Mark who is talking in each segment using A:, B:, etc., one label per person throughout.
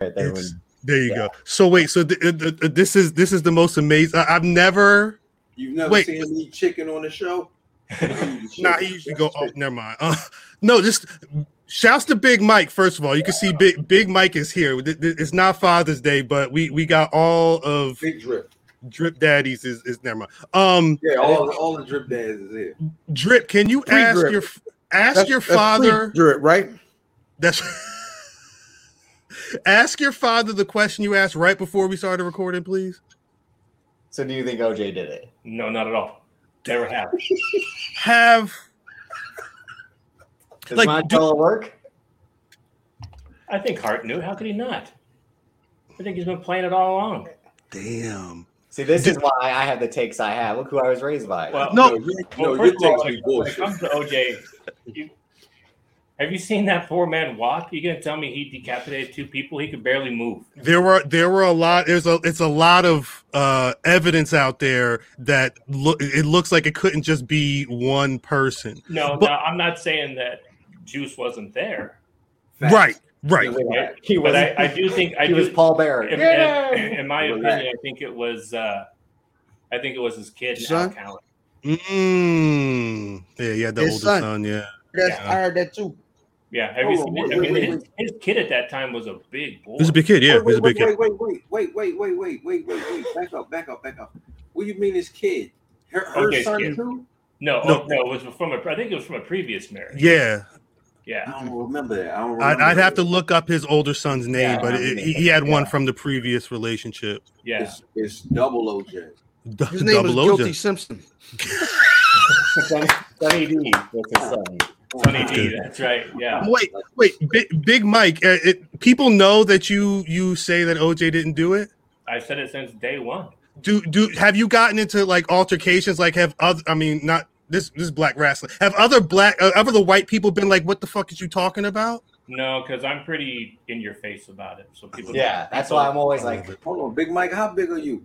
A: right there.
B: It's-
A: when-
B: There you
A: Yeah.
B: go. So wait, so th- th- th- this is this is the most amazing. I- I've never.
C: You've never
B: Wait.
C: seen him eat chicken on the show?
B: Nah, he usually go. Oh, never mind. Uh, no, just shouts to Big Mike. First of all, you can see Big Big Mike is here. Th- th- It's not Father's Day, but we we got all of
C: Big drip.
B: Drip Daddies. Is is never mind. Um,
C: Yeah, all, all the drip dads is here.
B: Drip, can you
D: Free
B: ask
D: Drip.
B: your ask
D: That's-
B: your
D: that's free
B: father?
D: drip, right?
B: That's ask your father the question you asked right before we started recording, please.
A: So do you think OJ did it?
E: No, not at all. Never happened.
B: Have
A: Does
B: Like,
A: Montel work?
E: I think Hart knew. How could he not? I think he's been playing it all along.
B: damn.
A: See, this is why I have the takes I have. Look who I was raised by.
E: Well,
B: No.
C: you,
E: well,
C: no, your
E: first of all,
C: takes be
E: when it
C: bullshit.
E: comes to OJ, you, have you seen that poor man walk? You gonna tell me he decapitated two people? He could barely move.
B: There were there were a lot. There's a it's a lot of uh, evidence out there that look. It looks like it couldn't just be one person.
E: No,
B: But-
E: no, I'm not saying that Juice wasn't there,
C: Facts.
B: Right, right.
E: right?
A: he
E: but
A: was.
E: I, I do think I
A: he
E: do,
A: was Paul Bear.
E: in, in- in my
C: Relax.
E: opinion, I think it was. Uh, I think it was his kid, Al
D: Son?
E: Cowan.
B: Mm. Yeah, yeah. The
D: His
B: older son.
D: son.
B: Yeah.
D: That's
E: Yeah.
D: I heard that too.
E: Yeah, have you
C: Hold
E: seen
C: on,
E: it? I
C: wait,
E: mean,
C: wait,
E: his, his kid at that time was a big boy.
B: He was a big kid. Yeah, he was a big
C: wait,
B: kid.
C: wait, wait, wait, wait, wait, wait, wait, wait, wait, wait. Back up, back up, back up. What do you mean his kid? Her, her
E: Okay,
C: son
E: kid.
C: too?
E: No,
B: No.
E: no, no, it was from a. I think it was from a previous marriage.
B: Yeah,
E: Yeah,
C: I don't remember that. I don't
B: I'd,
C: remember
B: I'd have to
C: that.
B: look up his older son's name,
A: Yeah, I
B: but
A: don't
B: it, he,
A: remember.
B: he had one
A: Yeah.
B: from the previous relationship.
E: yeah.
C: It's, it's double OJ.
B: D-
D: His name was
B: Double O
D: Guilty
B: J.
D: Simpson.
A: Sonny, Sonny D. That's his son.
E: Sonny D. That's right. Yeah.
B: Wait, wait, Big, Big Mike. Uh, it, people know that you you say that OJ didn't do it.
E: I've said it since day one.
B: do do have you gotten into like altercations like have other i mean not this this is black wrestling have other black uh, other the white people been like what the fuck is you talking about
E: No, because I'm pretty in your face about it. So people.
A: Yeah, that's why I'm always like,
C: Hold on, Big Mike, how big are you?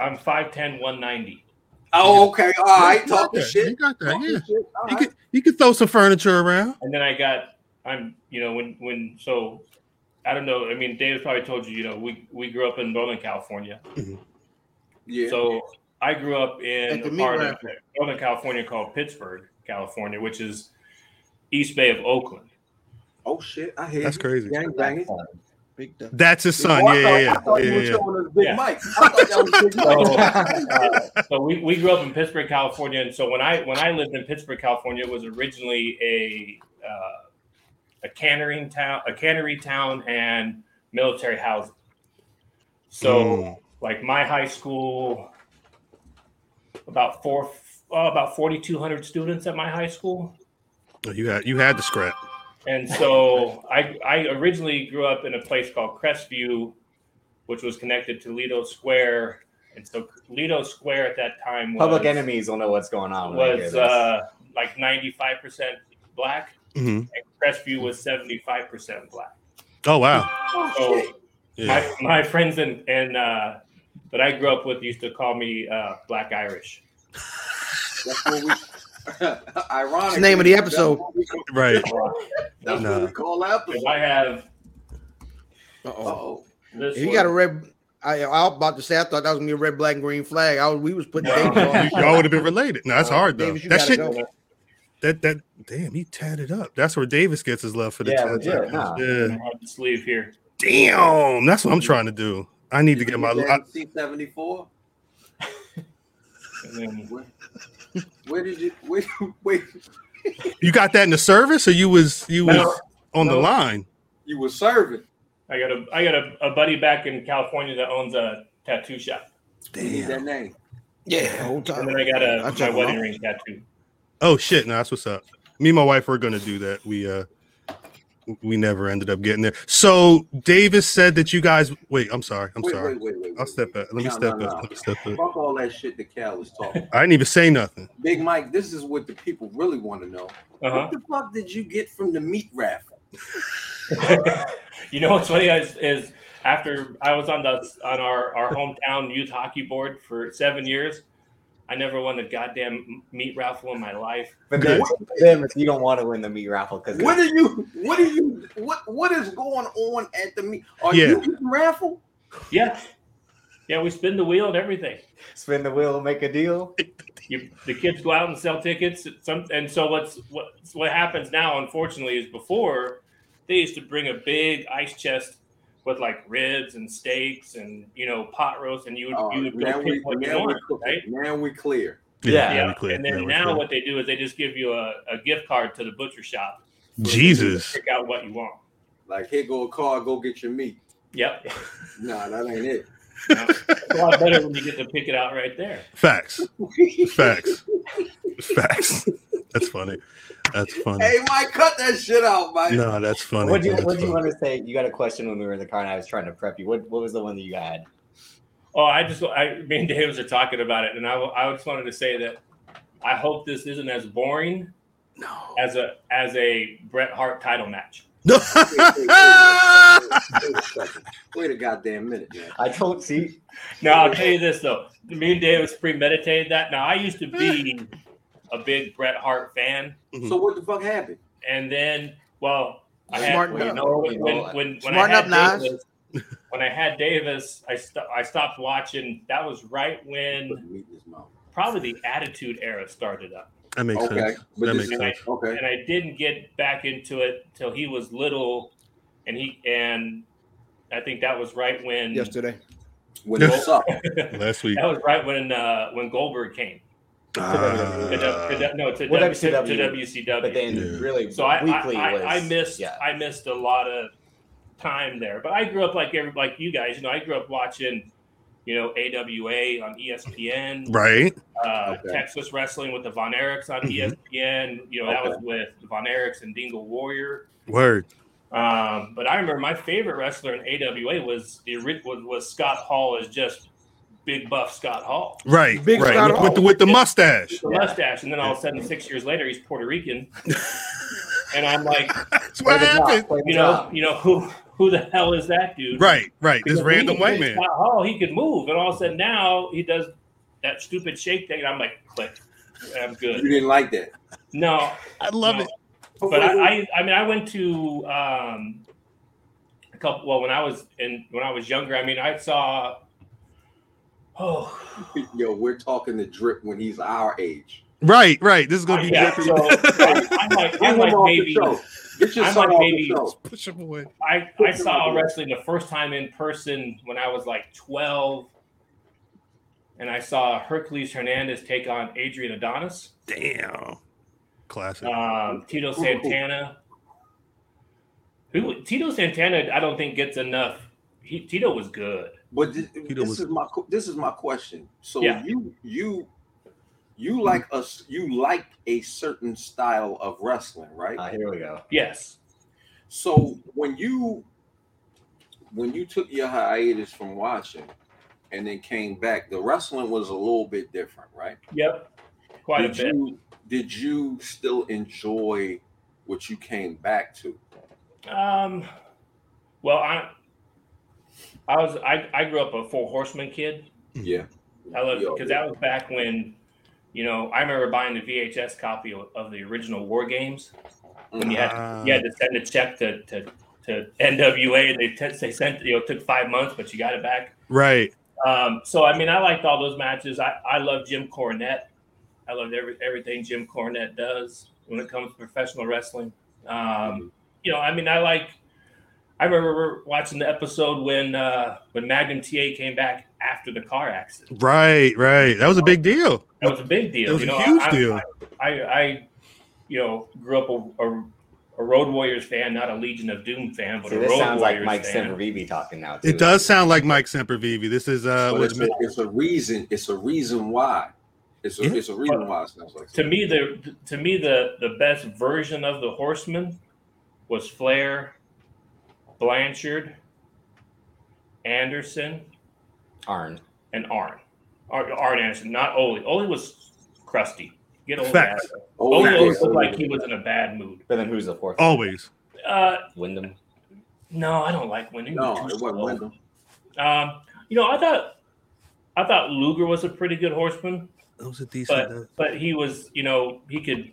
E: I'm 5'10", 190.
C: Oh, okay. All right, talk the
B: Yeah, you
C: shit. Uh-huh.
B: got that
C: Talk
B: yeah
C: the shit. All
B: you
C: right.
B: could you could throw some furniture around
E: And then I got. I'm. You know when when so. I don't know. I mean, David probably told you. You know, we we grew up in Northern California,
C: Yeah.
E: so I grew up
D: Like
E: in
D: the
E: a
D: meat
E: part of
D: wrapper.
E: Northern California called Pittsburgh, California, which is East Bay of Oakland.
C: oh shit, I hear
B: that's
C: you.
B: crazy
C: Gang banging.
D: Big duck.
B: that's his son
C: Oh, I
B: yeah
C: thought-
B: yeah
C: I thought
B: yeah, Oh.
C: you were
B: yeah,
C: showing us Big
E: Yeah.
C: Mike. I thought that was Big Mike.
E: So, uh, so we, we grew up in Pittsburgh, California, and so when I when I lived in Pittsburgh, California, it was originally a uh, a cannery town, a cannery town, and military housing. So,
B: Mm.
E: like my high school, about four oh, about forty two hundred students at my high school,
B: Oh, you had you had the scrap
E: and so I I originally grew up in a place called Crestview, which was connected to Lido Square. And so Lido Square at that time was
A: public enemies will know what's going on. when they hear
E: was
A: this.
E: uh, like 95% black.
B: Mhm.
E: And Crestview was 75% black.
B: oh wow
E: So
B: yeah
E: my, my friends and, and uh, that I grew up with used to call me uh, Black Irish.
C: That's what we. Ironic.
D: It's the name of the episode.
B: right
C: That's what
B: Nah.
C: we call that
E: Because
C: episode.
E: I have
D: Uh-oh.
C: Oh,
E: this.
D: If you got a red, I, I was about to say I thought that was gonna be a red, black, and green flag. I was, we was putting
E: No.
D: things on.
B: y'all would have been related no that's hard though
D: Davis, you
B: that
D: gotta
B: shit
D: go.
B: that that damn he tatted up that's where davis gets his love for the
A: Yeah,
B: tats,
A: legit,
B: I guess.
A: nah.
B: yeah
E: one on the sleeve here.
B: Damn, that's what I'm trying to do. I need to get my. I,
C: C seventy four.
E: And then
C: Where did you? Where, where,
B: you got that in the service, or you was you was
E: No,
B: on the
E: no.
B: line?
C: you were serving.
E: I got a I got a, a buddy back in California that owns a tattoo shop.
C: You need that name.
D: Yeah, the whole
E: And
D: time.
E: then I got
D: I
E: a
D: took
E: my
D: them
E: wedding
D: off.
E: ring tattoo.
B: Oh shit, no, that's what's up. Me and my wife were gonna do that. We uh, we never ended up getting there. So Davis said that you guys. Wait, I'm sorry. I'm
C: wait,
B: sorry.
C: wait, wait, wait,
B: I'll
C: wait.
B: step back. Let me
C: No,
B: step
C: no,
B: up.
C: no.
B: Let me step up.
C: Fuck all that shit that Cal was talking.
B: I didn't even say nothing.
C: Big Mike, this is what the people really want to know.
E: Uh-huh.
C: What the fuck did you get from the meat raffle?
E: you know what's funny is, is after I was on the on our, our hometown youth hockey board for seven years, I never won the goddamn meat raffle in my life.
F: But the thing for them is you don't want to win the meat raffle because
C: What are you? What are you? What What is going on at the meet? Are
B: Yeah.
C: you getting raffle?
E: Yeah. Yeah, we spin the wheel and everything.
F: spin the wheel, make a deal.
E: You, the kids go out and sell tickets. Some, and so what's what what happens now, unfortunately, is before they used to bring a big ice chest with like ribs and steaks and you know pot roast, and you would
C: Oh,
E: you would
C: now
E: go
C: we
E: pick what you
C: now we
E: want, right?
C: now we clear.
F: Yeah.
E: Yeah,
B: we clear.
E: and
B: Yeah,
E: then
B: we
E: now
B: clear.
E: what they do is they just give you a, a gift card to the butcher shop.
B: Jesus.
E: Pick out what you want.
C: Like here go a car, go get your meat.
E: Yep,
C: Nah, that ain't it.
E: it's a lot better when you get to pick it out right there.
B: Facts. Facts. Facts. That's funny. That's funny.
C: Hey, Mike, cut that shit out, Mike.
B: No, that's funny.
F: What do you
B: That's
F: What do you
B: funny.
F: want to say? You got a question when we were in the car, and I was trying to prep you. What What was the one that you had?
E: Oh, I just, I, me and Davis are talking about it, and I, w- I just wanted to say that I hope this isn't as boring as a as a Bret Hart title match.
C: Wait a second. Wait a goddamn minute, man.
F: I don't see.
E: Now I'll tell you this though, me and Davis premeditated that. Now I used to be a big Bret Hart fan,
B: Mm-hmm.
C: So what the fuck happened?
E: and then, well, I
D: Smarten
E: had,
D: up.
E: no, when, when, when, when I
D: Smarten
E: had
D: up, Nas.
E: Davis, when I had Davis, I sto- I stopped watching. That was right when
C: Meat in his mouth.
E: probably the Attitude Era started up.
B: That makes
C: Okay,
B: sense.
C: but
B: That
C: this-
B: makes sense.
C: Okay.
E: and I didn't get back into it till he was little, and he and I think that was right when
D: yesterday.
C: When it sucked.
E: that
B: Last week.
E: was right when uh, when Goldberg came.
B: Uh,
E: To the- to the- no, to,
F: Well,
E: w, to,
F: WCW,
E: WCW.
F: But then,
B: Yeah.
F: really,
E: so I
F: weekly
E: I,
F: was.
E: I, I missed
F: Yeah.
E: I missed a lot of time there. But I grew up like every like you guys. You know, I grew up watching. You know, AWA on E ESPN,
B: right.
E: uh,
C: Okay. Mm-hmm.
E: Texas Wrestling with the Von Erichs on E
B: Mhm.
E: ESPN. You know, that
C: Okay.
E: was with the Von Erichs and Dingle Warrior.
B: Word.
E: Um, but I remember my favorite wrestler in AWA was the ori- was, was Scott Hall as just big buff Scott Hall.
B: Right.
D: Big
B: right.
D: Scott
B: With, with the, with the mustache.
E: The mustache, and then all of a sudden, six years later, he's Puerto Rican, and I'm like,
B: That's
F: Play
B: what
F: the job,
B: happened.
F: play the
E: you know,
F: job.
E: you know who who the hell is that dude?
B: Right. Right. This
E: Because
B: random
E: we-
B: white man.
E: Scott Hall, he could move, and all of a sudden now he does that stupid shake thing, and I'm like, click, I'm
C: You
E: good.
C: didn't like that.
E: No,
B: I love
E: no.
B: it.
E: but I, I, I mean, I went to um, a couple. Well, when I was in, when I was younger, I mean, I saw. Oh,
C: Yo, we're talking the drip when he's our age.
B: Right. Right. This is gonna be
E: yeah,
B: different.
E: so I, I'm like,
C: Get
E: I'm
C: him
E: like
C: off
E: maybe,
C: the show. Get your
E: I'm
C: son
E: like
C: off the
E: maybe-
C: show.
B: Push him away.
E: I, I saw wrestling the first time in person when I was like 12, and I saw Hercules Hernandez take on Adrian Adonis,
B: Damn. Classic.
E: um, Tito Santana. Who Tito Santana? I don't think gets enough. He, Tito was good.
C: But this,
B: Peter
C: this
B: was-
C: is my qu- this is my question. So
E: Yeah.
C: you you you like us you like a certain style of wrestling, right?
E: Uh,
F: Ah, here we go.
E: Yes.
C: So when you when you took your hiatus from watching and then came back, the wrestling was a little bit different, right?
E: Yep. Quite
C: did
E: a bit.
C: you did you still enjoy what you came back to?
E: Um, well, I I was I, I grew up a four horseman kid.
C: Yeah.
E: I love
C: Yo,
E: because that was back when you know I remember buying the VHS copy of, of the original War Games. When you had
B: Ah.
E: you had to send a check to to, to NWA. They t- they sent you know it took five months, but you got it back.
B: Right.
E: Um, so I mean, I liked all those matches. I I love Jim Cornette. I loved every everything Jim Cornette does when it comes to professional wrestling. Um, you know, I mean, I like. I remember watching the episode when uh, when Magnum TA came back after the car accident.
B: Right. Right. That was a big deal.
E: That was a big deal.
B: It was
E: you
B: a
E: know,
B: huge
E: I,
B: deal.
E: I, I, I, you know, grew up a, a, a Road Warriors fan, not a Legion of Doom fan, but
F: See,
E: a
F: this
E: Road
F: sounds like
E: Warriors
F: Mike
E: fan.
F: Sempervive talking now. Too.
B: It does sound like Mike Sempervive. This is uh,
C: But
B: what's
C: it's, a, it's a reason. It's a reason why. It's a,
B: Yeah.
C: it's a reason why it sounds like
E: to me the to me the the best version of the horseman was flair blanchard anderson
F: Arn.
E: and arn arn, arn anderson not Ole. Ole was crusty get old
B: Facts.
E: Ole
C: Oh, yeah.
E: always looked like he was in a bad mood
F: But then who's the fourth?
B: always.
E: uh
F: Wyndham.
E: no i don't like winning
C: No, it wasn't Wyndham.
E: um you know i thought i thought luger was a pretty good horseman
B: It was a decent.
E: but but he was you know he could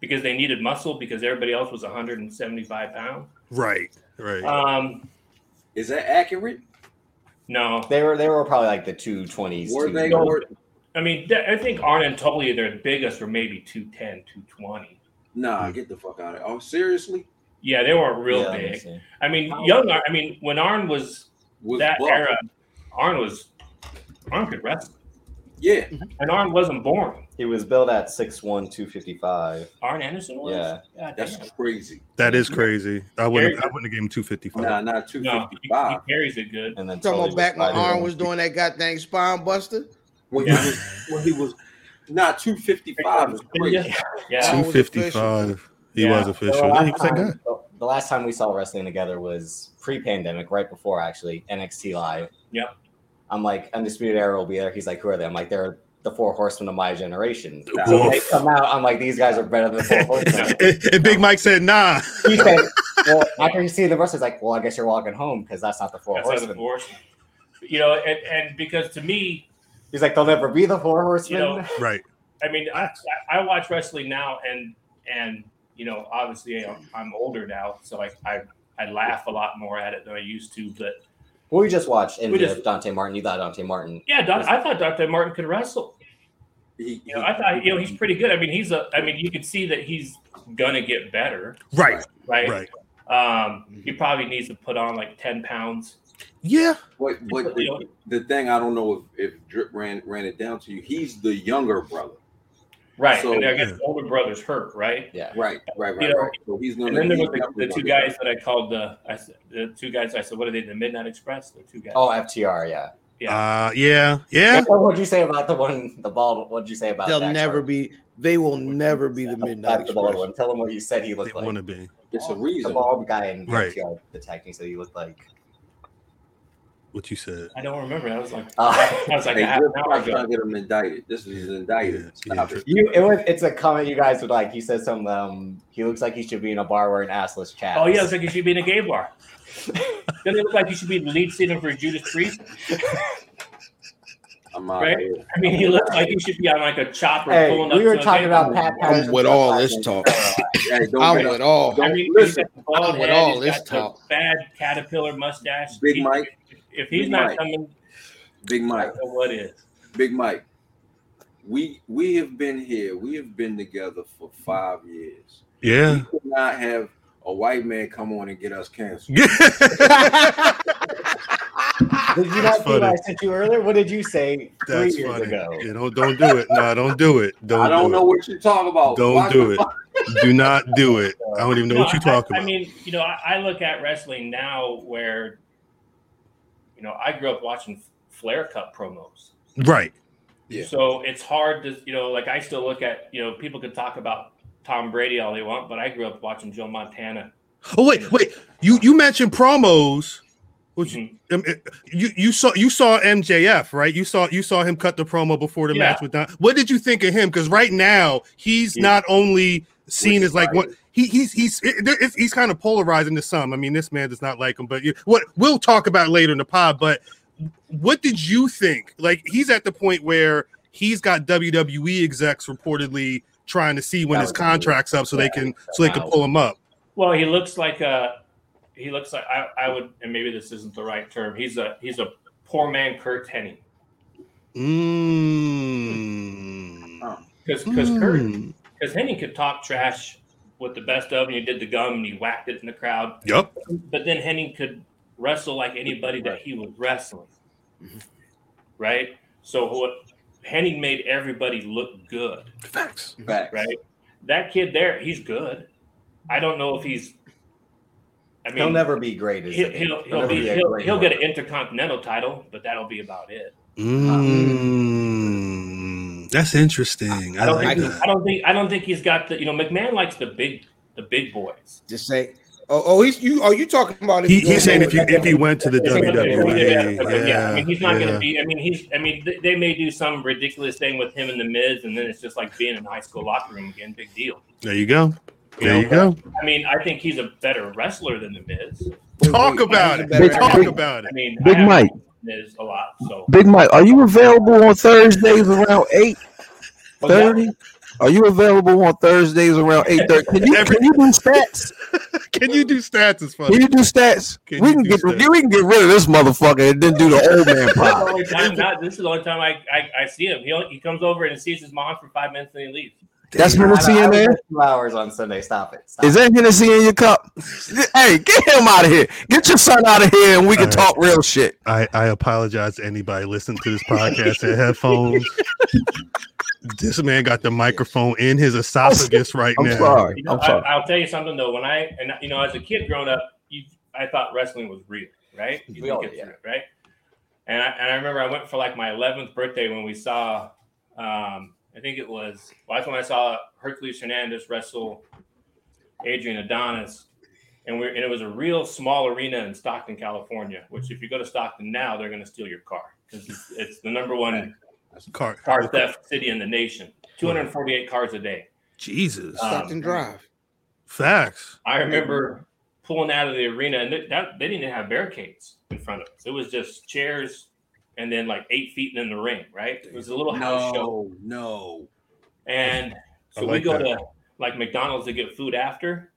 E: because they needed muscle because everybody else was 175 pounds.
B: right, right.
E: Um,
C: Is that accurate?
E: no,
F: They were they were probably like the two twenties.
C: Were they?
E: no.
C: Were,
E: I mean th- I think Arn and Tully their biggest were maybe 210, 220.
C: nah, get the fuck out of it. Oh, seriously?
E: Yeah, they weren't real big. I mean, young. Arn- I mean, when Arn was
C: Was
E: that
C: Buff-
E: era, Arn was Arn could wrestle,
C: Yeah.
E: and Arn wasn't born.
F: He was billed at 6'1", 255.
E: Arn Anderson was.
F: Yeah.
E: God
C: That's
E: damn.
C: crazy.
B: that is crazy. I wouldn't.
E: Gary-
B: I wouldn't have gave him two fifty five.
C: Nah, not two
E: Uh-huh. No,
C: fifty
E: he, he
C: five.
E: carries it good.
F: And then
D: Talking
F: Tully
D: about back when
F: fighting
D: Arn
F: him.
D: was doing that goddamn spine buster.
C: When he
E: Yeah.
C: was when he was not two fifty five is crazy.
E: Yeah, yeah.
D: Arn
B: Two
D: was
B: fifty five. He
E: Yeah.
B: was
F: So the,
B: official. Yeah, he
F: last
B: was that guy.
F: time, the- the last time we saw wrestling together was pre-pandemic, right before actually NXT live.
E: Yep.
F: I'm like Undisputed Era will be there. He's like, who are they? I'm like, they're the Four Horsemen of my generation.
C: Nah,
F: So when
B: Woof.
F: they come out, I'm like, these guys are better than the Four Horsemen.
B: and, and Big Mike said, "Nah."
F: he said, well, after he seen the wrestlers, like, well, I guess you're walking home because that's not the Four
E: That's how the
F: Horsemen.
E: force. You know, and, and because to me,
F: He's like, they'll never be the Four Horsemen.
E: You know,
B: Right.
E: I mean, I, I watch wrestling now, and and you know, obviously, I'm, I'm older now, so I, I I laugh a lot more at it than I used to. But
F: we just watched India
E: just-
F: with Dante Martin. You thought Dante Martin.
E: yeah, Doc, I thought Dr. Martin could wrestle.
C: He,
E: You know, I thought you know he's pretty good. I mean, he's a. I mean, you can see that he's gonna get better,
B: Right.
E: right?
B: Right.
E: Um, he probably needs to put on like ten pounds.
B: Yeah.
C: but, but
E: You know,
C: the, the thing I don't know if, if Drip ran ran it down to you, he's the younger brother.
E: right.
C: So-
E: and I guess the older brother's hurt, right?
F: Yeah.
C: Right, right, right,
E: You know,
C: right. So he's gonna
E: And then there
C: he's
E: was the, the
C: definitely
E: two
C: gonna-
E: guys that I called the I, said- the two guys I said, what are they? The Midnight Express. The two guys.
F: Oh, FTR. Yeah.
B: Uh, yeah. Yeah.
F: What would you say about the one, the bald? What'd you say about?
D: They'll
F: that
D: never
F: card?
D: be. They will never be the Midnight
F: Not the bald
D: Express.
F: one. Tell him what you said he
B: They
F: looked
B: want
F: like.
B: to be.
C: It's a
F: The
C: reason.
F: bald guy in
B: Right.
F: FTR, the tag team said he looked like.
B: What you said.
E: I don't remember. I was like,
F: Uh,
E: I was like
C: Hey,
E: a half
C: Drip,
E: an hour
C: I'm
E: ago.
C: trying to get him indicted. This is
B: Yeah,
C: indicted.
B: yeah,
C: Stop
B: Drip.
C: it.
F: you, it was. It's a comment you guys would like. He said some. Um, he looks like he should be in a bar wearing assless chaps.
E: Oh yeah, it's like you should be in a gay bar. Doesn't it look like you should be the lead singer for Judas Priest?
C: I'm out
E: Right?
C: here.
E: I mean, he looks like he should be on like a chopper
F: Hey,
E: pulling up.
F: we were
E: to a
F: talking
E: gay
F: about
E: bar.
F: Pat.
D: I'm
F: Patterson.
D: with all this talk.
C: Hey, don't
D: I'm
C: make-
D: with all.
E: I
C: Don't-
E: mean,
C: listen,
E: he's got the bald
D: I'm with
E: head,
D: all
E: he's
D: this
E: got the
D: talk.
E: Bad caterpillar mustache.
C: Big
E: He-
C: Mike.
E: If he's
C: Big
E: not
C: Mike.
E: coming,
C: Big
E: I
C: Mike.
E: don't know what is.
C: Big Mike, we we have been here. We have been together for five years.
B: Yeah.
C: We could not have a white man come on and get us canceled.
F: Did you not
B: That's
F: see what I
B: funny.
F: sent you earlier? What did you say three
B: That's
F: years
B: funny.
F: ago?
B: Yeah, don't don't do it. No, don't do it. Don't.
C: I don't
B: do
C: know what you talk about.
B: It. Don't do it. Do not do it. I don't even know what
E: No,
B: you talk
E: I,
B: about.
E: I mean, you know, I, I look at wrestling now where, you know, I grew up watching Flair Cup promos.
B: right.
D: Yeah.
E: So it's hard to, you know, like I still look at, you know, people could talk about Tom Brady all they want, but I grew up watching Joe Montana.
B: Oh wait, wait. You you mentioned promos. Which
E: Mhm.
F: Mm-hmm.
B: um, uh, you you saw you saw MJF right? You saw you saw him cut the promo before the
E: Yeah.
B: match with Don. What did you think of him? Because right now he's
F: Yeah.
B: not only seen as like
C: Right.
B: what he he's he's it, there- it's, he's kind of polarizing to some. I mean, this man does not like him, but you, what we'll talk about later in the pod. But what did you think? Like he's at the point where he's got WWE execs reportedly trying to see when
F: That
B: his
F: was weird.
B: contract's up so they can so they can
F: Wow.
B: pull him up.
E: Well, he looks like a, he looks like I, I would, and maybe this isn't the right term. He's a he's a poor man Kurt Hennig
B: Mm.
C: Oh,
E: because because Kurt
B: Mm.
E: because Hennig could talk trash with the best of, and he did the gum and he whacked it in the crowd.
B: Yep.
E: but then Henning could wrestle like anybody that he was wrestling, right? So what Henning made everybody look good,
B: Facts.
C: facts.
E: right? That kid there, he's good. I don't know if he's. I mean,
F: He'll never be great. Is
E: He'll,
F: it?
E: he'll,
F: never
E: he'll, be,
F: be a
E: he'll,
F: great
E: he'll get an
F: worker.
E: intercontinental title, but that'll be about it.
B: Mm. That's interesting. I,
E: I don't,
B: like
E: think,
B: that.
E: I don't think I don't think he's got the you know McMahon likes the big the big boys.
D: Just say. Oh, oh, he's you. Are you talking about? if
B: He,
D: you go
B: he's saying
D: forward?
B: if you if he went to the
E: Yeah,
B: WWE,
E: yeah, yeah.
B: E, yeah,
E: I mean, he's not going
B: yeah.
E: to be. I mean, he's. I mean, th- they may do some ridiculous thing with him and the Miz, and then it's just like being in a high school locker room again. Big deal.
B: There you go.
E: You
B: There
E: know?
B: you go.
E: I mean, I think he's a better wrestler than the Miz.
B: Talk about
D: He's a
B: it.
D: better
B: Talk
D: athlete.
B: about
E: I
B: it.
E: mean,
G: Big
E: I have
G: Mike.
E: Miz a lot. So
G: Big Mike, are you available on Thursdays around eight?
B: Oh,
G: thirty? Are you available on Thursdays around eight thirty? Can you
B: Every-
G: can you do stats?
B: Can you do stats? Is
G: Can
B: funny.
G: you do stats?
B: Can
G: we
B: you
G: can
B: do
G: get
B: stats?
G: we can get rid of this motherfucker and then do the old man
E: This is the
G: pop.
E: only time- not- this is the only time I, I, I see him. He, only, he comes over and sees his mom for five minutes and he leaves.
G: That's
F: I
G: Hennessy
F: don't- I
G: in
F: was
G: there.
F: there Two hours on Sunday. Stop it. Stop
G: Is that Hennessy in your cup? hey, get him out of here. Get your son out of here, and we can
B: All right.
G: talk real shit.
B: I, I apologize to anybody listening to this podcast at headphones. This man got the microphone in his esophagus right
G: I'm
B: now.
G: sorry.
E: You know,
G: I'm sorry.
E: I, will tell you something though. When I and you know, as a kid growing up, you, I thought wrestling was real, right? You
F: We all
E: think
F: did,
E: it's
F: yeah.
E: real, right? And I and I remember I went for like my 11th birthday when we saw, um, I think it was. Well, that's when I saw Hercules Hernandez wrestle Adrian Adonis, and we are and it was a real small arena in Stockton, California. Which if you go to Stockton now, they're going to steal your car because it's, it's the number one
B: Car-
E: car theft city in the nation. 248 cars a day.
B: Jesus.
E: Uh,
D: Stockton Drive.
B: Facts.
E: I remember pulling out of the arena, and th- that, they didn't even have barricades in front of us. It was just chairs, and then like eight feet in the ring. Right? It was a little house show,
C: No, no.
E: and so
B: I
E: we
B: like
E: go
B: that.
E: to like McDonald's to get food after,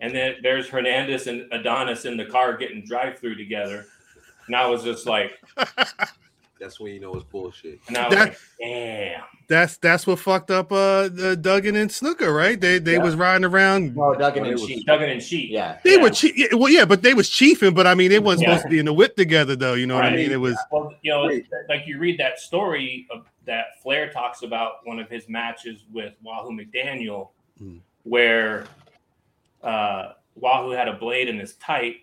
E: and then there's Hernandez and Adonis in the car getting drive-through together, and I was just like,
C: That's when you know it's bullshit.
E: and I was
B: That-
E: like, damn.
B: That's that's what fucked up uh the Duggan and Snooker, right? They they
F: Yeah.
B: was riding around.
F: No, Duggan
C: Well,
F: and
C: it was-
F: Sheep.
E: Duggan and Sheet.
F: Yeah.
B: They
E: Yeah.
B: were che- yeah, well, yeah, but they was chiefing, but I mean, it wasn't
E: Yeah.
B: supposed to be in the whip together, though. You know what I
E: Right.
B: mean? It was
E: Well, you know,
C: Wait.
E: like you read that story of, that Flair talks about one of his matches with Wahoo McDaniel,
B: Hmm.
E: where uh, Wahoo had a blade in his tight,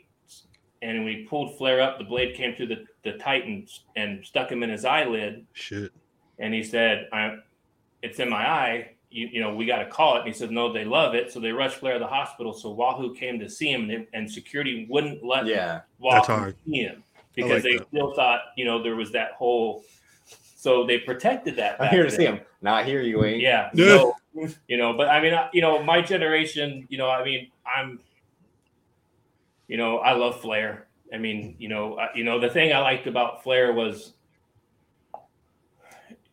E: and when he pulled Flair up, the blade came through the, the tight and, and stuck him in his eyelid.
B: shit.
E: And he said, I, It's in my eye. You, you know, we got to call it. And he said, No, they love it. So they rushed Flair to the hospital. So Wahoo came to see him, and, they- and security wouldn't let
F: Yeah.
B: That's
E: walk
B: hard.
E: in because
B: like
E: they
B: that.
E: still thought you know there was that whole so they protected that
F: I'm
E: back
F: here to see
E: then.
F: him. Not here, you ain't.
E: yeah
B: Yeah.
E: so, you know but i mean I- you know my generation you know i mean i'm you know i love flair i mean you know I, you know the thing i liked about flair was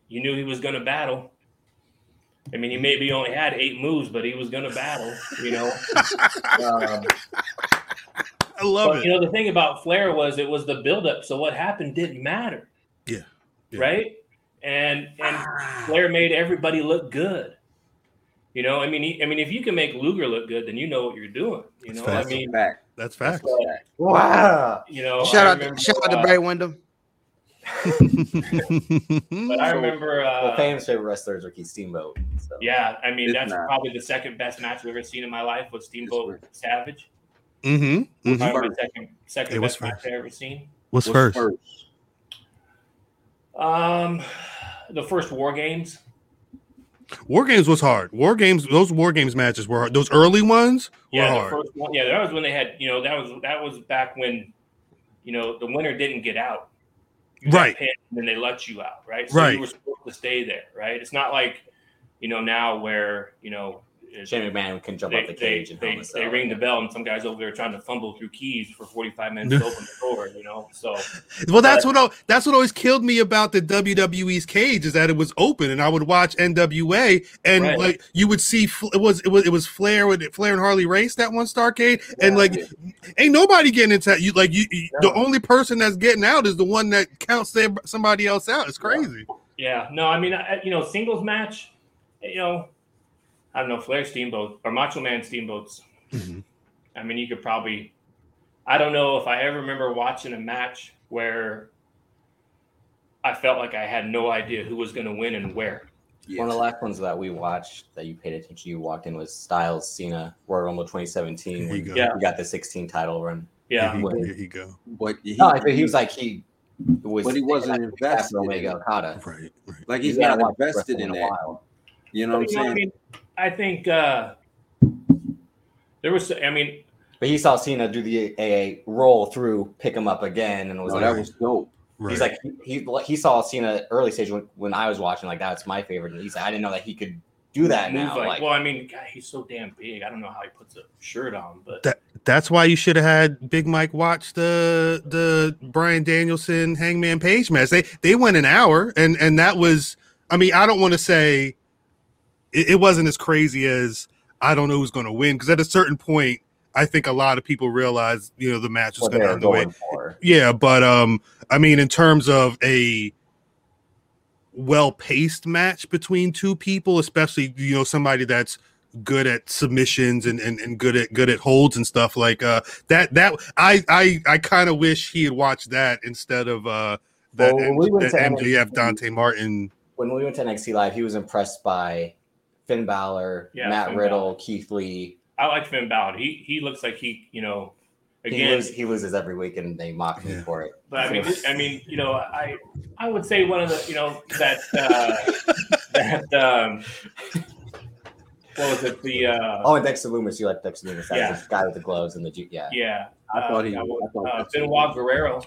E: you knew he was going to battle i mean he maybe only had eight moves but he was going to battle you know um,
B: I love
E: but,
B: it.
E: You know, the thing about Flair was it was the buildup. So what happened didn't matter.
B: Yeah. Yeah.
E: Right. And and
D: Ah.
E: Flair made everybody look good. You know, I mean, he, I mean, if you can make Luger look good, then you know what you're doing. You
B: That's
E: know,
B: facts.
E: I mean,
C: Back.
B: That's facts.
E: so,
F: Wow.
E: you know,
D: shout
E: Oh, I
D: out,
E: remember,
D: to, shout out to
E: uh,
D: Barry Windham.
E: But I remember,
F: well,
E: uh,
F: famous favorite wrestlers are Keith Steamboat. So.
E: yeah, I mean,
C: It's
E: that's
C: not.
E: probably the second best match I've ever seen in my life was Steamboat Savage.
B: mm-hmm. hmm
E: Probably my
C: first?
E: second, second
B: It was
E: best match
B: first.
E: I ever seen.
B: What's,
C: What's
B: first?
E: Um, the first War Games.
B: War games was hard. War games, those war games matches were hard. Those early ones were
E: Yeah, the
B: hard.
E: first one. Yeah, that was when they had. You know, that was that was back when, you know, the winner didn't get out. You got
B: Right.
E: pinned, and then they let you out. Right.
B: Right.
E: You were supposed to stay there. Right. It's not like, you know, now where you know. it's-
F: Shane McMahon can jump
E: they,
F: out the
E: they,
F: cage and
E: they,
F: helmet
E: they
F: cell.
E: ring the bell and some guys over there trying to fumble through keys for 45 minutes to open the door you know so
B: Well, that's what al- that's what always killed me about the WWE's cage is that it was open, and I would watch NWA, and
E: Right.
B: like you would see Fl- it was it was it was Flair with Flair and Harley Race that one Starcade, and like ain't nobody getting into that. you like you, you-
F: No.
B: the only person that's getting out is the one that counts them- somebody else out. It's crazy.
E: yeah no i mean I, you know singles match you know i don't know flair steamboat or macho man steamboats
C: Mm-hmm.
E: I mean, you could probably. I don't know if I ever remember watching a match where I felt like I had no idea who was going to win and where.
F: One of the last ones that we watched that you paid attention, you walked in was Styles Cena Royal Rumble 2017.
B: Here
F: when
B: you
F: you
B: go.
E: Yeah.
F: got the 16 title run.
E: Yeah,
B: Here
F: Yeah.
B: you, here you go.
C: But he,
F: No, I think he was like he was,
C: But he wasn't
F: like, after
C: invested in
F: Omega
C: it.
F: Okada.
B: Right, right.
C: like
F: You
C: he's
F: gotta
C: not
F: watch
C: invested
F: wrestling
C: in
F: a
C: that.
F: while.
C: You know what I'm
E: You know what
C: saying?
E: I mean, I think uh, there was. I mean,
F: But he saw Cena do the AA roll through, pick him up again, and was
C: No,
F: like,
C: that was dope.
B: Right.
F: he's like he, he he saw Cena early stage when, when I was watching, like that's my favorite, and he's like, I didn't know that he could do that
E: move
F: now.
E: like,
F: Like,
E: well, I mean, God, he's so damn big. I don't know how he puts a shirt on, but
B: That- that's why you should have had Big Mike watch the the Brian Danielson Hangman Page match. They they went an hour, and and that was. I mean, I don't want to say it, it wasn't as crazy as I don't know who's going to win because at a certain point, I think a lot of people realized you know the match was
F: what
B: going to
F: they're
B: end the way
F: going for.
B: yeah, but um, I mean, in terms of a well-paced match between two people, especially you know somebody that's good at submissions and and, and good at good at holds and stuff like uh that that I I I kind of wish he had watched that instead of uh that,
F: Well,
B: M-
F: we went
B: that
F: to
B: MJF
F: NXT.
B: Dante Martin.
F: When we went to NXT Live, he was impressed by Finn Balor,
E: Yeah,
F: Matt
E: Finn
F: Riddle, Keith Lee.
E: I like Finn Balor. He he looks like he you know
F: He,
E: again.
F: lose, he loses every week, and they mock me
B: Yeah.
F: for it.
E: But I mean, this- I mean, you know, I I would say one of the you know that uh, that um, what was it the uh,
F: Oh, and Dexter Loomis, you like Dexter Loomis? That's
E: Yeah.
F: the guy with the gloves and the ju- yeah.
E: yeah
C: I thought he.
E: uh,
C: I thought
E: uh,
C: that's-
E: Benoit Guerrero.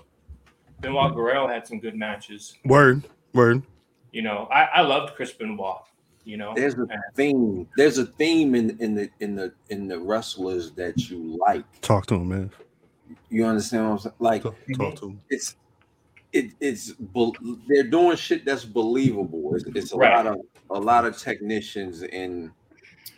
E: Benoit Guerrero had some good matches.
B: Word, word.
E: You know, I I loved Chris Benoit. You know,
C: There's a theme. There's a theme in in the in the in the wrestlers that you like.
B: Talk to him, man.
C: You understand what I'm saying? Like
B: Talk, talk to him.
C: it's it, it's bel- they're doing shit that's believable. It's, it's a
E: Right.
C: lot of a lot of technicians in,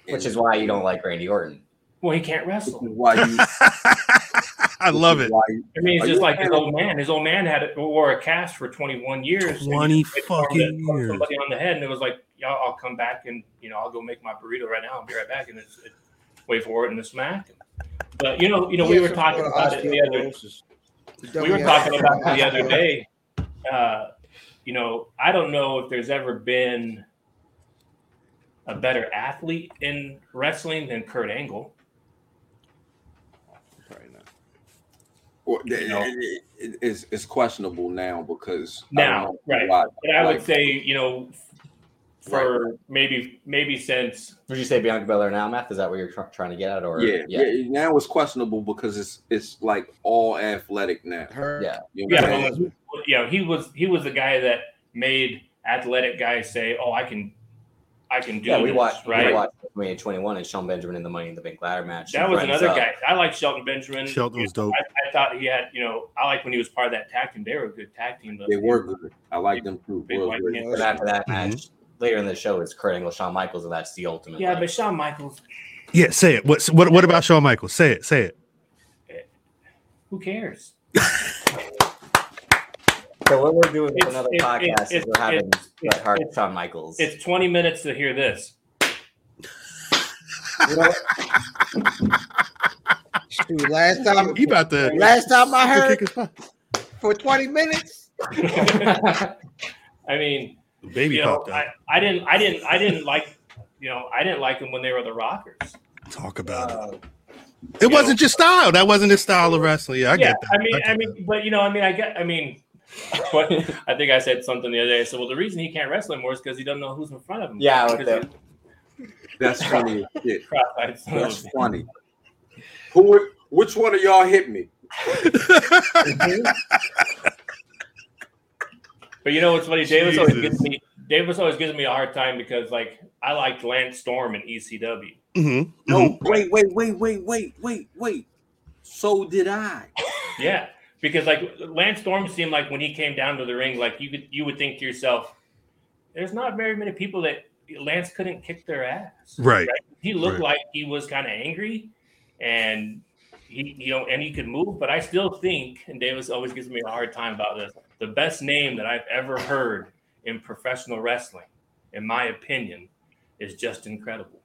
C: in
F: Which is why you don't like Randy Orton.
E: well, he can't
C: which is
E: wrestle.
C: why you
B: I love it.
E: I mean,
C: Are
E: it's just
C: you
E: like his
C: kidding?
E: old man. His old man had it, wore a cast for 21 years. and
B: 20
E: he hit somebody-
B: fucking
E: fucked
B: years.
E: Somebody on the head, and it was like, y'all, I'll come back and you know, I'll go make my burrito right now. I'll be right back, and it's, it, wait for it and it's smack. him. But you know, you know, we were talking about it the other. We were talking about it the other day. Uh, you know, I don't know if there's ever been a better athlete in wrestling than Kurt Angle.
C: Or-
E: You know.
C: it- it- it's, it's questionable now because I
E: Now,
C: don't know
E: right.
C: why.
E: But I would
C: Like,
E: say, you know, for maybe maybe since
F: Would you say Bianca Belair now, Math? Is that what you're tr- trying to get at? Or
C: yeah, yeah, Now it's questionable because it's it's like all athletic now.
D: Her,
F: Yeah.
C: You know what
E: yeah,
C: I'm
E: but,
C: saying?
E: you know, he was he was the guy that made athletic guys say, "Oh, I can, I can do
F: Yeah, we
E: this."
F: watched
E: right?
F: we watched WrestleMania 21 and Sean Benjamin in the Money in the Bank ladder match.
E: that was
F: Runs
E: another
F: up.
E: guy. I like Shelton Benjamin.
B: Shelton was dope.
E: I, I thought he had, you know, I like when he was part of that tag team. They were a good tag team. But
C: They were good. I like them too.
E: Big
C: Real
E: white
C: good.
E: man.
F: But after that
B: Mhm.
F: match, later in the show, it's Kurt Angle, Shawn Michaels, and that's the ultimate.
E: Yeah,
F: like,
E: but Shawn Michaels,
B: Yeah, say it. What what what about Shawn Michaels? Say it. Say it.
E: who cares?
F: so what we're doing with
E: It's-
F: another
E: it-
F: podcast
E: it-
F: is we're having
E: it's-
F: Bret Hart,
E: it's-
F: Shawn Michaels.
E: It's 20 minutes to hear this.
F: You know,
D: Shoot, last time,
B: He about to
D: last time I
B: to kick
D: heard
B: his butt.
D: for 20 minutes,
E: I mean,
B: The baby
E: you know,
B: popped out.
E: I, I didn't, I didn't, I didn't like, you know, I didn't like them when they were the Rockers.
B: Talk about
E: Uh,
B: it. It wasn't your style. That wasn't his style of wrestling. Yeah, I
E: yeah,
B: get that.
E: I mean,
B: get
E: I mean, but you know, I mean, I get, I mean, what, I think I said something the other day. I said, well, the reason he can't wrestle anymore is because he doesn't know who's in front of him.
F: Yeah, with
E: Because
F: the-
C: That's funny as shit.
E: he's cross-eyed.
C: That's funny. Who? Which one of y'all hit me?
E: But you know what's funny? Davis always
B: Jesus.
E: gives me Davis always gives me a hard time because like I liked Lance Storm in E ECW.
B: Mhm, mhm.
C: No, wait, wait, wait, wait, wait, wait, wait. So did I.
E: Yeah. Because like Lance Storm seemed like when he came down to the ring, like you could you would think to yourself, there's not very many people that Lance couldn't kick their ass.
B: Right.
E: He looked
B: Right.
E: like he was kind of angry and he you know and he could move, but I still think, and Davis always gives me a hard time about this, the best name that I've ever heard in professional wrestling, in my opinion, is just incredible.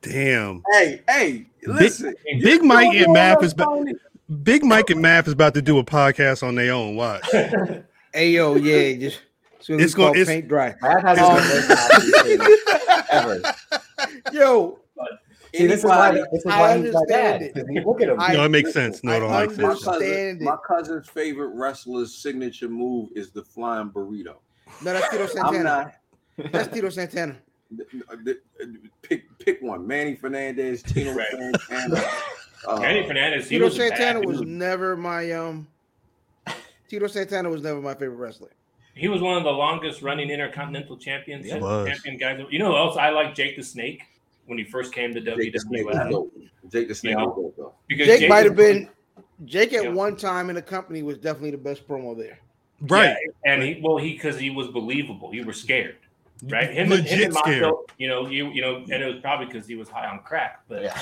B: Damn.
C: Hey, hey, listen.
B: Big Mike
C: You
B: and Math
C: know
B: is ba-
C: what's funny?
B: Big Mike and Math is about to do a podcast on their own. Watch.
D: Ayo, yeah, just so
B: It's
D: it's
B: gonna-
D: going
B: it's-
D: paint dry.
F: Matt has
E: Oh.
D: Um,
F: his ever.
D: Yo,
F: See, this is why,
C: Anybody-
F: this is
D: I
F: why he's like
D: understand
F: that.
D: it.
F: 'cause he- Look at him.
D: I-
B: No, it makes sense. No,
D: I
B: it don't make
C: my,
B: sense.
D: understand
C: cousin,
D: it.
C: my cousin's favorite wrestler's signature move is the flying burrito.
D: no, that's Tito
C: I'm
D: Santana.
C: not.
D: That's Tito Santana.
C: Pick pick one. Manny Fernandez, Tino
E: Right.
C: Santana.
B: Oh.
C: Uh,
E: Manny Fernandez, he
D: Tito
E: was a
D: Santana
E: bad
D: was
E: dude.
D: never my um. Tito Santana was never my favorite wrestler.
E: He was one of the longest running intercontinental champions.
B: He was.
E: Champion guys. You know who else? I like Jake the Snake when he first came to
C: Jake the Snake was
E: WWF.
C: dope. Jake the Snake
E: You know?
C: was dope, though.
E: Because
D: Jake, might
E: the
D: have been. Jake at
E: Yeah.
D: one time in the company was definitely the best promo there.
E: Snake-
B: Right.
E: yeah, and he well he because he was believable. You were scared. right? Him, and- him
B: Legit
E: and
B: scared.
E: Montel, you know, you you know, and it was probably because he was high on crack, but yeah.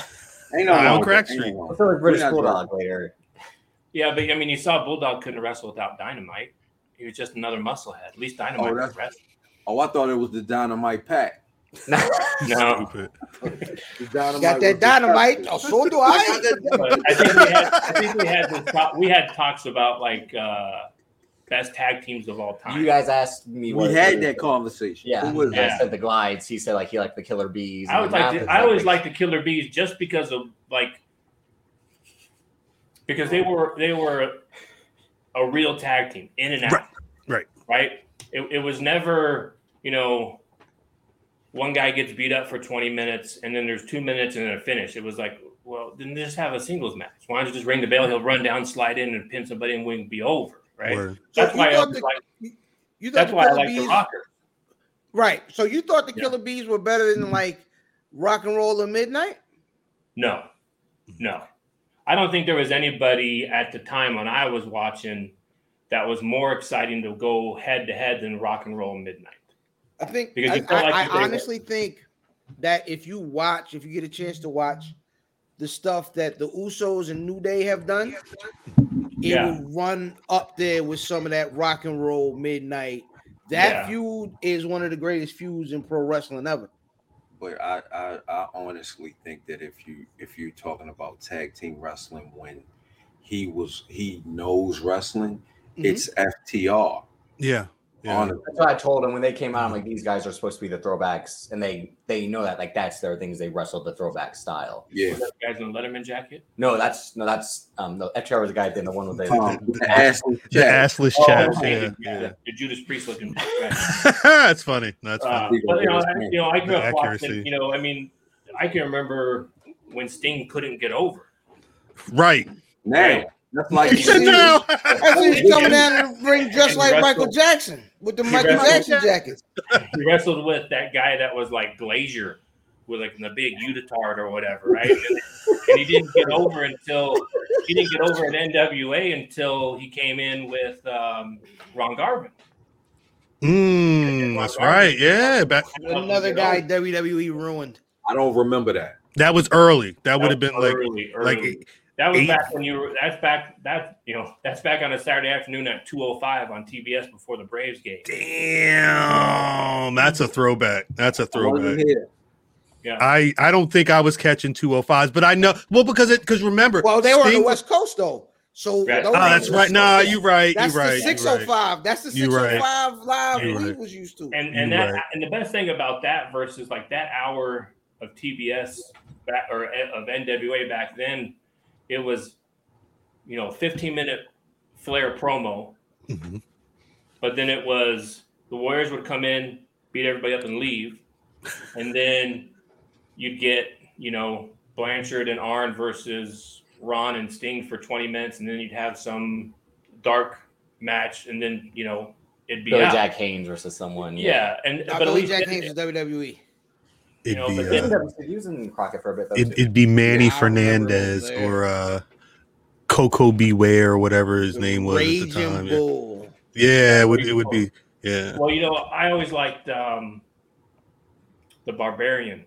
F: Yeah.
C: Ain't no
B: Nah,
C: wrong
B: on
C: with
B: Crack
C: it, ain't
B: Street.
C: no wrong
F: I
C: with
F: feel like British
C: We're not
F: Bulldog later.
E: but I mean, you saw Bulldog couldn't wrestle without Dynamite. He was just another musclehead. At least Dynamite
C: Oh,
E: was
C: that's-
E: wrestling.
C: it. Oh, I thought it was the dynamite pack.
E: No,
B: Stupid.
C: The dynamite
D: Got
C: was
D: that
C: the
D: dynamite.
C: pack.
D: Oh, so do I.
E: but I think we had I think we had this talk, we had talks about like uh best tag teams of all time.
F: You guys asked me.
C: We
F: what-
C: had that conversation.
F: Yeah,
C: Who was
F: I
C: that?
E: Yeah.
F: said the glides. He said like he liked the killer bees.
E: I
F: and
E: would like
F: Mathis
E: to, I always
F: it.
E: like the Killer Bees just because of like because they were they were a real tag team in and out.
B: Right, right.
E: Right? It, it was never, you know, one guy gets beat up for 20 minutes and then there's 2 minutes and then a finish. It was like, well, then just have a singles match. Why don't you just ring the bell, he'll run down, slide in and pin somebody and we'll be over, right?
B: Word.
D: So
E: That's
D: you
E: why I
D: thought
E: was
D: the-
E: like,
D: You thought
E: that's
D: the
E: why I
D: Killer
E: like the
D: Bees,
E: rocker.
D: right? So you thought the
E: Yeah. Mm-hmm.
D: Killer Bees were better than like rock and roll at midnight?
E: No,
B: Hmm.
E: no. I don't think there was anybody at the time when I was watching that was more exciting to go head to head than Rock and Roll Midnight.
D: I think
E: Because
D: I,
E: you felt like
D: I-
E: you
D: I
E: did.
D: honestly think that if you watch, if you get a chance to watch the stuff that the Usos and New Day have done, it
E: Yeah.
D: will run up there with some of that rock and roll midnight. That
E: Yeah.
D: feud is one of the greatest feuds in pro wrestling ever.
C: But I, I, I honestly think that if you if you're talking about tag team wrestling when he was he knows wrestling,
D: Mhm.
C: it's FTR.
B: Yeah. Yeah.
C: On
F: That's what I told him when they came out. I'm like, these guys are supposed to be the throwbacks, and they they know that. Like that's their things. They wrestled the throwback style.
C: yeah,
E: You guys in the Letterman jacket?
F: No, that's no, that's um, no. FTR was the guy that did the one with the.
C: um, the assless
B: The
C: jack.
B: assless
E: Oh,
B: chaps.
E: okay,
B: Yeah.
E: yeah,
B: yeah.
E: The Judas Priest looking. Right.
B: That's funny. That's
E: Uh,
B: funny.
C: funny.
E: but, you, know, I, you know, I grew
B: The
E: up watching.
B: accuracy.
E: You know, I mean, I can remember when Sting couldn't get over. Uh,
B: Right.
C: Now that's like
D: You said
C: you
B: No.
D: now. That's when you coming down and ring just
E: And
D: like Michael
E: wrestle.
D: Jackson with the
E: He
D: Michael
E: wrestled.
D: Jackson jackets.
E: He wrestled with that guy that was like Glazier, with like the big unitard or whatever, right? And, and he didn't get over until he didn't get over at NWA until he came in with um, Ron Garvin.
B: Mm, that's right. Yeah. Back,
D: Another guy WWE ruined.
C: I don't remember that.
B: that was early. That would have been like
E: early,
B: like
E: early. that was
B: eight-
E: back when you were. That's back. That's you know. That's back on a Saturday afternoon at two o five on TBS before the Braves game.
B: damn. That's a throwback. That's a
C: I wasn't
B: throwback.
C: here.
B: I I don't think I was catching 205s, but I know well because it because remember
D: Well, they were on the
B: Sting-
D: West Coast though. So
E: Right.
D: those
B: Oh,
D: were
B: that's
D: the
B: right.
D: West
B: Nah,
D: Coast.
B: you right.
D: That's
B: you right.
D: the
B: you right.
D: 605. That's the
B: You right.
D: 605 live
B: You
D: we
B: right.
D: was used to.
E: And and
B: You're
E: that
B: right.
E: and the best thing about that versus like that hour of TBS back or eh, of NWA back then, it was, you know, fifteen minute Flair promo,
B: Mhm.
E: but then it was the Warriors would come in, beat everybody up, and leave, and then you'd get you know Blanchard and Arn versus Ron and Sting for twenty minutes, and then you'd have some dark match, and then you know it'd be
F: Billy
E: out.
F: Jack Haynes versus someone.
E: Yeah, and
D: I
E: but at
D: believe
E: least
D: Jack
E: it-
D: Haynes is WWE.
E: You
B: It'd
E: know, but
B: be
E: then
B: uh,
F: using Crockett for a bit. Though,
B: it,
F: too.
B: it'd be Manny
D: Yeah, I remember
B: Fernandez
D: it was
B: or uh Coco Beware or whatever his name was at the
D: Raging
B: time. Yeah,
D: Bull.
B: Yeah, it would it would be yeah.
E: Well, you know, I always liked um, the Barbarian.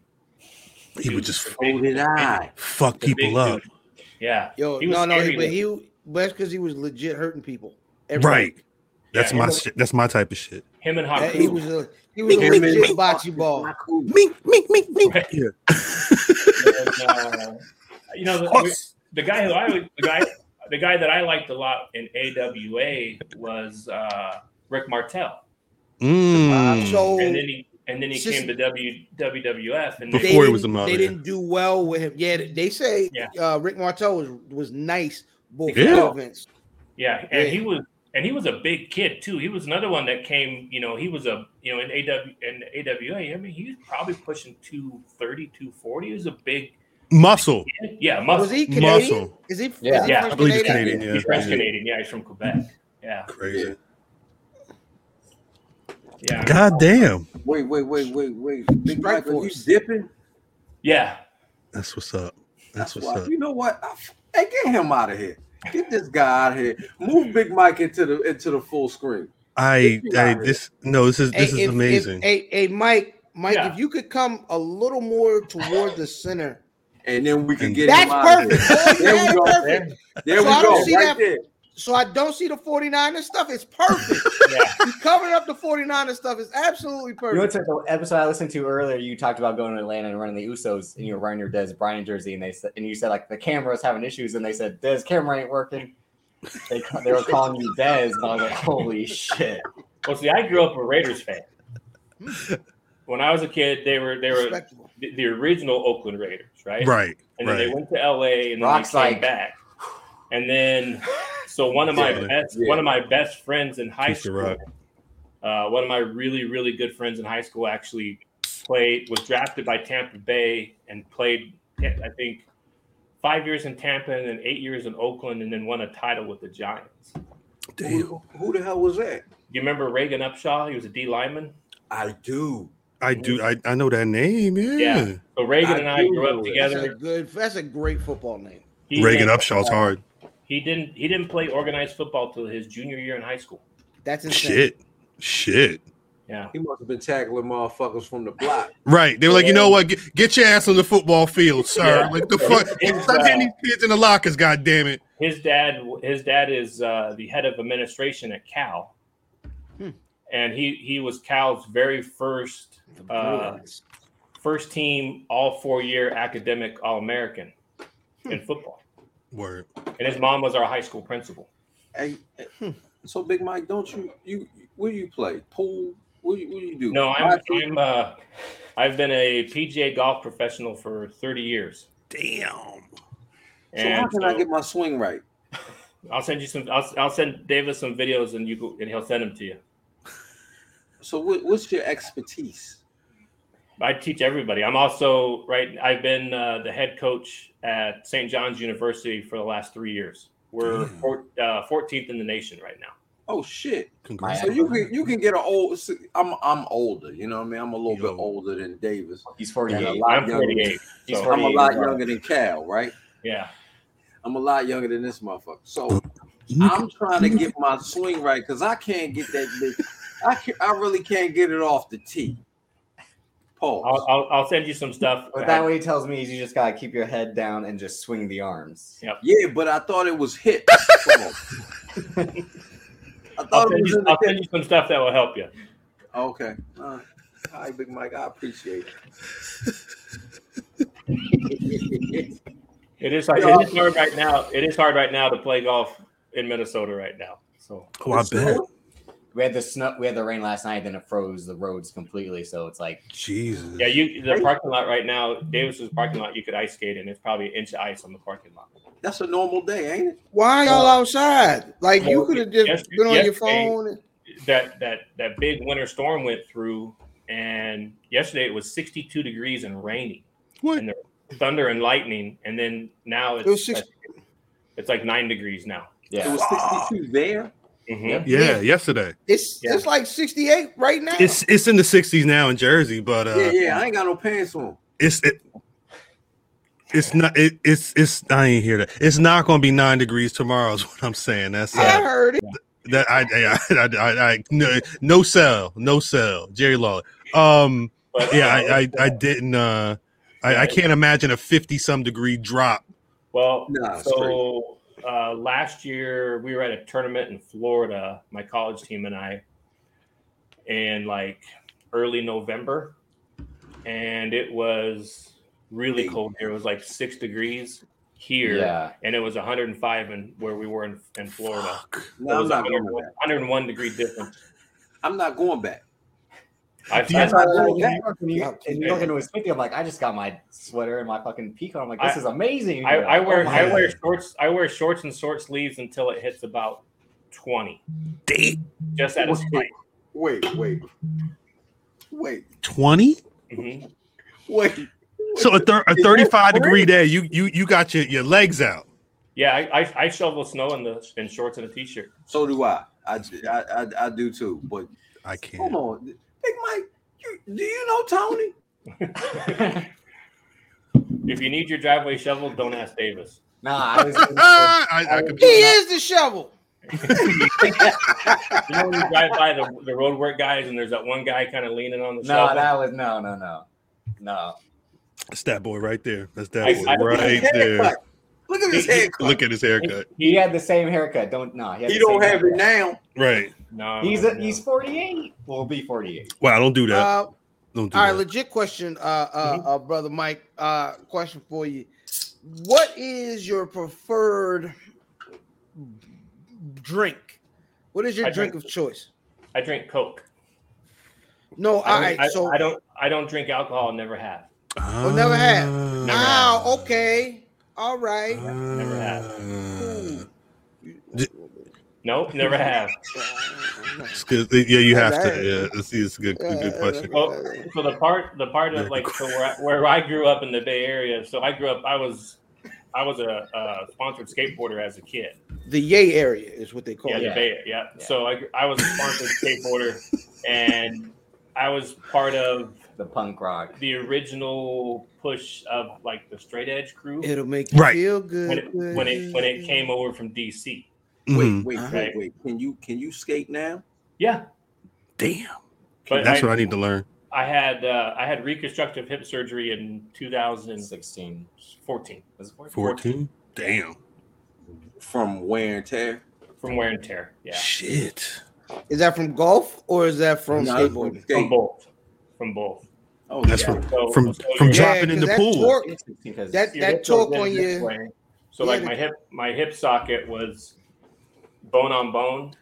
B: He would just
E: The big-
C: Oh, did I?
B: fuck
E: the big
B: people up.
E: dude. Yeah,
D: Yo,
E: He was
D: no, no,
E: scary
D: but he but that's because he was legit hurting people. Every
B: Right.
D: week.
B: That's
E: Yeah,
B: my
E: he
B: shit. That's my type of shit.
E: him and
D: That- he
E: Haku.
D: was a he was a
C: Him and-
D: legit bocce ball.
G: Mink, mink, mink, mink.
B: Yeah.
E: and, uh, you know, the, the guy who I would- the guy the guy that I liked a lot in AWA was uh, Rick Martel,
B: Mm.
D: So
E: and then he and then he
D: Just-
E: came to w, WWF and
D: they
B: Before he was
D: didn't-
B: a model,
D: They
B: yeah.
D: didn't do well with him. Yeah, they say
E: Yeah.
D: uh, Rick Martel was was nice both
B: Yeah.
D: events.
E: Yeah, and
D: Yeah.
E: he was and he was a big kid too. He was another one that came, you know, he was a you know in AW in AWA, I mean he was probably pushing 230, 240. He was a big
B: Muscle,
E: kid. Yeah,
D: Was
E: muscle.
D: he Canadian?
B: muscle.
D: Is he? is
F: Yeah.
D: he
E: Yeah, I
D: French
B: I believe he's
D: Canadian?
B: Canadian. Yeah,
E: he's French Canadian, yeah, he's from Quebec. Yeah.
B: Crazy.
E: Yeah.
B: God damn.
C: Wait, wait, wait, wait, wait. Big
D: Strike
C: Michael, you
D: force.
C: dipping?
E: Yeah.
B: That's what's up. That's what's
C: why-
B: up.
C: You know what? I f- hey, get him out of here. Get this guy out of here. Move Big Mike into the into the full screen.
B: I, I this no, this is this
D: Hey,
B: is
D: if- if-
B: amazing.
D: Hey, hey, Mike, Mike,
E: Yeah.
D: if you could come a little more toward the center,
C: and then we can get
D: that's
C: him out of
D: perfect.
C: here.
D: Oh,
C: There
D: yeah,
C: we go.
D: that's perfect.
C: There
D: So I
C: we
D: don't
C: go.
D: see
C: right
D: that-
C: there.
D: So I don't see the 49er stuff. It's perfect.
E: Yeah.
D: You covering up the 49er stuff is absolutely
F: You know,
D: perfect.
F: it's like the episode I listened to earlier. You talked about going to Atlanta and running the Usos, and you were running your Des Bryan jersey, and they said, and you said like the camera's having issues, and they said Des camera ain't working. They ca- they were calling you Des, and I was like, holy shit!
E: Well, see, I grew up a Raiders fan.
D: Hmm.
E: When I was a kid, they were they were
D: Respectable.
E: the, the original Oakland Raiders, right?
B: right,
E: And then
B: right.
E: they went to LA and then
F: Rock's
E: they came
F: like-
E: back. And then so one of my
B: Yeah.
E: best
C: Yeah.
E: one of my best friends in high
B: Keeps the
E: school,
B: rock.
E: uh, one of my really, really good friends in high school actually played was drafted by Tampa Bay and played I think five years in Tampa and then eight years in Oakland and then won a title with the Giants. Do
B: Damn,
C: Who, who the hell was that?
E: you remember Reagan Upshaw? He was a D lineman.
C: I do.
B: I do. I, I know that name. Yeah,
E: Yeah. So Reagan
C: I
E: and I
C: do
E: grew
C: know
E: up
C: it.
D: That's a
E: together.
D: good. That's a great football name.
E: He
B: Reagan
E: made-
B: Upshaw's hard.
E: He didn't he didn't play organized football till his junior year in high school.
D: That's insane.
B: Shit, shit.
E: Yeah.
C: He must have been tackling motherfuckers from the block.
B: Right. They were like, you know what? Get, get your ass on the football field, sir.
E: Yeah.
B: Like the fuck.
E: It's,
B: Stop
E: uh,
B: getting these kids in the lockers. God damn it.
E: His dad his dad is uh, the head of administration at Cal.
D: Hmm.
E: And he he was Cal's very first
D: The
E: Uh,
D: Bruins.
E: first team all four year academic all American
C: Hmm.
E: in football.
B: Word.
E: And his mom was our high school principal.
C: Hey, hey, so Big Mike, don't you you where you play pool? What you, what you do?
E: No, I'm,
C: Hockey?
E: I'm uh, I've been a PGA golf professional for 30 years.
B: Damn.
C: So how
E: And
C: can I get my swing right?
E: I'll send you some. I'll, I'll send Davis some videos, and you go- and he'll send them to you.
C: So what, what's your expertise?
E: I teach everybody. I'm also right. I've been uh, the head coach at St. John's University for the last three years. We're
F: Mm.
B: Damn.
E: four, uh, 14th in the nation right now.
C: Oh shit!
B: Congrats.
C: So you can you can get an old. see, I'm I'm older. You know what I mean? I'm a little
B: Yo.
C: bit older than Davis.
F: He's forty
C: Yeah,
F: eight.
C: lot
E: I'm
C: younger.
E: 48.
F: He's
E: So,
C: I'm a
F: 48
C: lot
F: as well.
C: younger than Cal, right?
E: yeah,
C: I'm a lot younger than this motherfucker. So I'm trying to get my swing right because I can't get that bitch. I can, I really can't get it off the tee. Pause.
E: I'll, I'll, I'll send you some stuff.
F: But that way he tells me is you just gotta keep your head down and just swing the arms.
C: Yeah, but I thought it was hip. Come on. I
E: I'll
C: thought it
E: send,
C: was
E: you,
C: in the
E: I'll
C: hip.
E: send you some stuff that will help you.
C: Okay. All right. All right, Big Mike. I appreciate it.
E: It is hard,
C: Yeah.
E: it is hard right now. It is hard right now to play golf in Minnesota right now. So
B: Oh, I bet.
F: We had the snow, we had the rain last night, then it froze the roads completely. So it's like
B: Jesus.
E: yeah, you the parking lot right now, Davis's parking lot, you could ice skate, and it's probably an inch of ice on the parking lot.
C: That's a normal day, ain't it?
D: Why y'all outside? Like you could have just
E: Yes-
D: been on your
E: yesterday-
D: phone. and-
E: That that that big winter storm went through, and yesterday it was 62 degrees and rainy,
B: What?
E: And there- thunder and lightning, and then now it's
D: was six-
E: like- it's like nine degrees now.
C: It
F: yeah,
C: was 62 there.
E: Mhm.
F: Yep.
B: Yeah,
D: Yeah.
B: yesterday.
D: It's
E: Yeah.
D: it's like 68 right now.
B: It's it's in the 60s now in Jersey, but uh
C: Yeah, yeah. I ain't got no pants on.
B: it's it, it's not it, it's it's I ain't hear that. It's not going to be 9 degrees tomorrow is what I'm saying. That's
D: I
B: uh,
D: heard it.
B: that I I, I I I no no sell, no sell. Jerry Lawler. Um
E: But,
B: yeah,
E: uh,
B: I I, I didn't uh I, I can't imagine a 50 some degree drop.
E: Well,
C: Nah,
E: so uh, last year we were at a tournament in Florida, my college team and I, in like early November, and it was really cold here. It was like six degrees here,
F: yeah.
E: and it was 105 in where we were in, in Florida.
B: Fuck.
E: it
C: No, I'm
E: was
C: not going back.
E: 101 degree difference.
C: I'm not going back.
E: I,
B: Do you-
E: I-
F: That's why I was
C: Oh,
F: like,
C: yeah.
F: New York, when you- in New York, and it was 50. I'm like, I just got my sweater and my fucking peacoat. I'm like, this
E: I-
F: is amazing.
E: I, I
F: Oh
E: wear
F: my
E: I
F: God.
E: wear shorts I wear shorts and short sleeves until it hits about 20,
B: Date
E: just at a spike.
C: Wait, wait, wait,
B: 20?
E: Mhm.
C: wait.
B: So a, thir- a 35 degree day, you you you got your, your legs out.
E: Yeah, I, I, I shovel snow in the in shorts and a t-shirt.
C: So do I. I, I, I, I do too. But
B: I can't.
C: hold on, Big Mike. You, do you know Tony?
E: If you need your driveway shoveled, don't ask Davis.
F: Nah, I was.
B: Ah, I, I could-
D: He is the shovel.
E: You know when you drive by the, the road work guys and there's that one guy kind of leaning on the
F: No,
E: shovel?
F: that was no, no, no, no.
B: That's that boy right there. That's that
E: I-
B: boy
E: I-
B: right there.
C: Haircut. Look at his haircut.
B: Look at his haircut.
F: He had the same haircut. Don't no. He, had
C: He
F: the
C: don't
F: same
C: have it
F: haircut.
C: now.
B: Right.
E: No,
F: He's
E: no,
F: a,
E: no.
F: he's forty eight. Will be forty eight.
B: Wow. Don't do that.
D: Uh,
B: don't do
D: All right,
B: that.
D: legit question, uh, uh,
E: Mm-hmm.
D: uh, brother Mike. Uh, question for you: What is your preferred drink? What is your
E: I
D: drink,
E: drink-
D: of choice?
E: I drink Coke. I
D: No, all
E: don't,
D: right.
E: I,
D: so,
E: I don't I don't drink alcohol. Never have.
B: Oh,
D: never had.
E: Never
D: wow, okay, all right.
E: Uh, Never had.
D: Cool.
E: Nope, never have.
B: It's good. Yeah, you have to.
D: Alright.
B: Yeah, it's, it's a good, a good question.
E: Well, so the part the part of like so where I, where I grew up in the Bay Area. So I grew up. I was I was a, a sponsored skateboarder as a kid.
D: The Yay area is what they call
E: Yeah,
D: it.
E: the Bay Area. Yeah.
F: Yeah.
E: So I I was a sponsored skateboarder, and I was part of
F: The punk rock.
E: the original push of like the straight edge crew
D: It'll make you
B: Right.
D: feel good
E: when it when it when it came over from DC.
B: Mhm.
D: Mm-hmm.
C: Wait, wait, wait,
E: Right.
C: wait. Can you can you skate now?
E: Yeah,
B: Damn.
E: but
B: That's
E: I,
B: what I need to learn.
E: I had uh, I had reconstructive hip surgery in 2014.
F: Sixteen. Was it 14?
B: 14? Damn.
C: From wear and tear.
E: from wear and tear. Yeah,
B: Shit.
D: Is that from golf or is that from
C: No,
D: skateboarding?
E: from
C: skate.
E: both, from both.
C: Oh,
B: That's
C: yeah.
B: from-
E: So,
B: From
E: so
B: from
E: your-
D: Yeah,
B: dropping in
D: 'cause
B: the
D: that
B: pool.
D: torque-
F: 16, 'cause
D: That-
E: your hip
D: torque
E: goes
D: on
E: in
D: you-
E: this way. So
D: Yeah,
E: like
D: the-
E: my hip my hip socket was bone on bone,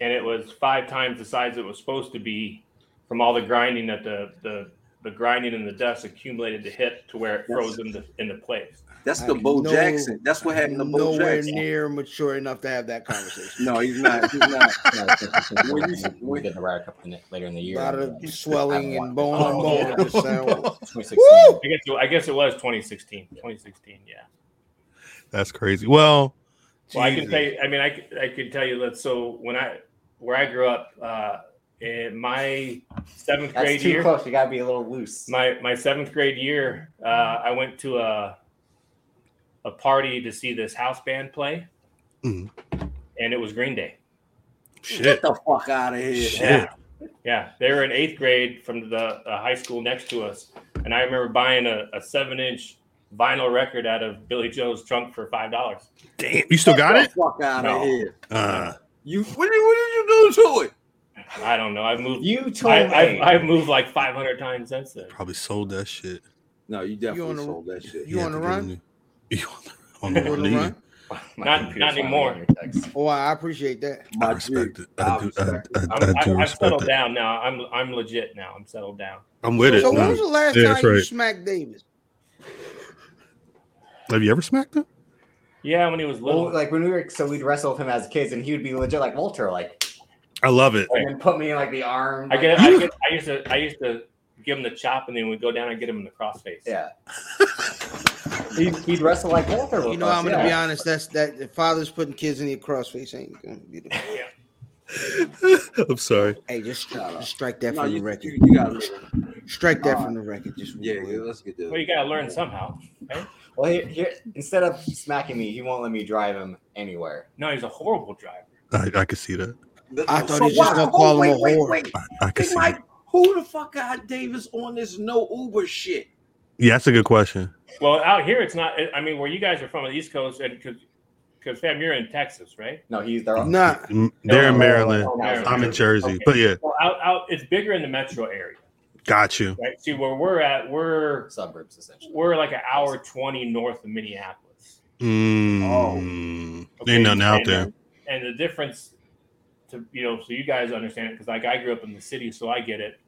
E: and it was five times the size it was supposed to be from all the grinding that the the the grinding and the dust accumulated the hip to where it froze into into place.
C: That's
D: I
C: the
D: am
C: Bo
D: no-
C: Jackson. That's what happened to Bo
D: Nowhere
C: Jackson.
D: near mature enough to have that conversation.
C: No, he's not. He's not.
F: No, it's just- it's just-
C: When you-
F: we
C: when-
F: get the rack up in it later in the
D: A
F: year.
D: lot
F: I'm
D: of
F: like,
D: swelling
F: I
D: and
F: want-
D: bone on
F: Oh,
D: bone.
F: yeah.
D: it just sound-
F: 2016.
D: Woo!
E: I guess it, I guess it was 2016. 2016. Yeah.
B: That's crazy. Well,
E: Well, I can
B: Jesus.
E: tell you. I mean, I c- I can tell you that. So when I where I grew up, uh, in my seventh
F: That's
E: grade
F: too
E: year,
F: close. You gotta be a little loose.
E: my my seventh grade year, uh, I went to a a party to see this house band play,
B: Mhm.
E: and it was Green Day.
B: Shit.
C: Get the fuck out of here.
B: Shit.
E: Yeah, yeah, they were in eighth grade from the, the high school next to us, and I remember buying a, a seven inch vinyl record out of Billy Joe's trunk for five dollars.
B: Damn. You still got
C: Get
B: it?
C: the fuck out of
E: No.
C: here.
B: Uh,
C: You what did, what did you do to it?
E: I don't know. I've moved.
F: You told
E: I,
F: me.
E: I've, I've moved like 500 times since then.
B: probably sold that shit.
C: No, you
D: on
C: definitely
D: the-
C: sold that shit.
D: You
B: Yeah,
D: on the
B: I think
D: run?
B: I knew- You on the,
D: You
B: on
D: on
B: the
D: the
B: run?
D: run?
F: My
E: Not-
F: computer's
E: not
F: finally
E: anymore.
F: getting your text.
D: Oh, I appreciate that.
B: I
C: My
B: respect
C: dude.
B: it. I
C: I
B: do, I,
C: respect
B: I,
E: I'm,
B: I do
E: I, I've
B: respect
E: settled
B: it.
E: down now. I'm I'm legit now. I'm settled down.
B: I'm with it. Um,
D: So when
B: man.
D: was the last
B: Yeah,
D: time
B: that's
D: you
B: right.
D: smacked Davis?
B: Have you ever smacked him?
E: Yeah, when he was little.
F: Well, like when we were, so we'd wrestle with him as kids, and he would be legit like Walter, like,
B: I love it.
F: and then put me in like the arm.
E: I
F: like-
E: get, I get I used to I used to give him the chop and then we'd go down and get him in the crossface.
F: yeah. he'd, he'd wrestle like Walter.
C: Oh,
F: With
D: You know,
F: us,
D: I'm gonna
F: yeah.
D: be honest. That's that. The father's putting kids in your crossface ain't gonna be the.
B: I'm sorry.
D: Hey, just stri-
C: Shut up.
D: strike that
C: No,
D: from the
C: you,
D: record.
C: you, you gotta
D: Strike that
C: uh,
D: from the record. Just
C: yeah, yeah, let's get this.
E: Well, you gotta learn somehow.
F: Well, here, here, instead of smacking me, he won't let me drive him anywhere.
E: No, he's a horrible driver.
B: I, I could see that.
D: I thought
C: So
D: he was just
C: why-
D: gonna
C: oh,
D: call him a
C: wait,
D: whore.
C: Wait, wait.
B: I, I could
C: Big
B: see
C: Mike,
B: that.
C: who the fuck got Davis on this no Uber shit?
B: Yeah, that's a good question.
E: Well, out here it's not. I mean, where you guys are from, on the East Coast, and because fam, you're in Texas, right?
F: No, he's there.
D: Nah,
B: M- They're in Maryland. I'm in
E: Maryland.
B: Jersey.
E: Okay.
B: But yeah,
E: Well, out out it's bigger in the metro area,
B: got you.
E: right? See where we're at, we're
F: Suburbs, essentially.
E: we're like an hour twenty north of Minneapolis.
C: Oh.
B: Mm, Ain't nothing out
E: and-
B: there.
E: And the difference to you know, so you guys understand it because like I grew up in the city, so I get it.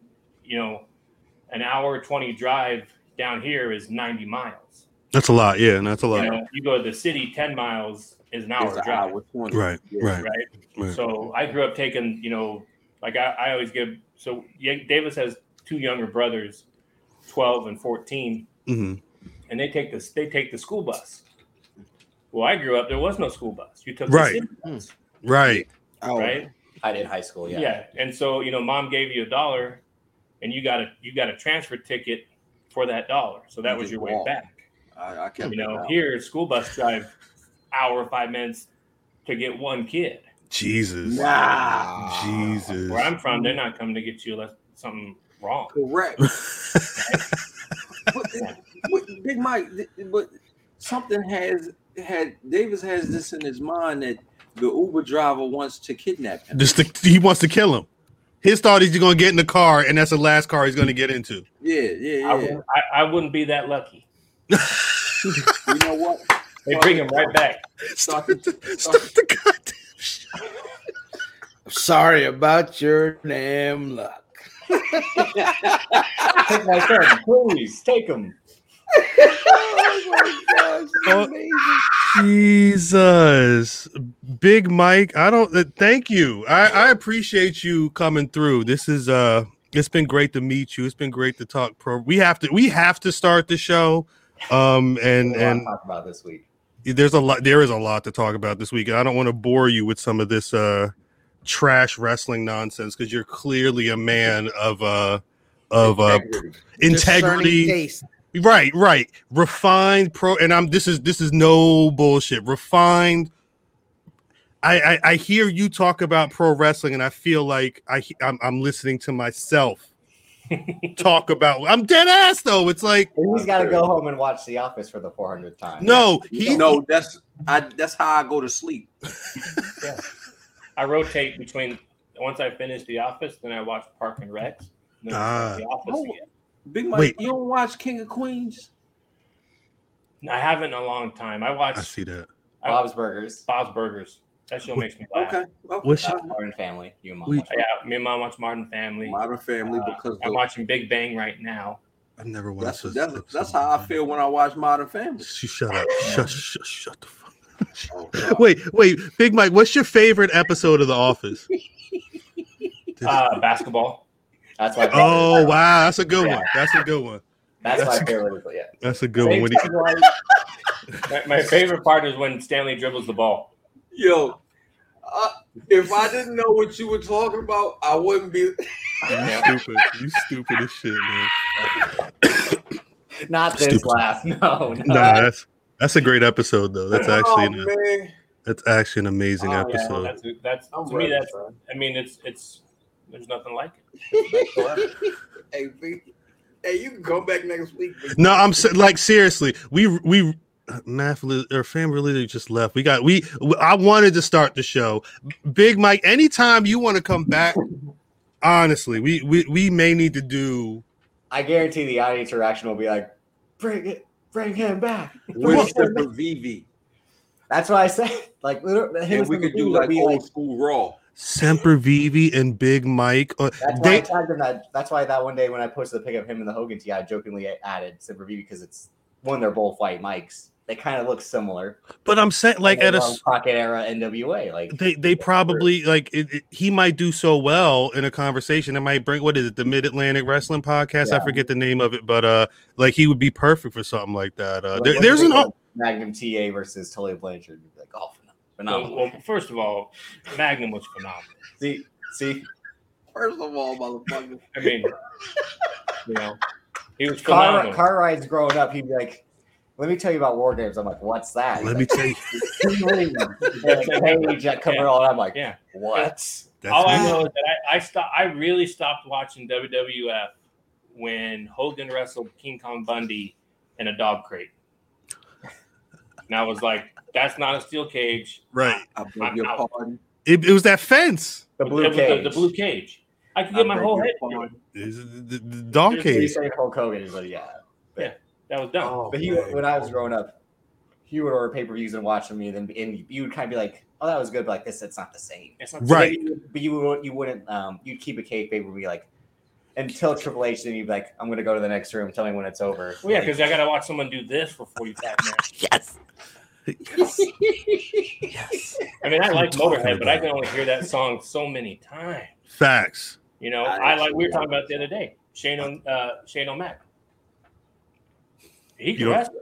E: You know, an hour twenty drive down here is ninety miles.
B: That's a lot. Yeah, and that's a lot.
E: You know, you go to the city, ten miles is an hour
C: It's an
E: drive.
C: hour 20.
B: Right,
C: Yeah.
B: right,
E: Right.
B: right.
E: So I grew up taking, you know, like I, I always give. So yeah, Davis has two younger brothers, twelve and fourteen,
B: hmm
E: and they take this. They take the school bus. Well, I grew up. There was no school bus. You took
B: Right.
E: the city bus,
B: Right.
D: oh,
E: right?
F: I did high school.
E: yeah.
F: Yeah.
E: and so you know mom gave you a dollar and you got a you got a transfer ticket for that dollar so that
C: You
E: was
C: just
E: your way
C: walk.
E: back
C: I, I kept
E: you
C: it
E: know
C: out.
E: here school bus drive hour five minutes to get one kid.
B: Jesus.
C: Nah,
B: Jesus.
E: Where I'm from, they're not coming to get you unless something wrong.
C: correct. but, but Big Mike, th- but something has had Davis has this in his mind that the Uber driver wants to kidnap him.
B: Just to, he wants to kill him. His thought is you're gonna get in the car, and that's the last car he's gonna get into.
C: Yeah, yeah,
E: I,
C: yeah.
E: wouldn't- I, I wouldn't be that lucky.
C: You know what?
E: They bring him right back.
C: Start
B: Stop
C: the-
B: the, stop the goddamn.
D: I'm sorry about your damn luck.
F: Take my son, please take him.
D: Oh my
B: Oh.
D: gosh, amazing.
B: Jesus, Big Mike. I don't. Uh, thank you. I, I appreciate you coming through. This is uh, it's been great to meet you. It's been great to talk. Pro. We have to. We have to start the show. Um, and and
F: talk about this week.
B: there's a lot. There is a lot to talk about this week. and I don't want to bore you with some of this uh, trash wrestling nonsense because you're clearly a man of uh, of uh,
F: Integrity.
B: integrity.
D: Discerning taste.
B: Right, right. Refined pro and I'm this is this is no bullshit. Refined I I, I hear you talk about pro wrestling and I feel like I he- I'm, I'm listening to myself talk about I'm dead ass though. It's like
F: And he's got to go home and watch The Office for the 400th time.
B: no,
C: You
B: he
C: know, that's I. That's how I go to sleep.
E: I rotate between once I finish The Office, then I watch Park and Rex. Then
B: Ah.
E: I watch The Office again.
C: Big Mike,
B: Wait.
C: you don't watch King of Queens?
E: I haven't in a long time. I
B: I
E: watch
B: see that.
F: Bob's Burgers,
E: Bob's Burgers. That show makes me laugh.
C: Okay. okay.
B: What's
C: Uh,
F: Modern Family, you and mom.
B: We-
F: watch it.
E: Yeah, me and mom watch Modern Family.
C: Modern Family
E: Uh,
C: because
E: I'm
C: the-
E: watching Big Bang right now.
B: I've never
C: that's
B: watched this
C: that's, that's
B: episode.
C: how I feel when I watch Modern Family.
B: Sh- Shut up. Shut shut, shut the fuck.
C: Oh, God.
B: Wait, wait, Big Mike, what's your favorite episode of The Office?
E: Uh, basketball.
F: That's why.
B: Oh wow, that's a good one. That's a good one.
F: that's my favorite. Yeah.
B: That's a good one. When he-
E: My, my favorite part is when Stanley dribbles the ball.
C: Yo, uh, if I didn't know what you were talking about, I wouldn't be.
B: You stupid. You stupid as shit, man.
C: Uh,
F: Not this
B: Stupid.
F: last. No, no.
B: Nah, that's that's a great episode though. That's
C: oh,
B: actually an,
C: man.
B: that's actually an amazing
C: Oh, yeah,
B: episode.
E: That's, that's
C: I'm
E: to me.
C: ready,
E: That's.
C: son.
E: I mean, it's it's. There's nothing like it.
C: hey, B, hey, you can come back next week. B.
B: no, I'm se- like seriously, we we math li- or family literally just left. We got we I wanted to start the show. Big Mike, anytime you want to come back, honestly, we we we may need to do
F: I guarantee the audience reaction will be like, "Bring it, bring him back."
C: With the Vivi,
F: That's what I said. Like, literally,
C: and we could do like old school Raw.
B: Semper Vivi and Big Mike. Uh,
F: That's why I
B: they,
F: tagged him that. That's why that one day when I posted the pic of him and the Hogan tee, I jokingly added Semper Vivi because it's one. They're both white mics. They kind of look similar.
B: but I'm saying like
F: Like
B: at a
F: long
B: s-
F: pocket era NWA. Like
B: they they probably like it, it- he might do so well in a conversation it might bring what is it the mid-atlantic wrestling podcast i
F: Yeah.
B: forget the name of it but uh like he would be perfect for something like that uh
F: like,
B: there,
F: what
B: there's
F: do
B: an
F: you think of Magnum TA versus Tully Blanchard. You'd be Like, oh,
E: Well,
F: phenomenal.
E: well, first of all, Magnum was phenomenal.
F: See, see,
C: First of all, motherfucker,
E: I mean, you know, he was
F: car,
E: phenomenal.
F: car rides growing up. He'd be like, "Let me tell you about war games." I'm like, "What's that?"
B: let me tell you
F: Hey, Jack, cover it all. I'm like,
E: yeah.
F: "What?"
B: that's
E: All I
B: me.
E: know is that I I, stop, I really stopped watching WWF when Hogan wrestled King Kong Bundy in a dog crate, and I was like, "That's not a steel cage.
B: right
C: I beg your
E: Wow.
C: pardon.
B: it, it was that fence
F: The
E: It
F: blue
E: was
F: cage.
E: The, the blue cage. I could
C: I
E: get my
C: beg
E: whole
C: your
E: head. through it.
C: pardon.
B: Is it the, the, the dog
E: There's
F: You
B: cage
F: say Hulk Hogan is like, yeah.
E: That was dumb.
F: But he, when I was growing up, he would order pay per views and watch them, and, then- and you would kind of be like, "Oh, that was good," but like this, it's not the same.
E: It's not
F: So then
B: Right.
F: you would- But you would, you wouldn't. Um, you'd keep a cave paper, be like, until Triple H, then you'd be like, "I'm gonna go to the next room. Tell me when it's over."
E: Well, yeah,
F: Like,
E: because I gotta watch someone do this for 45 minutes.
G: Yes.
E: I mean, I like
B: I'm talking
E: Motorhead, but I
B: about
E: can only hear that song so many times.
B: facts
E: You know,
C: I
E: I, like we
C: actually
E: were talking about the other day, Shane on uh, Shane O'Mac. He
B: You
E: can
B: know-
E: wrestle.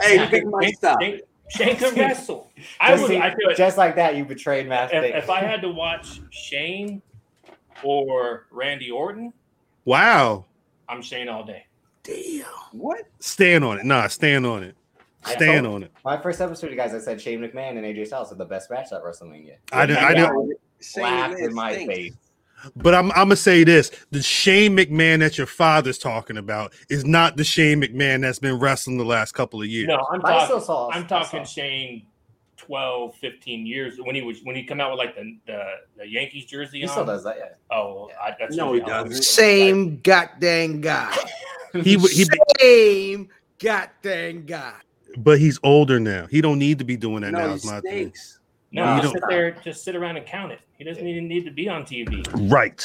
C: Hey, Big Mike, stop.
E: Shane, Shane can wrestle. I
F: just,
E: would.
F: see-
E: I feel it.
F: just like that, you betrayed Master.
E: If, if I had to watch Shane or Randy Orton,
B: wow
E: I'm Shane all day.
C: What?
B: stand on it nah stand on it Stand on it.
F: My first episode, you guys, I said Shane McMahon and AJ Styles had the best match at WrestleMania.
B: I didn't. I didn't.
C: Shane
F: Laughed
C: McMahon
F: in my
C: stinks.
F: face.
B: But I'm. I'm gonna say this: the Shane McMahon that your father's talking about is not the Shane McMahon that's been wrestling the last couple of years.
E: No, I'm
F: I
E: talking.
F: still saw.
E: I'm talking Shane 12, 15 years when he was when he come out with like the the, the Yankees jersey
F: He
E: on.
F: still does that. Yeah.
E: Oh, I, that's
C: No, he doesn't.
D: Same goddamn guy.
B: He. w- He.
D: Same goddamn guy.
B: But he's older now. He don't need to be doing that
C: No,
B: now.
C: he
B: Is my thing.
C: stinks.
E: No,
B: No, you
E: just
B: don't.
E: sit there, just sit around and count it. He doesn't even need to be on TV.
B: Right.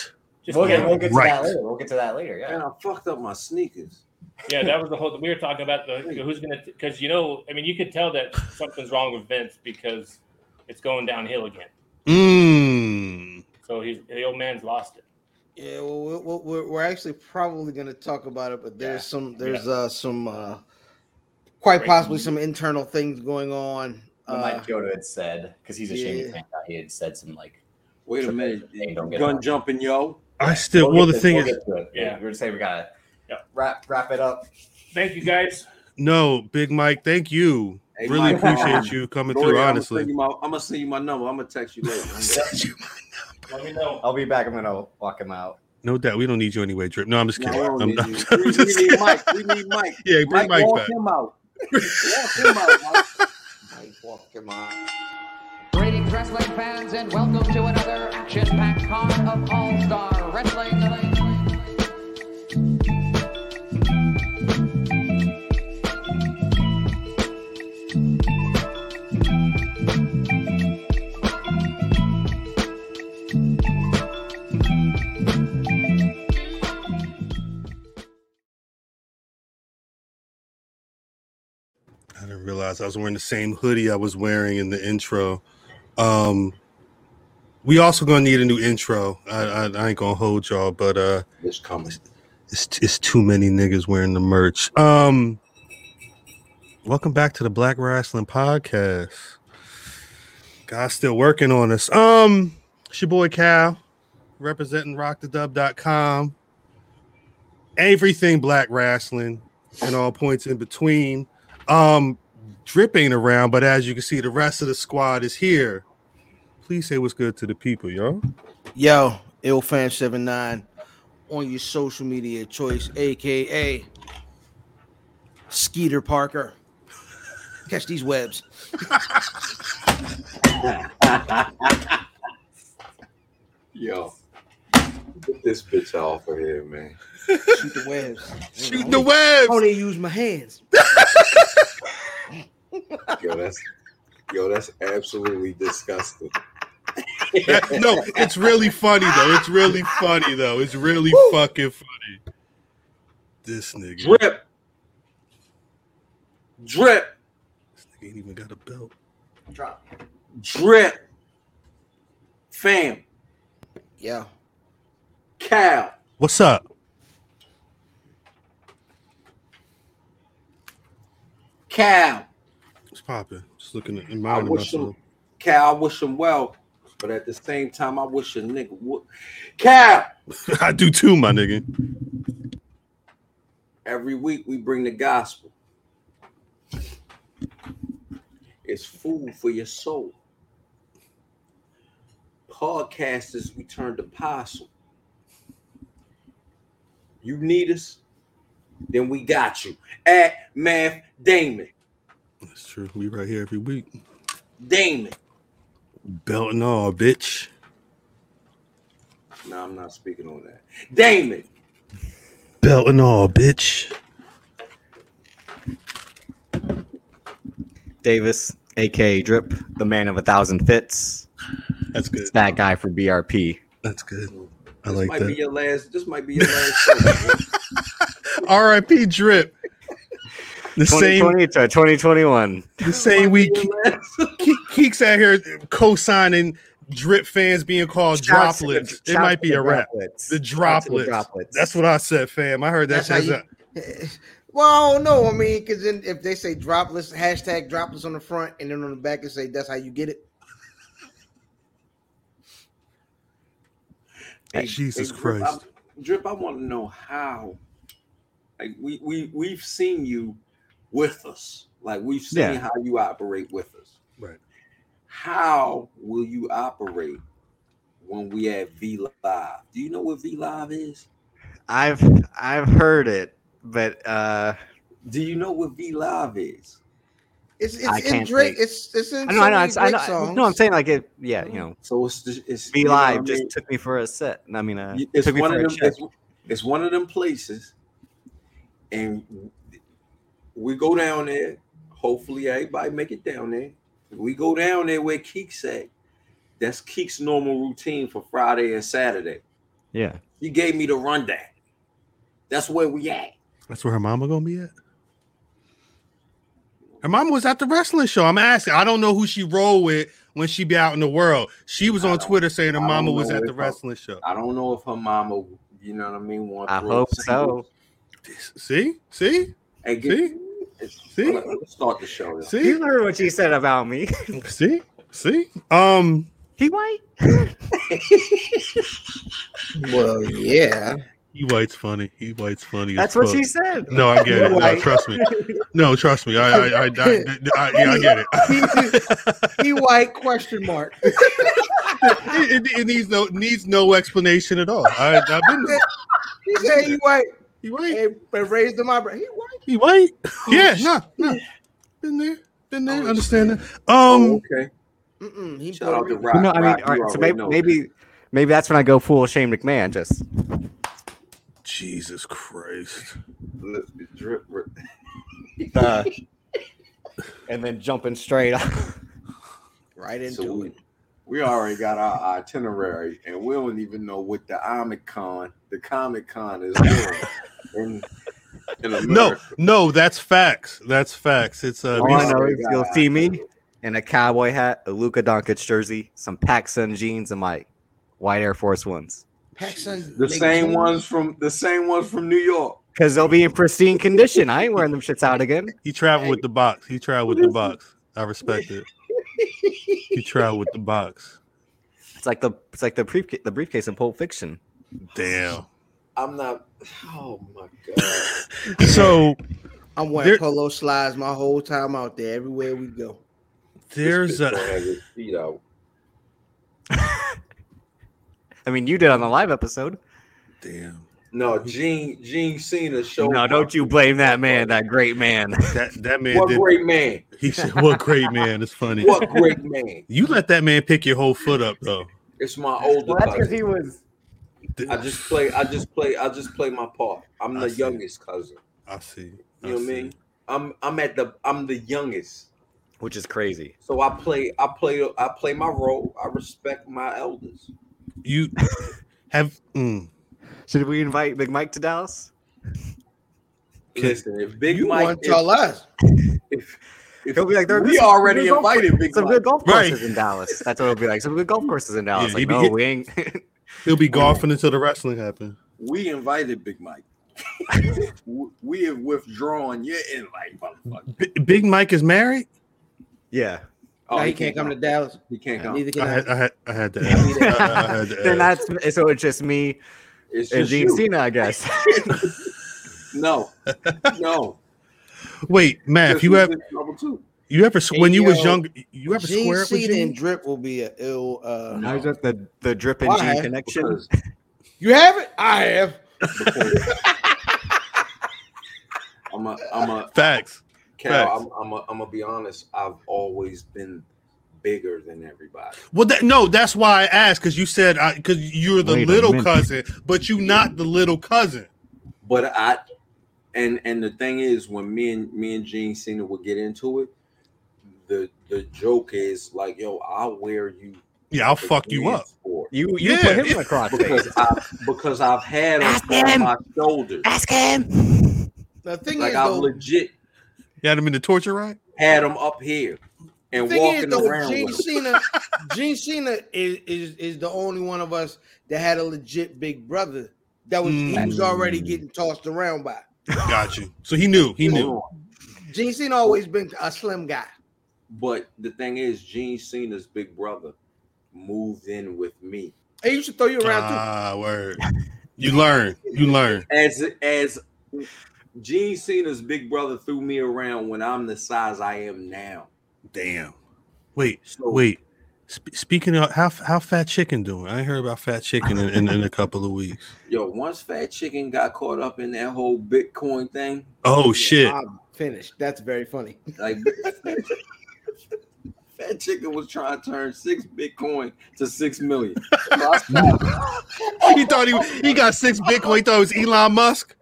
E: Just
F: We'll get,
E: count
F: we'll
E: it.
F: get to
B: Right.
F: that later. We'll get to that later. Yeah.
C: Man, I fucked up my sneakers.
E: Yeah, that was the whole. We were talking about the who's gonna because you know, I mean, you could tell that something's wrong with Vince because it's going downhill again.
B: Mmm.
E: So he's the old man's lost it.
D: Yeah, well, we're- we're, we're, we're actually probably going to talk about it, but there's some, there's uh, some, uh, quite
E: Breaking
D: possibly
E: news.
D: some internal things going on.
F: What
D: Uh,
F: Mike Kyoto had said because he's a yeah.
D: yeah.
F: Shane McMahon. guy, He had said some like
C: Wait a
F: Triple
C: minute.
F: H thing, don't get
C: Gun
F: it.
C: jumping, yo.
B: I still.
F: We'll
B: Well,
F: get
B: the
F: to-
B: thing
F: we'll
B: is,
F: get to it.
E: Yeah.
F: we were saying we gotta
E: Yeah.
F: wrap wrap it up.
E: Thank you guys.
B: no, Big Mike. Thank you.
C: Hey,
B: Really
C: Mike, um,
B: appreciate you coming
C: Jordan,
B: through.
C: I'm
B: Honestly.
C: gonna, send you my number. I'm gonna text you later.
E: Let me know.
F: I'll be back. I'm gonna walk him out.
B: No doubt. We don't need you anyway, Drip. No, I'm just
C: No,
B: kidding.
C: I don't
B: I'm-
C: need
B: I'm-
C: you.
B: I'm
C: we,
B: just
C: we need
B: kidding.
C: Mike. We need Mike.
B: Yeah, bring
C: Mike,
B: Mike
C: walk
B: back.
C: him out. walk him out. Mike.
F: I walked him out.
H: Greetings, wrestling fans, and welcome to another action packed card of All Star Wrestling.
B: I didn't realize I was wearing the same hoodie I was wearing in the intro. Um, we also gonna need a new intro. I, I, I ain't gonna hold y'all, but uh,
C: It's coming.
B: it's it's too many niggas wearing the merch. Um, welcome back to the Black Wrestling Podcast. God's still working on us. Um, it's your boy Cal, representing rockthedub.com. Everything black wrestling and all points in between. Um, Drip ain't around, but as you can see, the rest of the squad is here. Please say what's good to the people, y'all.
D: Yo, Illfan79 on your social media choice, aka Skeeter Parker. Catch these webs.
C: Yo, get this bitch off of here, man.
D: Shoot the webs.
B: Shoot the web.
D: I only use my hands.
C: Yo, that's yo, that's absolutely disgusting.
B: That- no, it's really funny though. It's really funny though. It's really fucking funny. This nigga,
C: Drip, drip,
B: this nigga ain't even got a belt.
F: Drop.
C: drip. Fam,
D: Yeah.
C: Cal,
B: What's up?
C: Cal.
B: What's popping? Just looking at
C: I
B: admiring
C: wish
B: myself.
C: him, Cal. I wish him well, but at the same time, I wish a nigga would. Cal.
B: I do too, my nigga.
C: Every week we bring the gospel. It's food for your soul. Podcasters, we turn to apostle. You need us, then we got you. At Math Damon.
B: That's true. We right here every week,
C: Damon.
B: belt and all, bitch.
C: No, I'm not speaking on that. Damon.
B: Belt and all, bitch.
F: Davis, aka Drip, the man of a thousand fits.
B: That's good.
F: It's that guy from BRP.
B: That's good. I
C: this
B: like
C: might be
B: that.
C: your last. This might be your last. show.
B: R.I.P. Drip. The same,
F: 2020 to 2021.
B: the same
C: Might
B: week.
C: be your last-
B: Ke- Keeks out here co-signing drip fans being called
F: Shouts to the-
B: droplets. it
F: shouts
B: might
F: to
B: be
F: the
B: a wrap.
F: droplets.
B: The
F: Shouts to the
B: droplets. That's what I said, fam. I heard that.
D: That's how
B: shit.
D: you- Well, no, I mean, because then if they say droplets, hashtag droplets on the front, and then on the back it say that's how you get it.
C: Hey,
B: Jesus
C: hey, Drip,
B: Christ.
C: I- Drip, I want to know how. Like we we we've seen you with us. Like we've seen
I: Yeah.
C: how you operate with us.
B: Right.
C: How will you operate when we have V Live? Do you know what V Live is?
F: I've I've heard it, but uh,
C: Do you know what V Live is?
D: It's it's
F: I
D: in
F: can't
D: Drake.
F: think.
D: It's it's in
F: I know, I know, I,
D: so
F: I
D: many
F: know.
D: Drake songs.
F: No, I'm saying like it. Yeah, you know,
C: So it's just it's
F: be
C: you know what I
F: live just
C: mean?
F: took me for a set. I mean, uh,
C: it's
F: took me
C: one
F: for
C: of
F: a
C: them.
F: check.
C: It's, it's one of them places, and we go down there. Hopefully, everybody make it down there. We go down there where Keeks at. That's Keeks' normal routine for Friday and Saturday.
F: Yeah,
C: He gave me the rundown. That's where we at.
B: That's where her mama gonna be at. Her mama was at the wrestling show. I'm asking. I don't know who she rolled with when she be out in the world. She was
C: I
B: on
C: don't-
B: Twitter saying her
C: I don't
B: mama
C: know
B: was at
C: if
B: the
C: I-
B: wrestling show.
C: I don't know if her mama, you know what I mean. wanna
F: I
C: throw
F: hope
C: a
F: so.
C: single
B: See, see,
C: And get,
B: See?
C: Let's start the show. y'all.
F: You
B: see,
F: heard what she said about me.
B: see, see. Um,
F: he white.
D: Well, yeah.
B: he white's funny. He white's funny.
F: That's
B: as
F: what
B: fuck.
F: she said.
B: No, I get it. No,
F: White.
B: trust me. No, trust me. I, I, I, I, I- yeah, I get it.
D: He white question mark.
B: it, it- it needs no needs no explanation at all. I, I've been there.
D: He said he white
B: He white.
D: and, and raised him eyebrow. He white.
B: He white. Yeah, no, no. Been there. Been there.
C: Oh,
B: Understand that.
C: Oh,
B: Um,
C: okay.
D: Mm-mm, he
C: Shout out to
D: Puerto Rican.
C: Rock.
F: no, I mean,
C: Rock, you
F: all right, so
C: already
F: maybe,
C: know.
F: maybe, maybe that's when I go full Shane McMahon. Just
B: Jesus Christ.
C: Drip, drip.
F: uh, and then jumping straight off.
D: right into
C: So we,
D: it.
C: we already got our itinerary, and we don't even know what the Comic Con, the Comic Con is doing. in, in
B: No,
C: America.
B: no, that's facts. That's facts. It's uh,
F: All I
B: it's-
F: know
C: my
F: is
C: God.
F: Oh, you'll see me in a cowboy hat, a Luka Doncic jersey, some Pacsun jeans, and my white Air Force Ones.
D: Paxson,
C: the
D: they
C: same
D: came-
C: ones from the same ones from New York.
F: Because they'll be in pristine condition. I ain't wearing them shits out again.
B: he traveled with the box. He traveled with the box. I respect it. He traveled with the box.
F: It's like the it's like the briefcase the briefcase in Pulp Fiction.
B: Damn.
C: I'm not. Oh my god.
B: So
D: I'm wearing
B: There-
D: polo slides my whole time out there, everywhere we go.
B: there's
C: This bitch
B: a.
C: gonna have his feet out.
F: I mean, you did on the live episode.
B: Damn.
C: No, Gene Gene Cena showed.
F: No, don't you blame that man, that great man.
B: That that man
C: What
B: did.
C: great man!
B: He said, "What great man?" It's funny.
C: What great man!
B: You let that man pick your whole foot up though.
C: It's my older.
J: Well, that's because
C: cousin.
J: he was.
C: I just play. I just play. I just play my part. I'm
B: I
C: the
B: see.
C: youngest cousin.
B: I see.
C: You know what I mean? I'm I'm at the I'm the youngest.
F: Which is crazy.
C: So I play, I play, I play my role. I respect my elders.
B: You have mm,
F: Should we invite Big Mike to Dallas?
C: Listen, if Big
D: You
C: Mike,
D: want to
C: if,
D: tell us?
C: if, if
F: He'll be like, there-
C: we
F: this-
C: already
F: there's no-
C: invited Big
F: Some
C: Mike.
F: good golf
B: Right.
F: courses in Dallas. That's what it'll be like. Some good golf courses in Dallas.
B: Yeah,
F: like,
B: he be
F: no,
B: hit-
F: we ain't.
B: he'll be golfing until the wrestling happens.
C: We invited Big Mike. W- we have withdrawn your invite, motherfucker.
B: B- Big Mike is married.
F: yeah.
C: Oh,
D: no, he can't come to Dallas.
C: He can't come.
D: Neither can
B: I
D: I.
B: had, I had, I had to. Ask. I, I had to
F: then
B: ask.
F: that's so it's just me
C: It's
F: and
C: just
F: Gene
C: you.
F: Cena, I guess.
C: No, no.
B: Wait, Matt, if you have
C: Number two.
B: you ever s- when you was
D: Yo,
B: younger, you ever
D: Gene
B: square up with
D: Cena and
B: Gene?
D: Drip will be a ill. Uh,
F: I was at the the drip and
D: Why?
F: Gene connection.
C: Because,
D: You have it? I have.
C: because I'm a, I'm a,
B: Facts. Facts.
C: Cal, I'm, I'm, a, I'm gonna be honest. I've always been bigger than everybody.
B: Well, that, no, that's why I asked because you said because you're the
F: Wait a
B: little
F: minute.
B: cousin, but you not the little cousin.
C: But I, and and the thing is, when me and me and Gene Cena would get into it, the the joke is like, yo, I'll wear you.
B: Yeah, I'll
C: for
B: fuck you
C: Gwen's
B: up.
C: sport.
F: You you
B: Yeah,
F: put him in
B: yeah.
F: a crossface.
C: because I because I've had on
F: Ask
C: all
F: him.
C: my shoulders.
F: Ask him.
D: The thing
C: Like
D: is,
C: I've
D: though,
C: legit
B: You had him in the torture rack.
C: had them up here
D: the
C: and
D: thing is,
C: walking
D: though,
C: around.
D: Gene
C: With 'em.
D: Cena, Gene Cena is, is is the only one of us that had a legit big brother that was he was already
F: Mm.
D: getting tossed around by.
B: Got you. So he knew. He
C: Hold
B: knew.
C: on.
D: Gene Cena always been a slim guy.
C: But the thing is, Gene Cena's big brother moved in with me
D: He used to
C: Ah,
D: throw you around too.
B: Ah, word. You learn. You learn.
C: as as Gene Cena's big brother threw me around when I'm the size I am now.
B: Damn. Wait,
C: So
B: wait. Sp- speaking of how how fat chicken doing? I ain't heard about fat chicken in, in, in a couple of weeks.
C: Yo, once Fat Chicken got caught up in that whole Bitcoin thing,
B: Oh shit!
D: I'm finished. That's very funny.
C: like Fat Chicken was trying to turn six Bitcoin to six million. So I stopped.
B: He thought he he got six Bitcoin. He thought it was Elon Musk.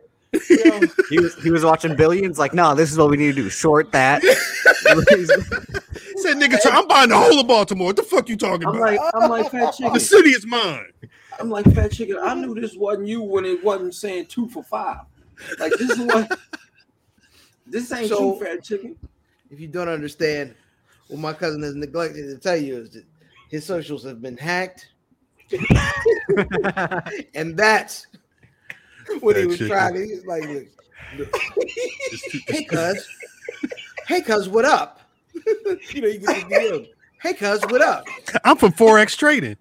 K: He was he was watching billions. Like, no, this is what we need to do. Short that.
B: Said nigga, so I'm buying the whole of Baltimore. What the fuck you talking
C: I'm
B: about?
C: like, I'm like Fat
B: the
C: Chicken.
B: city is mine.
C: I'm like Fat Chicken. I knew this wasn't you when it wasn't saying two for five. Like this is what this ain't
D: So-
C: you, Fat Chicken.
D: If you don't understand, what my cousin has neglected to tell you is that his socials have been hacked, and that's what he
B: That
D: was
B: chicken.
D: trying. to- He was like, look, "Hey, cuz, hey, cuz, what up?" you know, you get the DM. Hey, cuz, what up?
B: I'm from forex trading.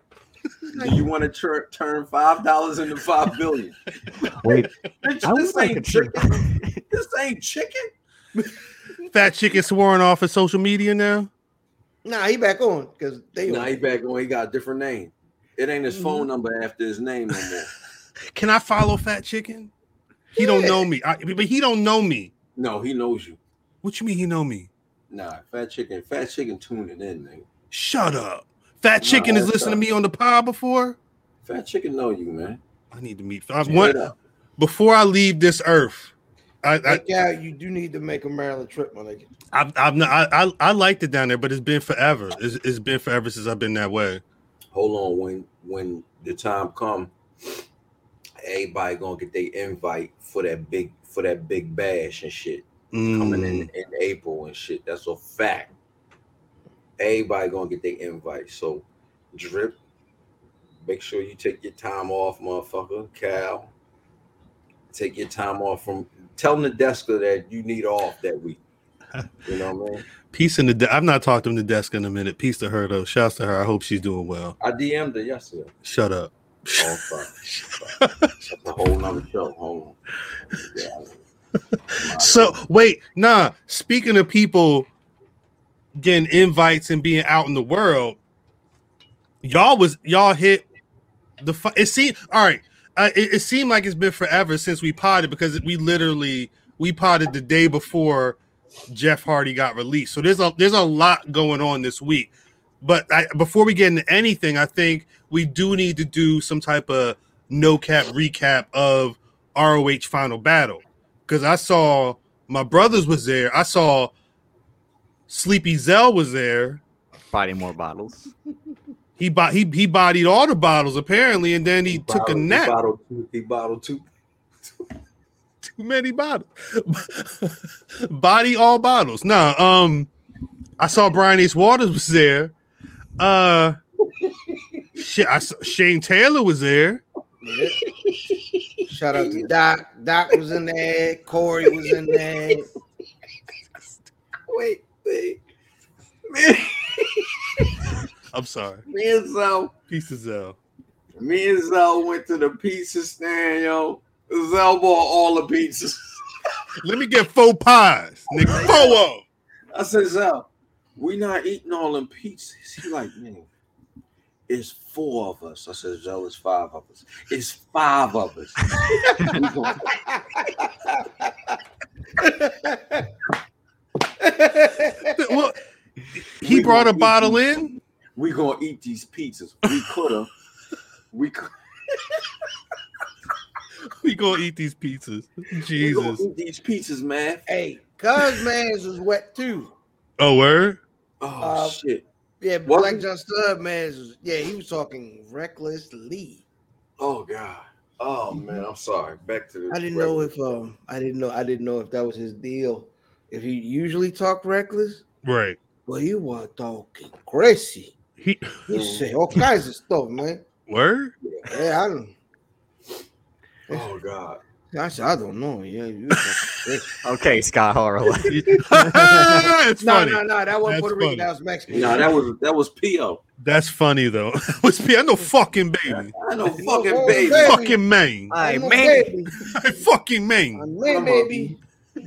C: Do you want to tur- turn five dollars into five billion?
K: Wait,
C: Bitch,
K: I would
C: this
K: like
C: ain't
K: a tr-
C: chicken. this ain't chicken.
B: Fat chicken sworn off of social media now.
D: Nah, he back on because they.
C: Now he back on. He got a different name. It ain't his phone number after his name no more.
B: Can I follow Fat Chicken? He don't know me, I, but he don't know me.
C: No, he knows you.
B: What you mean he know me?
C: Nah, fat chicken. Fat chicken tuning in, nigga.
B: Shut up. Fat
C: Nah,
B: Chicken has
C: that's
B: listened to
C: up.
B: me on the pod before.
C: Fat chicken know you, man.
B: I need to meet. I
C: Straight
B: want
C: up.
B: before I leave this earth. I, I,
D: yeah, you do need to make a Maryland trip, my nigga.
B: I, I've not, I, I, I liked it down there, but it's been forever. It's, it's been forever since I've been that way.
C: Hold on. When when the time come, everybody gonna get their invite for that big for that big bash and shit coming in
B: Mm.
C: in April and shit. That's a fact. Everybody gonna get their invite. So drip. Make sure you take your time off, motherfucker. Cal. Take your time off from telling the desker that you need off that week. You know what I mean?
B: Peace in the. De- I've not talked to him the desk in a minute. Peace to her though. Shouts to her. I hope she's doing well.
C: I DM'd her yesterday.
B: Shut up.
C: Oh, fuck. That's a whole nother show. Hold on. Yeah.
B: So wait, nah. Speaking of people getting invites and being out in the world, y'all was y'all hit the. Fu- it seemed all right. Uh, it, it seemed like it's been forever since we potted because we literally we potted the day before Jeff Hardy got released. So there's a there's a lot going on this week. But I, before we get into anything, I think we do need to do some type of no cap recap of ROH Final Battle because I saw my brothers was there. I saw Sleepy Zell was there.
K: fighting more bottles.
B: He bo- he he bodied all the bottles apparently, and then he, took
C: bottled-
B: a nap.
C: He bottled two. He bottled two.
B: Too many bottles. Body all bottles. Nah, um, I saw Brian Ace Waters was there. Uh, shit, I saw Shane Taylor was there.
D: Shout out to Doc. Doc was in there. Corey was in there.
C: Wait, wait. Man,
B: I'm sorry,
C: me and Zoe,
B: Peace of Zell.
C: me and Zoe went to the pizza stand, yo. Zoe bought all the pizzas.
B: Let me get four pies, nigga. Four of 'em.
C: I said, Zoe, we not eating all them pizzas. He like, man, it's four of us. I said, Zoe, it's five of us. It's five of us. We gonna-
B: Well, he
C: We
B: brought a
C: gonna eat
B: bottle
C: these-
B: in.
C: We gonna eat these pizzas. We coulda. we could.
B: We gonna eat these pizzas.
C: We gonna
B: Jesus.
C: eat these pizzas, man.
D: hey, cuz man's was wet too.
B: Oh word.
C: Oh
D: Uh,
C: shit.
D: Yeah,
C: What?
D: Black John Studd man's was, yeah, he was talking recklessly.
C: Oh god. Oh man, I'm sorry. Back to the.
D: I didn't know if um I didn't know I didn't know if that was his deal. If he usually talked reckless,
B: Right.
D: but he was talking crazy.
B: He
D: He said all kinds of stuff, man.
B: word.
D: Yeah, I don't
C: Oh god.
D: I said, I don't know. Yeah, you talking crazy.
K: Okay, Scott Harlow.
B: it's
D: No,
B: funny.
D: no, no, that wasn't
B: That's
D: Puerto Rican.
B: funny.
D: That was Mexican.
C: No, that was that was P.O.
B: That's funny though. What's I know fucking baby.
C: I know
D: Oh,
C: fucking
D: oh,
C: baby.
D: baby.
B: Fucking man.
K: Hi,
D: I'm a
K: man.
D: baby.
B: fucking man.
D: I'm a baby.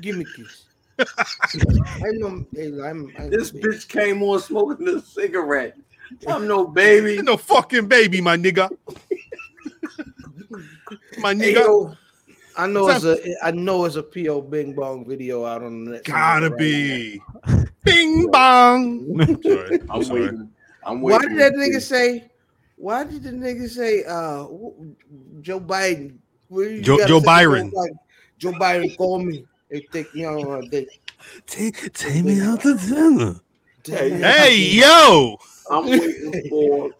D: Give me a kiss. I'm, um, I'm, I'm, I'm
C: This bitch came on smoking a cigarette. I'm no baby.
B: Ain't no fucking baby, my nigga. my nigga.
D: Hey, yo, I know it's a I know it's a PO Bing Bong video out on the net.
B: Gotta
D: somewhere right
B: be. Bing bong. Sorry.
C: I'm
B: Sorry.
C: waiting. I'm
D: now. Why
C: waiting.
D: did that nigga say? Why did the nigga say? Uh, w- Joe Biden. What do you
B: Joe-
D: gotta
B: Joe
D: say?
B: Byron.
D: Joe Biden, Joe Biden call me. They take me out on a date.
G: Take, take me out to dinner.
B: Hey, yo.
C: I'm waiting for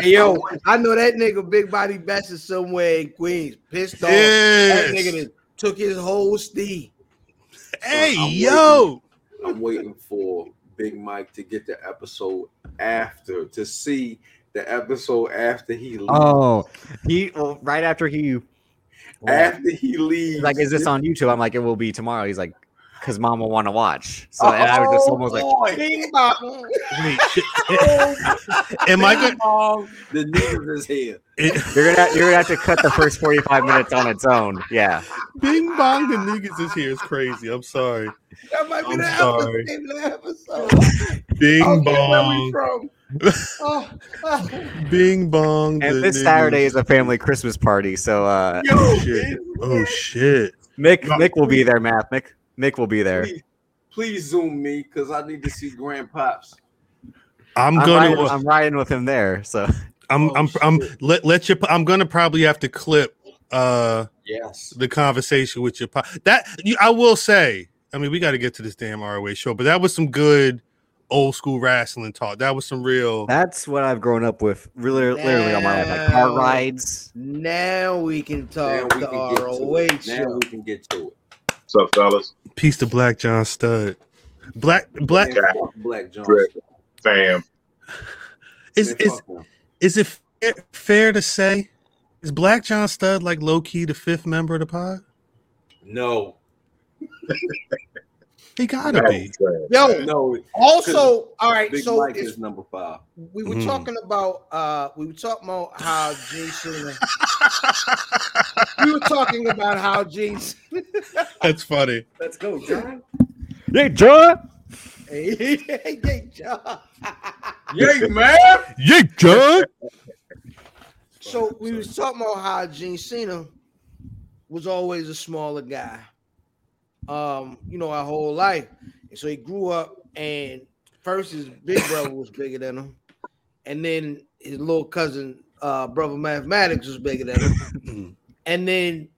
D: Hey, yo, I know that nigga Big Body Bass is somewhere in Queens, pissed off. That nigga
B: Yes.
D: done took his whole steed.
B: Hey,
C: I'm
B: yo.
C: I'm waiting for Big Mike to get the episode after to see the episode after he leaves.
K: Oh, he well, right after he
C: after he
K: he's
C: leaves.
K: like, is this on YouTube? I'm like, it will be tomorrow. He's like, because mom will want to watch. So and I
D: Oh,
K: was just
B: Oh.
K: almost like,
C: boy.
B: Wait, shit. Am I gonna?
C: the niggas is here.
K: you're gonna you're gonna have to cut the first 45 minutes on its own. Yeah,
B: Bing bong, the niggas is here. It's crazy. I'm sorry.
D: That might be
B: I'm
D: the
B: sorry.
D: episode. name of the episode.
B: Bing
D: Okay, where we
B: bong,
D: from? Oh, oh.
B: bing bong. the
K: and this
B: niggas-
K: Saturday is a family Christmas party. So uh,
B: Oh shit. Oh shit.
K: Mick
B: No.
K: Mick will be there, Matt. Mick Mick will be there.
C: Please, please zoom me because I need to see grandpops.
B: I'm
K: I'm,
B: gonna.
K: riding, I'm riding with him there. So
B: I'm.
C: Oh,
B: I'm. I'm. Let let you. I'm gonna probably have to clip. Uh.
C: Yes.
B: the conversation with your pop. That you, I will say. I mean, we got to get to this damn ROH show, but that was some good old school wrestling talk. That was some real.
K: that's what I've grown up with, really, literally all my life. Like car
D: Now-
K: rides,
D: Now we can
C: Now we
D: talk the
C: can get to
D: ROH
C: it. Now
D: show.
C: we can get to it.
L: What's up, fellas?
B: Peace to Black John Stud. Black Black
C: And
L: Jack.
C: fuck Black John.
L: Correct. Fam.
B: is
C: And
B: is
C: fuck him.
B: is it fair, fair to say is Black John Stud like low key the fifth member of the pod?
C: no,
B: He gotta be.
D: Yo,
C: no.
D: also, all right,
C: Big
D: so
C: Mike
D: it's
C: is number five.
D: we were
K: Hmm.
B: Mhm.
D: talking about uh we were talking about how Gene Simmons we were talking about how Gene
B: That's funny.
F: Let's go, John.
K: Hey, John.
D: hey, hey, hey, John.
C: Yay, man!
B: Yeah, John.
D: so we was talking about how Gene Cena was always a smaller guy. Um, you know, our whole life. And so he grew up and first his big brother was bigger than him, and then his little cousin, uh, brother mathematics was bigger than him, and then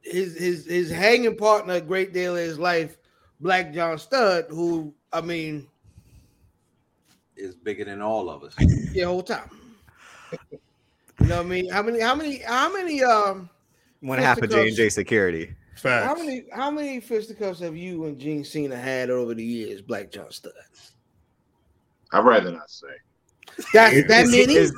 D: his his his hanging partner a great deal of his life, Black John Stud, who I mean,
C: Is bigger than all of us.
D: the whole time. You know what I mean? How many? How many? How many? Um,
K: One half of J and J security.
D: how
B: Facts.
D: many? How many fisticuffs have you and Gene Cena had over the years, Black John Stud?
L: I'd rather not say.
D: That that
K: Is-
D: many?
K: is-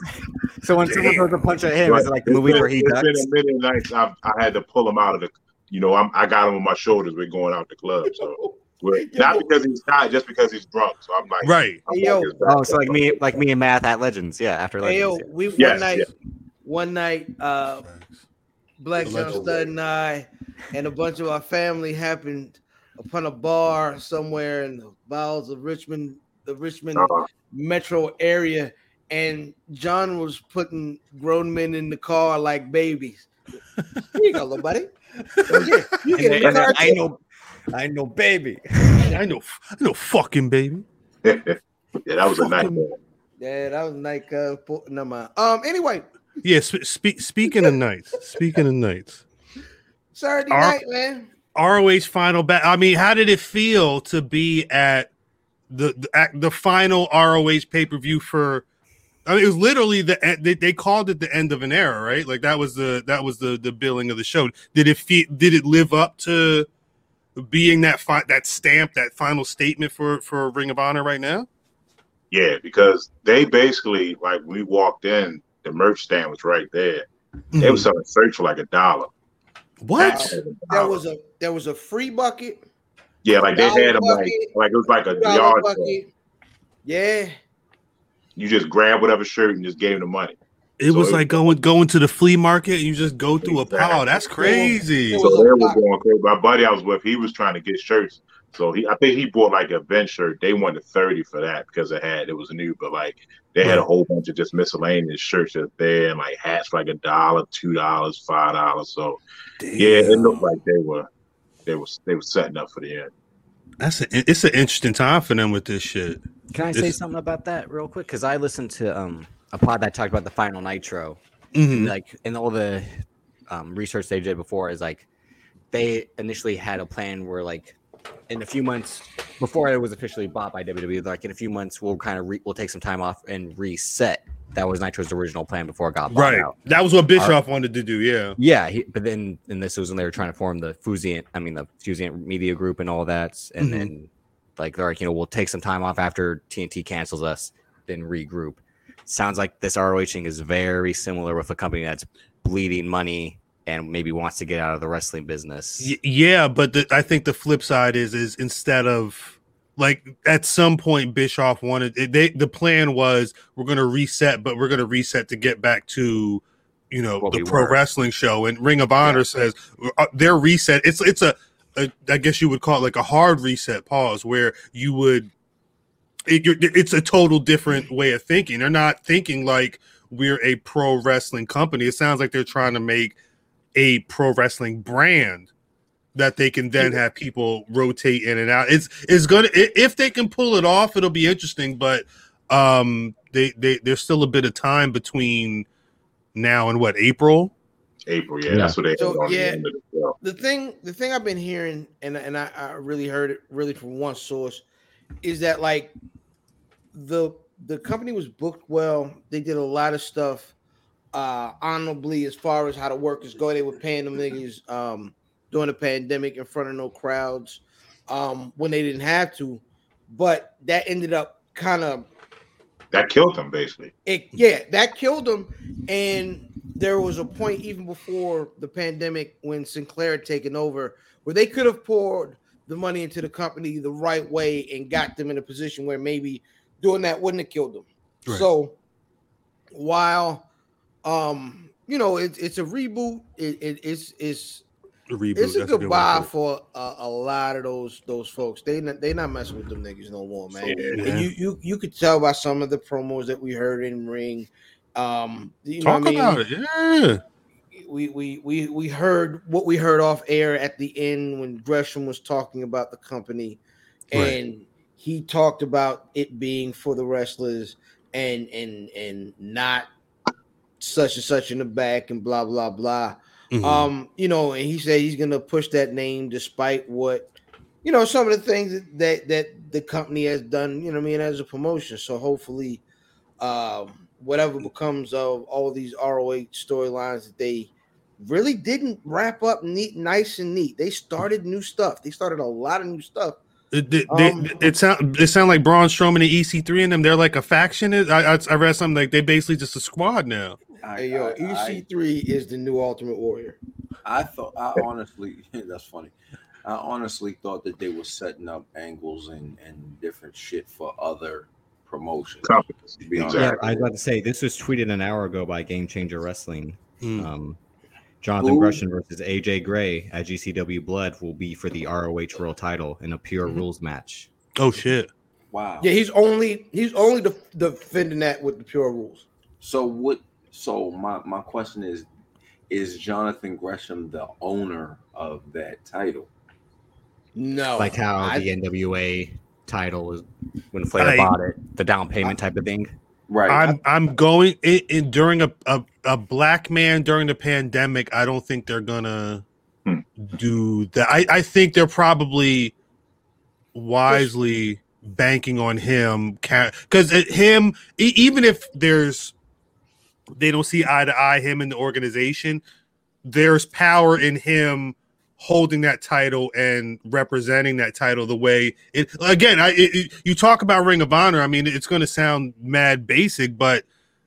K: so when someone throws a punch at him, is it like the movie
L: been,
K: where he
L: it's
K: ducks?
L: been a million nights I've, I had to pull him out of the, you know, I'm, I got him on my shoulders. We're going out the club. So we're, not because he's tired, just because he's drunk. So I'm like,
B: Right.
L: I'm
D: Hey, yo.
L: like,
K: Oh, so like me, like me and Math at Legends, yeah, after
D: Hey, yo,
K: Legends.
D: we one
L: Yes,
D: night,
L: yeah.
D: one night, uh, Black John
B: Allegedly.
D: Stud and I, and a bunch of our family happened upon a bar somewhere in the bowels of Richmond, the Richmond
L: Uh,
D: metro area, and John was putting grown men in the car like babies. Here you go, little buddy. Oh, yeah,
K: yeah.
D: you get in
K: And
D: the
K: then-
D: car.
K: I know, I know, baby.
B: I know. I know. Fucking baby.
L: yeah, that was a night.
D: Yeah, that was like uh, po- no mind. Um, anyway,
B: Yeah. Sp- spe- speaking of nights. Speaking of nights.
D: Saturday
B: Our-
D: night, man.
B: ROH final battle. I mean, how did it feel to be at the the, at the final ROH pay per view for? I mean, it was literally the end- they, they called it the end of an era, right? Like that was the that was the the billing of the show. Did it fe- did it live up to being that fi- that stamp that final statement for for Ring of Honor right now?
L: Yeah, because they basically, like, we walked in, the merch stand was right there. They was selling shirts for like a dollar.
B: what?
D: There was a there was a free bucket,
L: Yeah, like they had them
D: Dollar
L: like,
D: bucket.
L: like it was like a
D: dollar
L: yard sale.
D: bucket. Yeah,
L: You just grab whatever shirt and just gave them the money.
B: It
L: So
B: was
L: it-
B: like going going to the flea market and you just go through a pile.
L: Exactly.
B: That's crazy.
L: So they was going crazy. My buddy I was with, he was trying to get shirts. So he, I think he bought like a vent shirt. They wanted thirty for that because it had it was new, but like they had a whole bunch of just miscellaneous shirts that's there and like hats for like a dollar, two dollars, five dollars. So yeah, it looked like they were they were they were setting up for the end.
B: That's a, it's an interesting time for them with this shit.
F: Can I say something about that real quick? Because I listened to um, a pod that talked about the final Nitro,
B: Mhm.
F: like, and all the um, research they did before is like they initially had a plan where like in a few months before it was officially bought by WWE, like in a few months we'll kind of re- we'll take some time off and reset. That was Nitro's original plan before it got bought
B: Right.
F: out.
B: That was what
F: Our-
B: Bischoff wanted to do. Yeah.
F: yeah, he, but then and this was when they were trying to form the Fusiant, I mean the Fusiant Media Group and all that, and
B: Mhm.
F: then like they're like, you know, we'll take some time off after TNT cancels us, then regroup. Sounds like this ROH thing is very similar with a company that's bleeding money and maybe wants to get out of the wrestling business.
B: Y- yeah, but the, I think the flip side is is instead of like at some point Bischoff wanted it- they the plan was we're going to reset, but we're going to reset to get back to you know
F: What
B: the
F: we
B: pro
F: were.
B: wrestling show and Ring of Honor says uh, their reset. It's it's a, a I guess you would call it like a hard reset pause where you would it, you're, it's a total different way of thinking. They're not thinking like we're a pro wrestling company. It sounds like they're trying to make a pro wrestling brand that they can then have people rotate in and out. It's it's gonna i- if they can pull it off, it'll be interesting. But um, they they there's still a bit of time between now and what April.
L: April, yeah, that's what they had
D: So,
L: on
D: yeah.
L: the end of the show.
D: the thing the thing I've been hearing and and I, I really heard it really from one source is that like the the company was booked well. They did a lot of stuff uh honorably as far as how the workers go. They were paying them niggas um during the pandemic in front of no crowds um when they didn't have to, but that ended up kind of
L: That killed them basically.
D: it
B: Hmm.
D: yeah that killed them and there was a point even before the pandemic when sinclair had taken over where they could have poured the money into the company the right way and got them in a position where maybe doing that wouldn't have killed them
B: Right.
D: so while um you know it, it's a reboot it, it, it's it's
B: A reboot,
D: it's a
B: that's a good way to
D: goodbye
B: put it.
D: for a, a lot of those those folks. They not, they not messing with them niggas no more, man.
B: Yeah.
D: And you you you could tell by some of the promos that we heard in ring. Um, you
B: Talk
D: know what
B: about
D: I mean?
B: it, yeah.
D: We, we we we heard what we heard off air at the end when Gresham was talking about the company,
B: Right.
D: and he talked about it being for the wrestlers and and and not such and such in the back and blah blah blah.
B: Mhm.
D: Um, you know, and he said he's gonna push that name despite what you know, some of the things that that, that the company has done, you know, what I mean, as a promotion. So hopefully, um, whatever becomes of all these ROH storylines that they really didn't wrap up neat, nice and neat. They started new stuff. They started a lot of new stuff.
B: It, it, they-
D: Um,
B: it sound it sound like Braun Strowman and EC3 and them. They're like a faction. Is I, I I read something like they basically just a squad now.
C: I,
D: Hey, yo, E
C: I- I-
D: EC3 is the new Ultimate Warrior.
C: I thought I honestly that's funny. I honestly thought that they were setting up angles and, and different shit for other promotions.
L: Companies.
C: To be honest.
F: Yeah, I was about to say this was tweeted an hour ago by Game Changer Wrestling.
B: Mm.
F: Um, Jonathan
C: Ooh.
F: Gresham versus AJ Gray at GCW Blood will be for the ROH World Title in a pure rules match.
B: Oh shit!
C: Wow.
D: Yeah, he's only he's only def- defending that with the pure rules.
C: So what? So my my question is, is Jonathan Gresham the owner of that title?
D: No,
F: like how
D: I-
F: the NWA title was when Flair
B: Like-
F: bought it, the down payment type of thing.
C: Right.
B: I'm I'm going in, in during a, a a black man during the pandemic. I don't think they're gonna
L: Hmm.
B: do that. I I think they're probably wisely banking on him because him e- even if there's they don't see eye to eye him in the organization, there's power in him holding that title and representing that title the way it again I it, it- you talk about Ring of Honor I mean it's going to sound mad basic but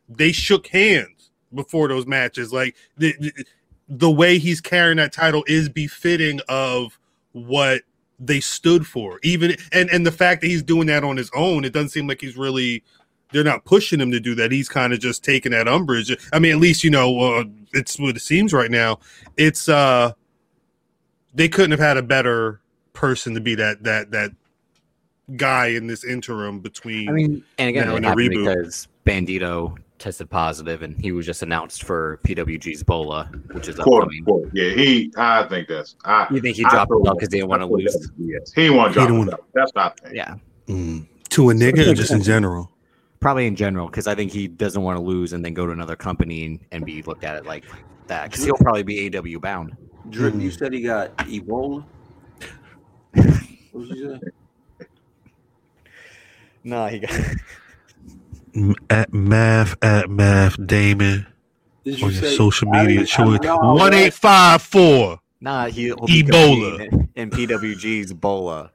B: they shook hands before those matches like the, the the way he's carrying that title is befitting of what they stood for even and and the fact that he's doing that on his own it doesn't seem like he's really they're not pushing him to do that. He's kind of just taking that umbrage. I mean, at least you know uh, it's what it seems right now. It's uh they couldn't have had a better person to be that that that guy in this interim between.
K: I mean, and again,
B: now
K: it
B: and a
K: happened
B: reboot.
K: because Bandito tested positive, and he was just announced for PWG's Bola, which is
L: Quote,
K: upcoming.
L: quote. Yeah, he. I think that's. I,
K: You think he
L: I
K: dropped the
L: thought-
K: belt because they didn't want to
L: I thought
K: lose?
L: that- Yes, he didn't want
B: He
L: to
B: didn't
L: drop. the belt. That's what I think.
K: Yeah,
B: Mm. to a nigga or just in general.
K: probably in general because I think he doesn't want to lose and then go to another company and, and be looked at it like that because he'll probably be AW bound.
C: Drip, you said he got Ebola. What you say?
K: No, he got
G: M- At math, at math, Damon
C: Did
L: Oh,
C: you
G: on your
C: say-
G: social
C: I
G: media
C: didn't- I
G: choice.
C: know, right?
G: One eight five four.
K: nah. He'll be
G: Ebola.
K: competing in PWG's Bola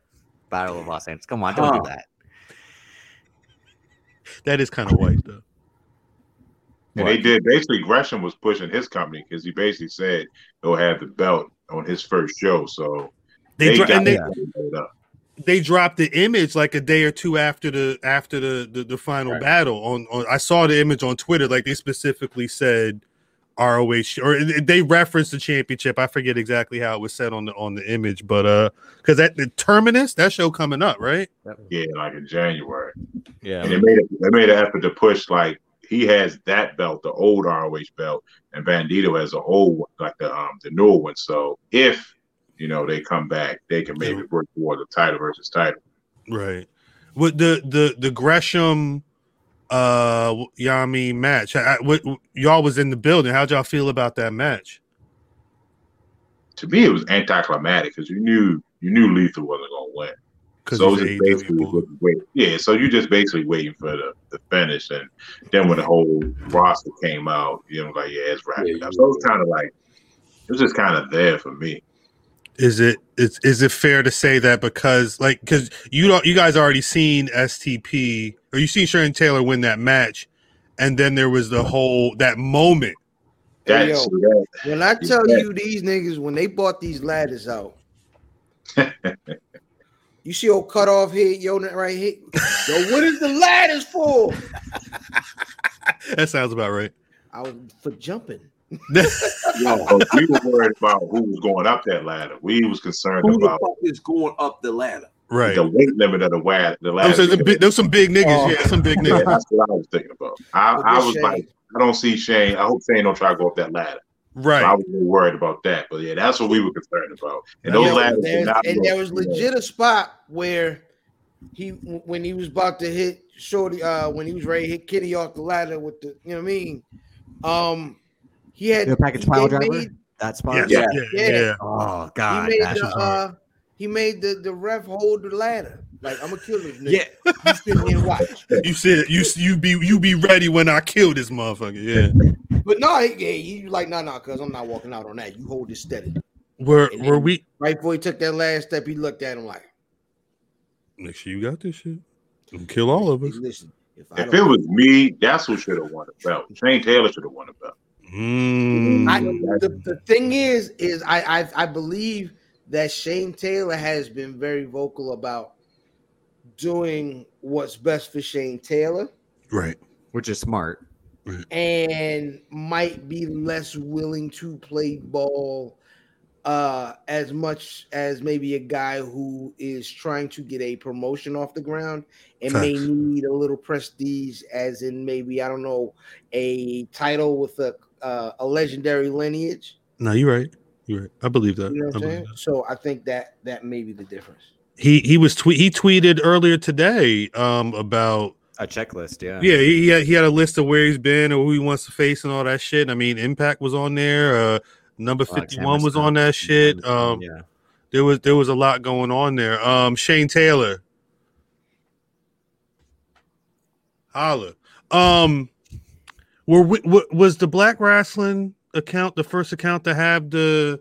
K: Battle of Los Angeles. Come on, don't
C: Huh.
K: do that.
G: That is kind of white though.
L: And they did basically Gresham was pushing his company because he basically said he'll have the belt on his first show. So
B: They, dro- and they,
L: got it up.
B: they dropped the image like a day or two after the after the the, the final
L: Right.
B: battle. On, on I saw the image on Twitter. Like they specifically said ROH or they referenced the championship. I forget exactly how it was said on the on the image, but uh, because that the terminus that show coming up, right?
L: yeah, like in January. And
K: Yeah,
L: they made it, they made an effort to push like he has that belt, the old ROH belt, and Bandito has a old one, like the um the newer one. So if you know they come back, they can maybe work towards the title versus title.
B: Right. With the the the Gresham uh Yami match. I, I, what, y'all was in the building. How'd y'all feel about that match?
L: To me, it was anticlimactic because you knew you knew Lethal wasn't gonna win. So
B: it's
L: it was just
B: AEW
L: basically
B: bull.
L: just wait. Yeah, so you're just basically waiting for the, the finish, and then when the whole roster came out, you know, like yeah, it's wrapping up. So it was kind of like it was just kind of there for me.
B: is it is is it fair to say that because like because you don't you guys already seen STP or you seen Sharon Taylor win that match, and then there was the whole that moment.
D: Hey,
L: That's
D: yo. When I tell you these niggas, when they bought these ladders out, you see old cut off here, yo, that right here. Yo, what is the ladders for?
B: That sounds about right.
D: I was for jumping.
L: But we were worried about who was going up that ladder. We was concerned
C: Who the
L: about
C: fuck is going up the ladder?
B: Right.
L: the weight limit of the wad, the
B: I
L: ladder.
B: was saying, there's a big- there's some big niggas.
D: Oh.
B: Yeah, some big
L: yeah,
B: niggas.
L: that's what I was thinking about. I,
D: But
L: I
D: this
L: was
D: shit-
L: like, I don't see Shane. I hope Shane don't try to go up that ladder. So I
B: Right.
L: was a little worried about that. But yeah, that's what we were concerned about. And
B: Yo,
L: those
D: Yo,
L: ladders did
D: there's-
L: not
D: and
L: look-
D: there was legit a spot where he when he was about to hit Shorty, uh, when he was ready to hit Kitty off the ladder with the you know what I mean. Um he had
F: The package
D: he-
F: pile
D: they
F: driver.
D: made-
F: that
B: Yeah.
F: spot.
B: Yeah.
C: Yeah.
B: Yeah.
D: Yeah.
B: yeah.
F: Oh
D: he
F: God.
D: made
F: that
D: the
F: shit.
D: uh, he made the, the ref hold the ladder. Like I'm gonna kill this nigga.
K: yeah.
D: You sit here and watch.
B: You said you you be you be ready when I kill this motherfucker. Yeah.
D: But no, he, yeah, you like no, no, cuz I'm not walking out on that. You hold it steady.
B: Were
D: And
B: were
D: then-
B: we?
D: Right before he took that last step, he looked at him like,
B: Make sure you got this shit. Don't Kill all of
D: hey,
B: us.
D: "Listen, if I
L: If it
D: don't,
L: was me, that's who should have won the belt. Shane Taylor should have won the belt.
B: Mm.
D: I, the, the thing is, is I, I I believe that Shane Taylor has been very vocal about doing what's best for Shane Taylor
B: right.
K: which is smart.
D: and might be less willing to play ball uh as much as maybe a guy who is trying to get a promotion off the ground and may
B: Facts.
D: need a little prestige as in maybe I don't know a title with a uh, a legendary lineage
B: No, you're right. You're right. I believe that.
D: You know what
B: I
D: I'm
B: believe
D: saying?
B: that.
D: So I think that that may be the difference.
B: He he was tweet he tweeted earlier today um about
K: A checklist, yeah.
B: yeah he he had, he had a list of where he's been or who he wants to face and all that shit. And I mean, Impact was on there. Uh, number
K: Alex
B: fifty one was
K: Hammerstone.
B: on that shit. Um,
K: yeah.
B: there was there was a lot going on there. Um, Shane Taylor, holla. Um, were we, wa- was the Black Wrestling account the first account to have the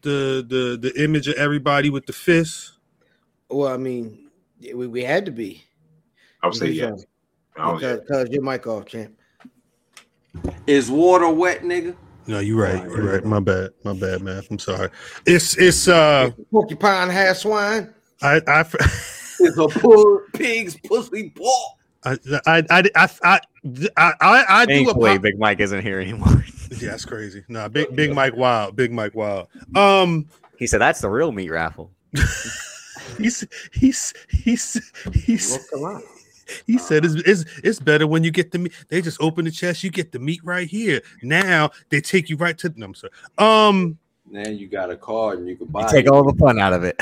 B: the the the image of everybody with the fists?
D: Well, I mean, we, we had to be
L: I would say yes. I
B: Oh,
L: don't-
D: because, because your mic off, champ.
C: Is water wet, nigga?
B: No, you're right. You're right. My bad. My bad, math. I'm sorry. It's it's uh
D: Porcupine has swine.
B: I I
C: Is a poor pig's pussy ball?
B: I I I I I, I, I, I do
K: Thankfully,
B: a
K: Big Mike isn't here anymore.
B: yeah, that's crazy. Nah, big Big Mike Wild, Big Mike Wild. Um,
K: He said that's the real meat raffle.
B: he's he's he's he's he said it's, it's it's better when you get the meat. They just open the chest, you get the meat right here. Now they take you right to the number. Um,
C: Now you got a card and you can buy.
K: You take
C: it.
K: all the fun out of it.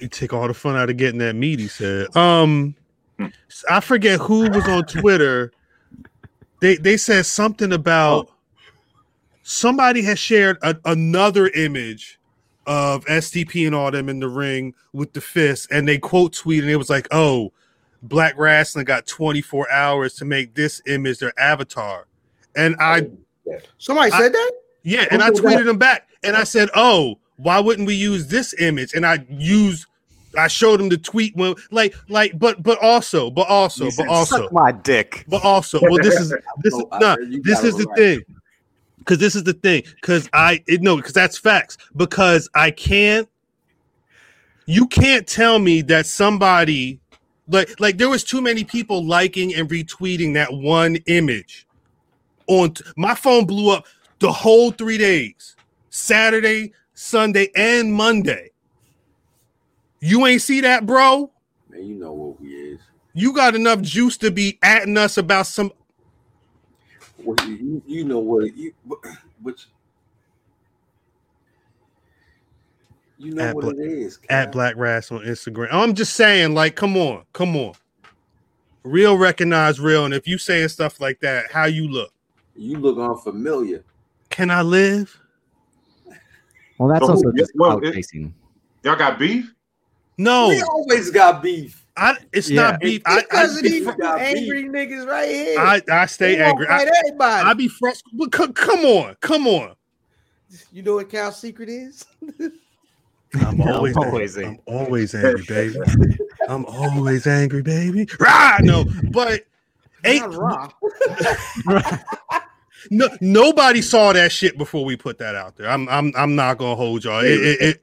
B: you take all the fun out of getting that meat. He said. Um, I forget who was on Twitter. They they said something about somebody has shared a, another image of SDP and all them in the ring with the fist, and they quote tweet and it was like, "Oh, Black Wrestling got 24 hours to make this image their avatar," and I
D: Somebody
B: I-
D: said that.
B: yeah, and I tweeted them back, and I said, "Oh, why wouldn't we use this image?" And I used, I showed them the tweet when, like, like, but, but also, but also,
K: You
B: but
K: said,
B: also,
K: Suck my dick.
B: but also, well, this is this
C: No, I-
B: nah,
C: you
B: this
C: got
B: is
C: it
B: the
C: right.
B: thing, because this is the thing, because I it, no, because that's facts, because I can't. You can't tell me that somebody, like, like there was too many people liking and retweeting that one image. On t- my phone blew up the whole three days, Saturday, Sunday, and Monday. You ain't see that, bro
C: Man, you know what we is.
B: you got enough juice to be atting us about some
C: Well, you- you, you know what you but- but you know
B: At
C: what
B: Black-
C: it is.
B: at
C: Cal.
B: Black Rass on Instagram. I'm just saying, like, come on, come on. Real recognize real, and if you saying stuff like that, how you look?
C: You look unfamiliar.
B: Can I live?
K: Well, that's
B: Oh,
L: So who-
K: also
L: yeah,
K: just
L: well,
K: clout
L: it-
K: chasing.
L: Y'all got beef?
B: No,
C: We always got beef.
B: I, it's
K: Yeah.
B: not beef. I, I,
D: Because of these
C: you got
D: angry niggas right here.
B: I, I stay
D: They gonna
B: angry. I,
D: Fight everybody.
B: I be frustrated. But c- come on, come on.
D: you know what Cal's secret is?
B: I'm always,
K: always
B: angry. I'm always angry, baby. I'm always angry, baby. Right? No, but ain't
D: Not raw.
B: No, nobody saw that shit before we put that out there. I'm, I'm, I'm not gonna hold y'all. It, it, it,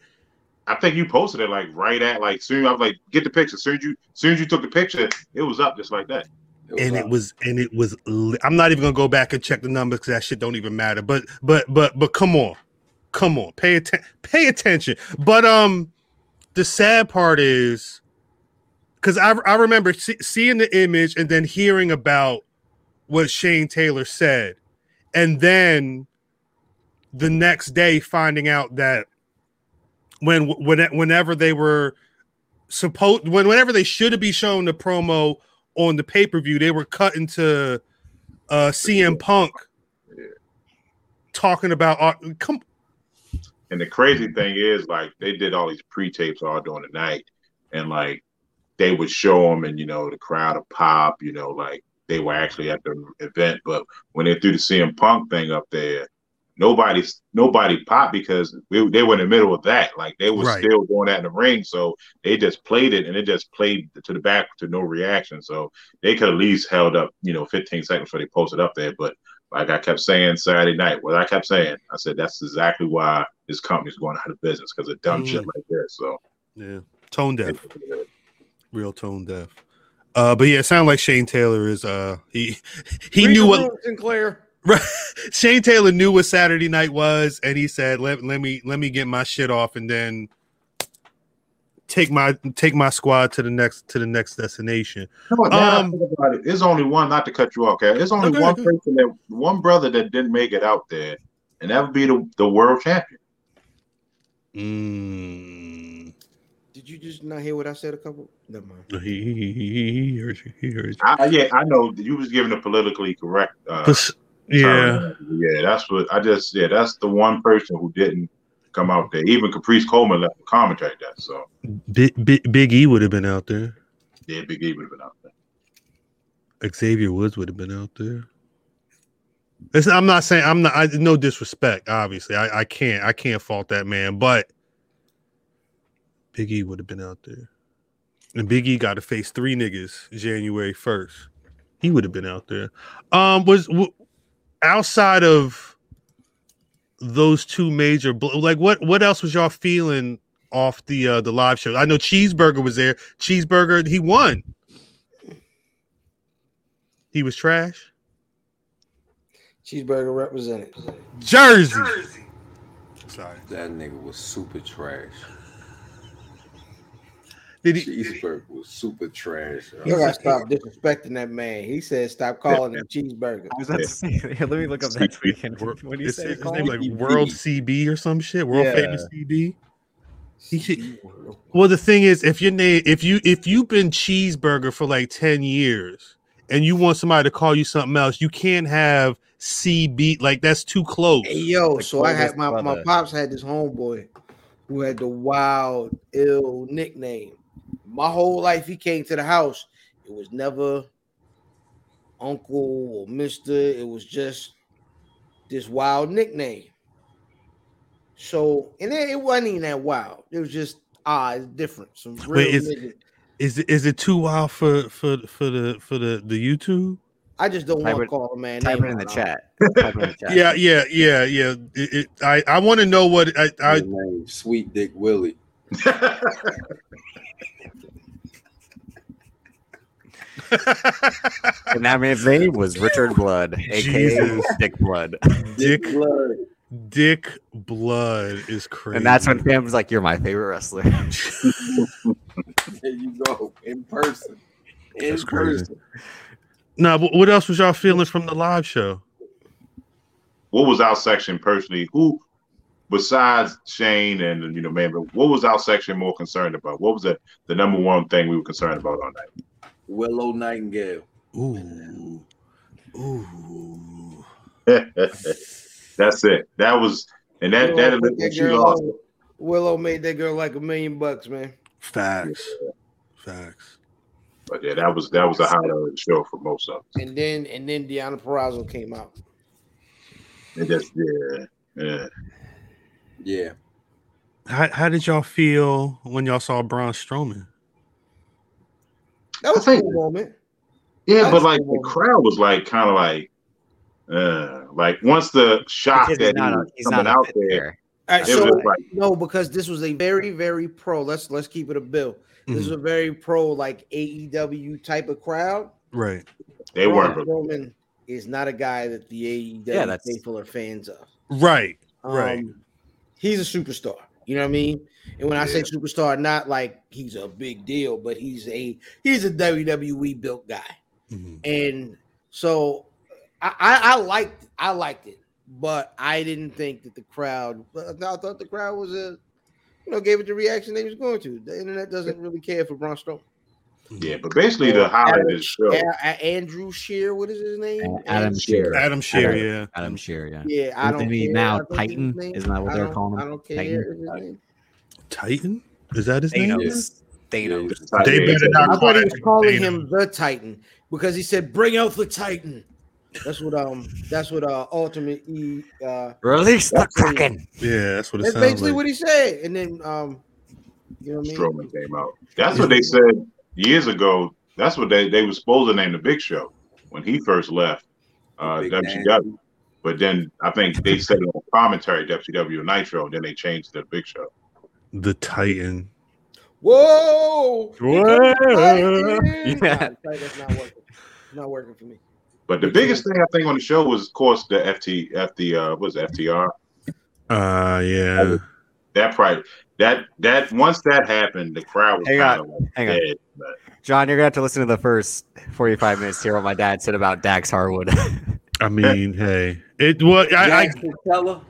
L: I think you posted it like right at like soon. I was like, get the picture. Soon as you soon as you took the picture, it was up just like that.
B: and it
C: like,
B: was, and it was. li- I'm not even gonna go back and check the numbers because that shit don't even matter. But, but, but, but, come on, come on, pay attention, pay attention. But um, the sad part is, because I, I remember see- seeing the image and then hearing about what Shane Taylor said, and then the next day finding out that when when whenever they were supposed when whenever they should be shown the promo on the pay per view, they were cut into uh, CM Punk talking about uh, come.
L: And the crazy thing is, like, they did all these pre-tapes all during the night, and like they would show them, and you know, the crowd would pop. You know, like they were actually at the event, but when they threw the CM Punk thing up there, nobody's nobody popped because we, they were in the middle of that. Like they were
B: Right.
L: still doing that in the ring, so they just played it, and it just played to the back to no reaction. So they could at least held up, you know, 15 seconds before they posted up there, but. Like I kept saying Saturday night, what I kept saying, I said that's exactly why this company's going out of business because of dumb shit like this. So
B: Mm. Yeah, tone deaf, real tone deaf. Uh, but yeah, it sounded like Shane Taylor is uh he he
D: Read
B: knew
D: the
B: what
D: room, Sinclair.
B: Right. Shane Taylor knew what Saturday night was, and he said, "Let let me let me get my shit off, and then take my take my squad to the next to the next destination."
L: Come on, now
B: Um,
L: I think about it. There's only one, not to cut you off, Cal. There's only
B: No, go
L: one
B: ahead, go
L: person that one brother that didn't make it out there, and that would be the, the world champion.
B: Mm.
D: Did you just not hear what I said a couple? Never mind.
B: He, he, he, he heard you. He heard you.
L: I, I- yeah, I know that you was giving a politically correct. Uh,
B: But s- yeah,
L: term. yeah, that's what I just. Yeah, that's the one person who didn't come out there. Even Caprice Coleman left the commentary that. So
B: Big, Big, Big E would have been out there.
L: yeah, Big E would have been out there.
B: Xavier Woods would have been out there. It's, I'm not saying I'm not. I, no disrespect, obviously. I, I can't. I can't fault that man, but Big E would have been out there, and Big E got to face three niggas January first. He would have been out there. Um, was w- outside of those two major. Bl- like, what what else was y'all feeling off the uh, the live show? I know Cheeseburger was there. Cheeseburger, he won. He was trash.
D: Cheeseburger represented.
B: Jersey. Sorry.
C: That nigga was super trash.
B: Did he?
C: Cheeseburger was super trash. yo.
D: You gotta stop disrespecting that man. He said, "Stop calling him cheeseburger."
M: I was about to say, here, let me look up that tweet. again. What do you
B: His,
M: say?
B: his
M: Cole?
B: name like World CB or some shit. World
M: Yeah.
B: famous CB. He should- well, the thing is, if your name, if you if you've been cheeseburger for like ten years, and you want somebody to call you something else, you can't have CB. Like that's too close.
D: Hey, yo,
M: Like
D: so I
M: Clover's
D: had my, my
M: brother.
D: pops had this homeboy who had the wild, ill nickname. My whole life, he came to the house. It was never uncle or mister. It was just this wild nickname. So, and it, it wasn't even that wild. It was just odd, it's different. Some real
B: Wait, is-
D: nigga.
B: Is it is it too wild for for for the for the the YouTube?
D: I just don't
M: Type
D: want to
M: it-
D: call a man.
M: Type
D: name
M: it in the
D: out.
M: chat.
K: Type it in the chat.
B: Yeah, yeah, yeah, yeah. It- it- I I want to know what I, I
C: His name, Sweet Dick Willie.
K: And that man's name was Richard Blood, aka
B: Jesus.
K: Dick Blood.
B: Dick
C: Blood.
B: Dick Blood is crazy.
K: And that's when Pam was like, "You're my favorite wrestler."
C: There you go. In person. In
B: That's crazy.
C: person.
B: Now, wh- what else was y'all feeling from the live show?
L: what was our section personally? Who, besides Shane and you know, man, but what was our section more concerned about? What was the, the number one thing we were concerned about all night?
C: Willow Nightingale.
B: Ooh, ooh.
L: That's it. That was, and that
D: Willow, made
L: that
D: that
L: when she
D: girl-
L: lost,
D: Willow made that girl like a million bucks, man.
B: Facts. Facts.
L: but yeah, that was that was a highlight of the show for most of us.
D: And then and then Deanna Perrazzo came out.
L: It just yeah, yeah.
C: Yeah.
B: How, how did y'all feel when y'all saw Braun Strowman?
D: That was
L: I
D: a
L: think-
D: cool moment.
L: Yeah, but
D: That's
L: like
D: cool.
L: the crowd was like kind of like, uh, like once the shock
K: Because
L: that
K: he's not,
B: Ah,
L: he
K: a-
L: was
K: he's
L: coming
K: not
L: out
K: out
L: there,
K: there.
D: All right,
L: it was
D: so
L: just like
D: no, because this was a very, very pro. Let's let's keep it a bill. This is a very pro, like AEW type of crowd.
B: Right.
L: they
D: Braun
L: weren't.
D: Strowman is not a guy that the AEW
K: Yeah, that's-
D: faithful are fans of. Um,
B: Right. Right.
D: He's a superstar. You know what I mean? And when I say
L: Yeah.
D: superstar, not like he's a big deal, but he's a he's a WWE built guy.
B: Mhm.
D: And so I, I, I liked I liked it, but I didn't think that the crowd I thought the crowd was a you know gave it the reaction they was going to. The internet doesn't really care for Braun Strowman.
L: Yeah, but basically the highlight of the show.
D: A- A- Andrew Shear, what is his name?
K: Adam Shearer.
B: Adam Shearer, yeah.
K: Adam Shearer. Yeah.
D: Yeah, I
K: Isn't
D: don't
K: he
D: care.
K: now
D: I think it's his
K: Titan?
D: name.
K: Isn't that what
D: I
K: they're
D: don't-
K: calling him?
D: I don't care.
K: Titan?
D: It's his name.
B: Titan? Is that his name?
K: Thanos. Thanos.
B: They
L: Yeah,
B: better not
D: I
B: call
D: thought he
B: that
D: was calling him the Titan because he said, "Bring out the Titan." That's what um. That's what uh. Ultimate E. Uh,
K: Release the Kraken.
B: Yeah, that's what it
D: that's
B: sounds
D: basically
B: like.
D: what he said. And then um, you know what I mean.
L: Strowman came out. That's what they said years ago. That's what they, they were supposed to name the Big Show when he first left uh,
C: Big
L: WCW.
C: Nasty.
L: But then I think they said it on commentary WCW Nitro, and then they changed to the Big Show.
B: the Titan.
D: Whoa! Here comes the
B: Whoa.
D: Titan!
K: Yeah.
D: Nah, the Titan, that's not working. It's not working for me.
L: But the biggest thing I think on the show was, of course, the FT, FT uh, what was it, FTR.
B: Uh yeah.
L: That probably that that once that happened, the crowd was
K: Hang
L: kind
K: on,
L: of like
K: hang on.
L: dead. But
K: John, you're gonna have to listen to the first 45 minutes to hear what my dad said about Dax Harwood.
B: I mean, hey. It was I, I
C: Jackson Teller.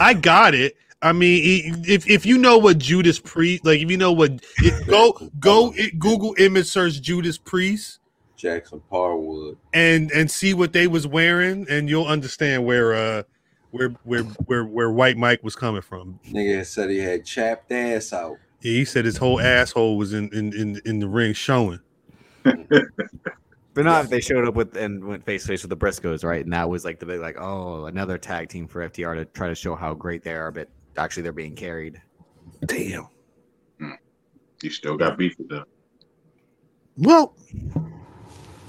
B: I got it. I mean, i- if if you know what Judas Priest, like if you know what, if, go go i- Google image search Judas Priest
C: Jackson Parwood.
B: and and see what they was wearing, and you'll understand where uh where where where where White Mike was coming from.
C: Nigga said he had chapped ass out.
B: He said his whole asshole was in in in, in the ring showing.
K: but not if they showed up with and went face to face with the Briscoes, right? And that was like the big, like, oh, another tag team for FTR to try to show how great they are, but actually they're being carried.
B: Damn.
L: you still got beef with them.
B: Well,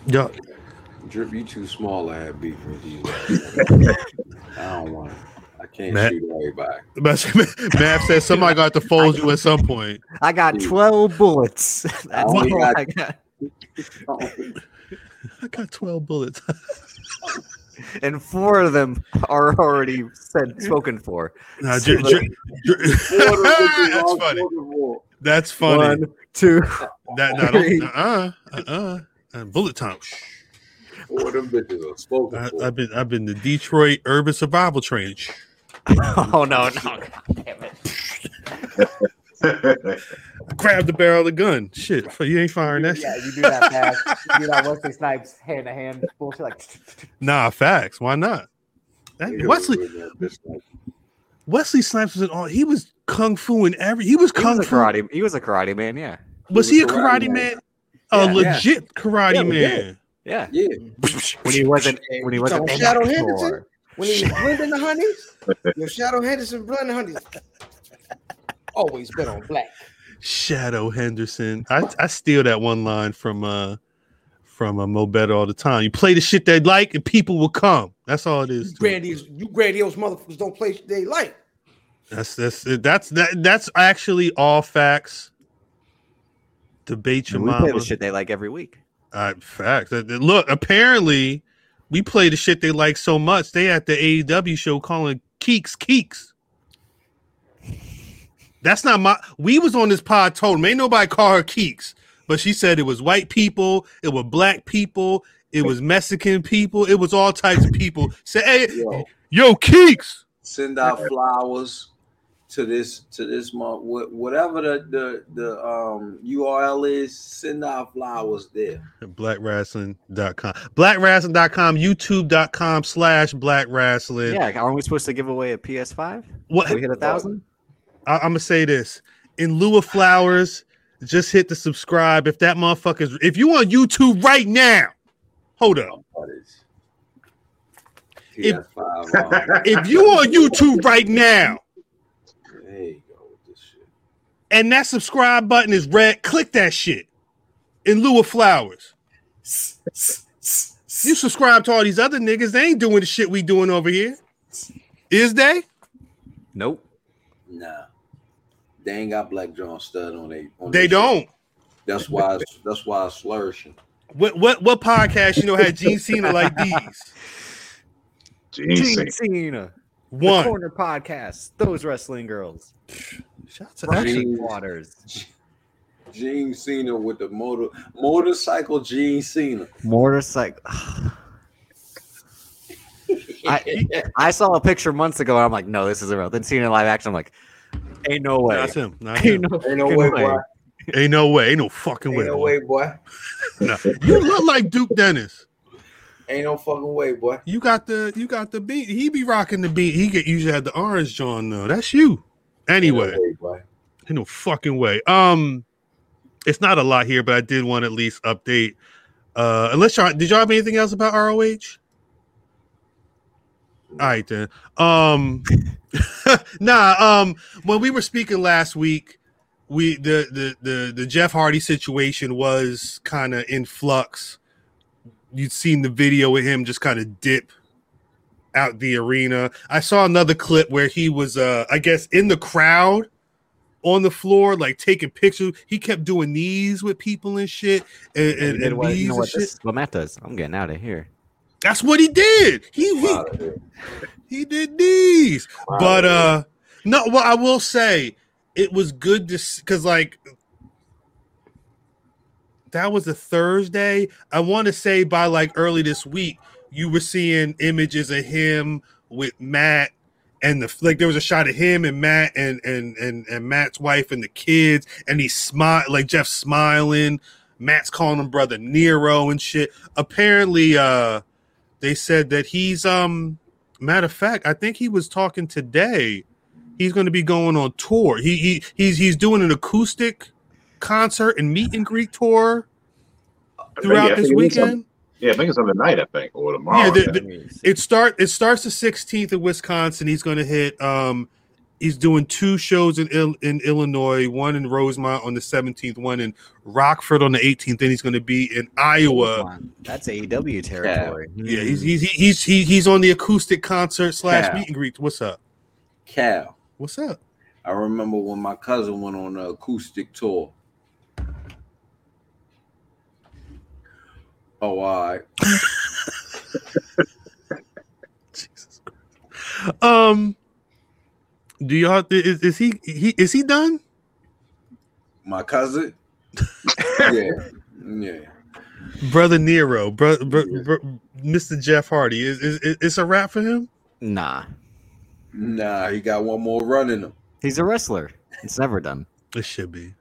B: yeah.
C: Drip, you too small to have beef with you. I don't want it. I can't
B: Matt.
C: shoot everybody.
B: But Mav said somebody got to fold you at some point.
N: Oh
K: I got 12 bullets. That's
C: only
K: all
C: got-
K: I got.
B: I got 12 bullets.
N: and four of them are already said spoken for.
B: Nah, Jer- Jer- Jer- That's funny. That's funny.
N: One, two,
B: That no,
N: three.
B: don't- uh-uh, uh-uh. Uh, bullet time.
C: Four of them bitches are spoken
B: I,
C: for.
B: I've been I've been the Detroit urban survival train.
N: oh no, no, god damn
B: it. Grab the barrel of the gun. Shit, fu- you ain't firing that.
F: Yeah,
B: shit.
F: you do that pass. you do that Wesley Snipes hand to hand bullshit. Like,
B: Nah, facts. Why not? That- Wesley Wesley Snipes was in all. He was kung fu in every. He was kung
N: He was a
B: fu.
N: karate. He was a karate man. Yeah.
B: Was he a karate man? A
N: Yeah.
B: legit karate
N: Yeah, legit.
B: man.
N: Yeah.
C: Yeah.
N: When he wasn't. When he
D: You talking
N: wasn't. an
D: Shadow
N: actor.
D: Henderson? When he was blending the honeys, your Shadow Henderson blending honeys. Always been on black.
B: Shadow Henderson. I, I steal that one line from uh from a uh, Mo Better all the time. You play the shit they like and people will come. That's all it is.
D: Grandiose, you grandiose motherfuckers don't play they like.
B: That's that's that's that that's actually all facts. Debate your
N: We play
B: mama.
N: the shit they like every week.
B: Uh, facts. Uh, Look, apparently we play the shit they like so much. They at the AEW show calling Keeks Keeks. That's not my. We was on this pod told him ain't nobody call her Keeks, but she said it was white people, it was black people, it was Mexican people, it was all types of people. Say, hey, yo, Keeks.
C: Send out flowers to this to this month. What whatever the the the um URL is, send out flowers there.
B: Blackwrestling.com, blackwrestling.com, youtube.com slash blackwrestling.
N: Yeah. Aren't we supposed to give away a PS5?
B: What-
N: We hit a thousand.
B: I, I'm gonna say this in lieu of flowers, just hit the subscribe. If that motherfucker's if you on YouTube right now, hold up. If, if you on YouTube right now, and that subscribe button is red, click that shit in lieu of flowers. You subscribe to all these other niggas, they ain't doing the shit we doing over here. Is they?
N: Nope.
C: Nah. They ain't got Black John Stud on they on
B: They
C: they
B: don't.
C: that's why it's, that's why it's flourishing.
B: What what what podcast you know had Gene Cena like these?
N: Gene Cena. The
B: One.
N: corner podcast. Those wrestling girls.
B: Shout
C: to
N: Roxy
C: Gene.
N: Waters.
C: Gene Cena with the motor motorcycle Gene Cena.
N: Motorcycle. I I saw a picture months ago and I'm like, no, this isn't real. Then seeing it in live action, I'm like, ain't no way.
B: That's him. Not him.
N: Ain't no,
C: Ain't no
N: fucking
C: way,
N: way.
C: boy.
B: Ain't no way. Ain't no fucking way.
C: Ain't no
B: boy.
C: way, boy.
B: No. You look like Duke Dennis.
C: Ain't no fucking way, boy.
B: You got the you got the beat. He be rocking the beat. He get usually had the orange John though. That's you. Anyway,
C: Ain't no way, boy.
B: ain't no fucking way. Um, it's not a lot here, but I did want to at least update. Uh, unless y'all did y'all have anything else about ROH? All right then. Um, nah. Um, when we were speaking last week, we the the the the Jeff Hardy situation was kind of in flux. You'd seen the video of him just kind of dip out the arena. I saw another clip where he was, uh, I guess, in the crowd on the floor, like taking pictures. He kept doing these with people and shit, and,
N: You
B: and,
N: did
B: and
N: what-
B: knees
N: you know
B: and
N: what
B: shit.
N: this Lamette does. I'm getting out of here.
B: That's what he did. He he, he did these. But uh no, well, I will say it was good to because like that was a Thursday. I want to say by like early this week, you were seeing images of him with Matt and the like there was a shot of him and Matt and and and, and Matt's wife and the kids and he smile like Jeff smiling. Matt's calling him brother Nero and shit. Apparently uh they said that he's um matter of fact, I think he was talking today. He's going to be going on tour. He he he's he's doing an acoustic concert and meet and greet tour
L: I think- I
B: throughout this
L: think it is on-
B: weekend.
L: Yeah, I think it's on the night. I think or tomorrow.
B: Yeah,
L: Yeah,
B: the- It start it starts the 16th in Wisconsin. He's going to hit um he's doing two shows in Il- in Illinois, one in Rosemont on the 17th, one in Rockford on the 18th, and he's going to be in Iowa.
N: That's AEW territory.
B: Yeah, he's he's he's he's he's on the acoustic concert slash
C: Cal.
B: meet and greet. What's up?
C: Cal.
B: What's up?
C: I remember when my cousin went on an acoustic tour. Oh, all right.
B: Um, do y'all is, is he he is he done?
C: My cousin. yeah, yeah.
B: Brother Nero, bro, bro, bro- Mr. Jeff Hardy is, is is it's a wrap for him?
K: Nah,
C: Nah, he got one more run in him.
K: he's a wrestler. It's never done.
B: It should be.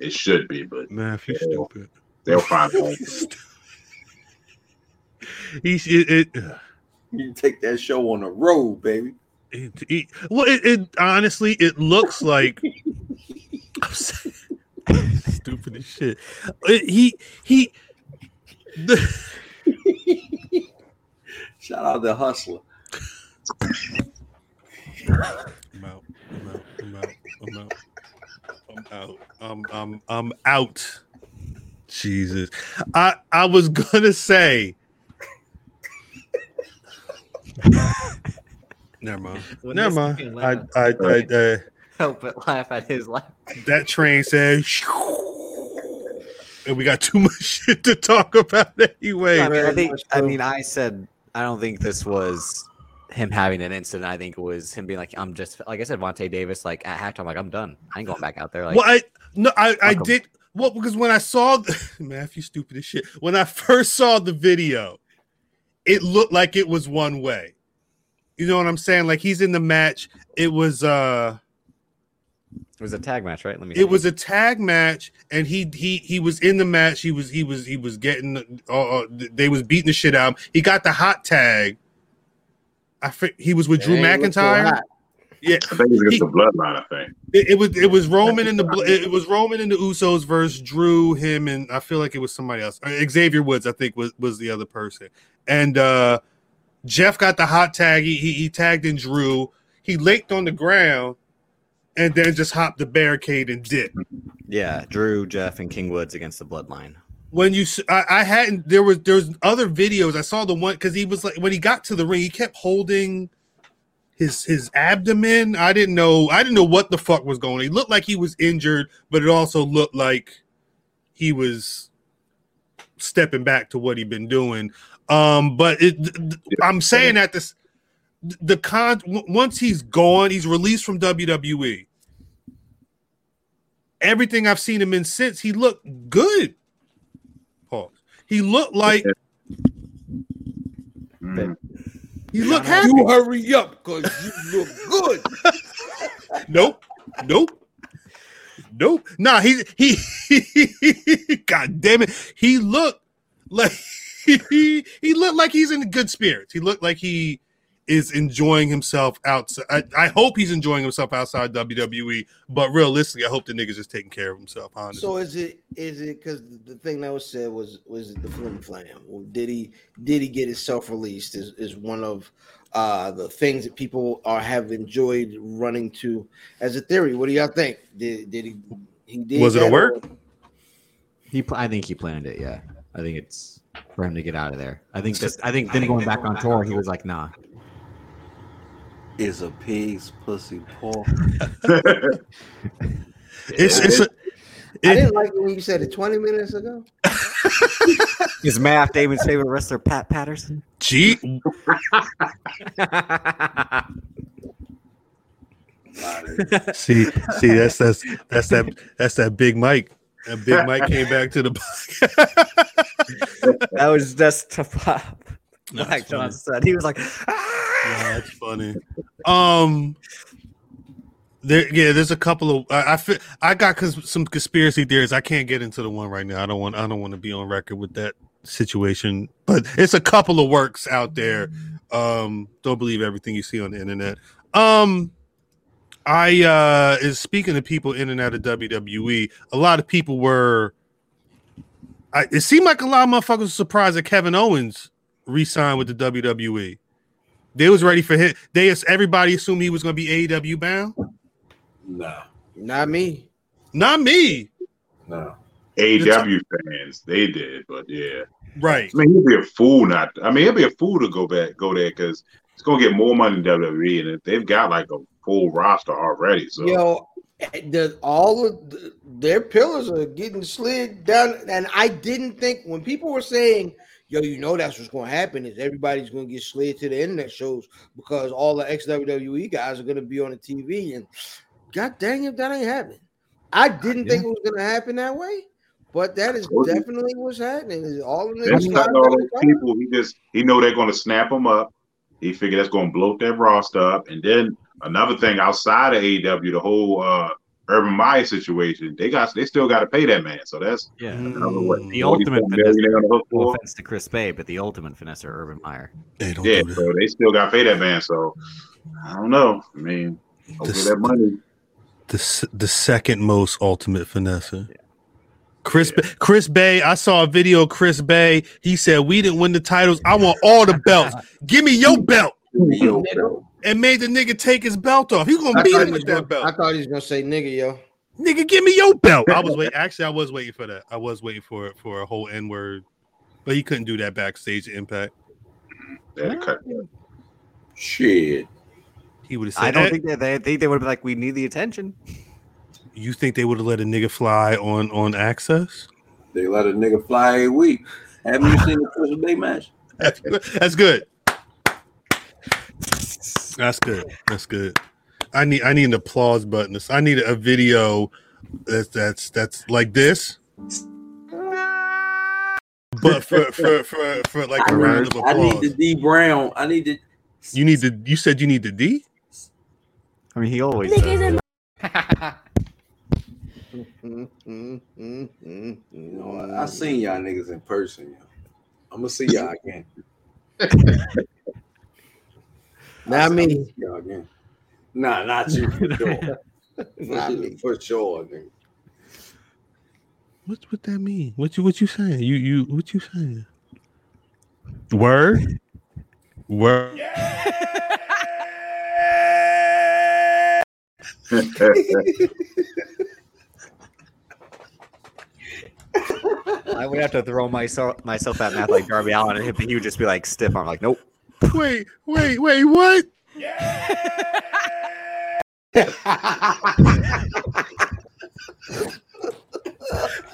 L: It should be, but
B: man, if you're stupid,
L: they'll find one.
B: He sh- it, it
C: You can take that show on the road, baby.
B: it- it- well, it, it honestly it looks like I'm saying- stupid as shit. It- he he. the-
C: Shout out to Hustler.
B: I'm out. I'm out. I'm out. I'm out. I'm out. I'm, I'm, I'm out. Jesus. I, I was going to say. Never mind.
N: When
B: Never
N: this
B: mind.
N: fucking
B: I,
N: laugh-
B: I, I, uh,
N: Help but laugh at his laugh.
B: that train said, and we got too much shit to talk about anyway.
N: I mean, I, think, I mean, I said I don't think this was him having an incident. I think it was him being like, I'm just like I said, Vontae Davis, like at halftime, like I'm done. I ain't going back out there. Like,
B: well, I no, I, I
N: Fuck 'em.
B: did well because when I saw the, Matthew, stupid as shit. When I first saw the video, it looked like it was one way. You know what I'm saying? Like he's in the match. It was uh
N: it was a tag match, right? Let me.
B: it was a tag match, and he he he was in the match. He was he was he was getting uh, uh, they was beating the shit out of him. He got the hot tag. I fi- he was with Drew
L: Dang, what's so
B: McIntyre.
L: hot?
B: Yeah,
L: I think it's against the bloodline. I think.
B: It, it was it was Roman and the Bl- it was Roman and the Usos versus Drew, him, and I feel like it was somebody else. Uh, Xavier Woods, I think, was was the other person. And uh Jeff got the hot tag. He he, he tagged in Drew. He laked on the ground, and then just hopped the barricade and dipped.
N: yeah, Drew, Jeff, and King Woods against the Bloodline.
B: When you, s- I, I hadn't. There was there was other videos. I saw the one because he was like when he got to the ring, he kept holding his his abdomen. I didn't know. I didn't know what the fuck was going. on. He looked like he was injured, but it also looked like he was stepping back to what he'd been doing. Um, but it, th- th- I'm saying that this the con w- once he's gone, he's released from WWE. Everything I've seen him in since, he looked good. Pause. He looked like
L: Mm-hmm.
B: he looked happy.
D: You hurry up because you look good.
B: nope, nope, nope. Nah, he he. God damn it, he looked like he he looked like he's in good spirits. He looked like he is enjoying himself outside. I, I hope he's enjoying himself outside WWE, but realistically, I hope the niggas is taking care of himself. Honestly,
D: So is it is it because the thing that was said was was it the flim flam? Or did he did he get himself released? Is is one of uh the things that people are have enjoyed running to as a theory? What do y'all think? Did did he he did
N: Was it a
D: that,
N: work?
D: or-
N: He, pl- I think he planned it. Yeah, I think it's for him to get out of there. I think just, I think then going back on tour, he was like, nah.
C: Is a pig's pussy poor?
B: It's- it's a-
D: I didn't like it when you said it 20 minutes ago.
N: Is Matt Damon's favorite wrestler Pat Patterson?
B: Gee, see, see, that's that's that's that that's that big Mike. That big Mike came back to the
N: that was just to pop.
B: Nah,
N: Black
B: it's funny.
N: John said he was like, "Ah!"
B: Yeah, that's funny. Um, there, yeah, there's a couple of I, I feel I got cons- some conspiracy theories. I can't get into the one right now. I don't want I don't want to be on record with that situation. But it's a couple of works out there. Um, don't believe everything you see on the internet. Um, I uh is speaking to people in and out of WWE. A lot of people were. I, it seemed like a lot of motherfuckers were surprised that Kevin Owens re-signed with the E. WWE. They was ready for him. They everybody assumed he was going to be AEW bound.
C: No,
D: not me.
B: Not me.
C: No.
L: AW fans, they did, but yeah.
B: Right.
L: I mean, he'd be a fool not. I mean, he'd be a fool to go back, go there because E, it's gonna get more money than WWE, and they've got like a full roster already. So
D: Yo, eh, the, all of the, their pillars are getting slid down. And I didn't think when people were saying, "Yo, you know that's what's going to happen is everybody's going to get slid to the internet shows because all the ex WWE guys are going to be on the TV." And God dang it, that ain't happening. I didn't think it was going to happen that way, but that is
L: Told you.
D: definitely what's happening. Is all of
L: That's
D: them
L: not all those people. He just he know they're gonna snap him up. He figured that's gonna bloat their roster up. And then another thing outside of AEW, the whole uh Urban Meyer situation, they got they still gotta pay that man. So that's
F: Yeah.
L: another what,
F: The ultimate
L: 44
F: finesse.
L: million on the hook
F: No
L: for?
F: offense to Chris Bay, but the ultimate finesse are Urban Meyer.
L: Yeah, so they still gotta pay that man. So I don't know. I mean, hopefully
B: This-
L: that money.
B: The s- the second most ultimate finesse. Chris Ba- Chris Bay, I saw a video. of Chris Bay, he said we didn't win the titles. I want all the belts. Give me your belt. And made the nigga take his belt off. He gonna
D: I
B: beat
D: thought
B: him
D: he was
B: with that
D: gonna-
B: belt.
D: I thought he was gonna say nigga, yo.
B: Nigga, give me your belt. I was wait. Actually, I was waiting for that. I was waiting for for a whole N word, but he couldn't do that backstage at Impact.
C: Shit.
B: He would have said.
F: I don't
B: "Hey,
F: think that they I think they would be like, we need the attention.
B: you think they would have let a nigga fly on on access?
C: They let a nigga fly a week. Haven't you seen the Chris Bay match?
B: That's good. That's good. That's good. That's good. I need I need an applause button. I need a video that's that's that's like this. But for for for, for like a round of
C: I need
B: applause.
C: the D Brown. I need the
B: You need the you said you need the D?
F: I mean he always
D: Mm,
C: You know, I- I seen y'all niggas in person. Yo. I'm gonna see y'all again.
D: Not me.
C: Y'all again. Nah, not you for sure.
D: Not me.
C: for sure, nigga.
B: What's what that mean? What you what you saying? You you what you saying? Word? Word.
F: I would have to throw myself myself at Matt like Darby Allen and he would just be like stiff. I'm like, nope.
B: Wait, wait, wait, what?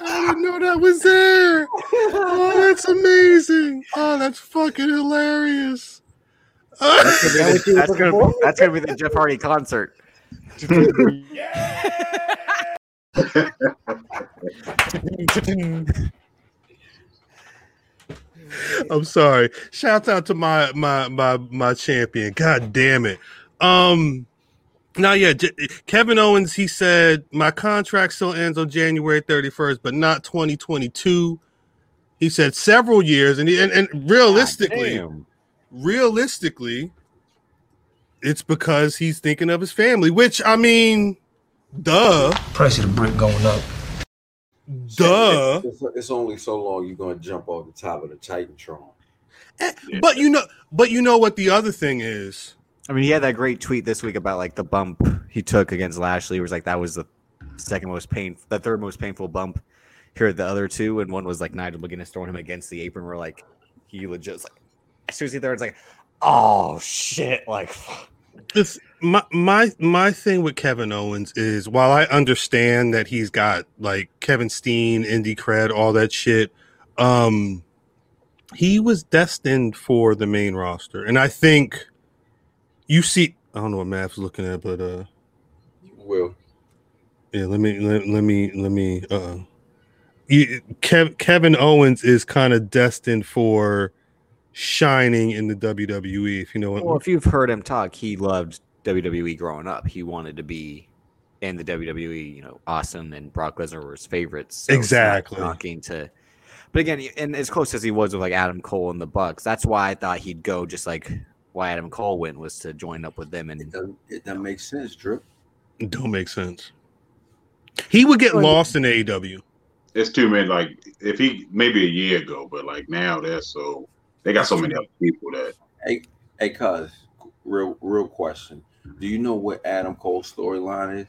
B: I didn't know that was there. Oh, that's amazing. Oh, that's fucking hilarious.
F: That's gonna, be the- that's, gonna be, that's gonna be the Jeff Hardy concert.
B: I'm sorry. Shout out to my my my my champion. God damn it. Um now yeah, J- Kevin Owens he said my contract still ends on January 31st, but not 2022. He said several years and he, and, and realistically
F: damn.
B: realistically it's because he's thinking of his family, which I mean duh.
O: Price of the brick going up.
B: Duh.
C: It's, it's only so long you're gonna jump off the top of the Titantron.
B: But you know but you know what the other thing is?
F: I mean, he had that great tweet this week about like the bump he took against Lashley. It was like that was the second most painful, the third most painful bump. Here are the other two, and one was like Nigel McGuinness throwing him against the apron. Where like he legit was like as soon as he threw, it, it's like, oh shit, like
B: This my my my thing with Kevin Owens is while I understand that he's got like Kevin Steen, indie cred, all that shit, um, he was destined for the main roster, and I think you see. I don't know what Matt's looking at, but uh,
C: Will
B: yeah, let me let, let me let me uh, you, Kev, Kevin Owens is kind of destined for shining in the WWE, if you know what.
F: Well, if you've heard him talk, he loved WWE growing up. He wanted to be in the WWE. You know, Austin and Brock Lesnar were his favorites. so it's not
B: Exactly.
F: Shocking to, but again, and as close as he was with like Adam Cole and the Bucks, that's why I thought he'd go. Just like why Adam Cole went was to join up with them, and
C: it doesn't make sense, Drew.
B: don't make sense. He would get lost in E AEW.
L: It's too many. Like if he maybe a year ago, but like now that's so they got so many other people that
C: Hey, hey, cuz, real, real question. Do you know what Adam Cole's storyline is?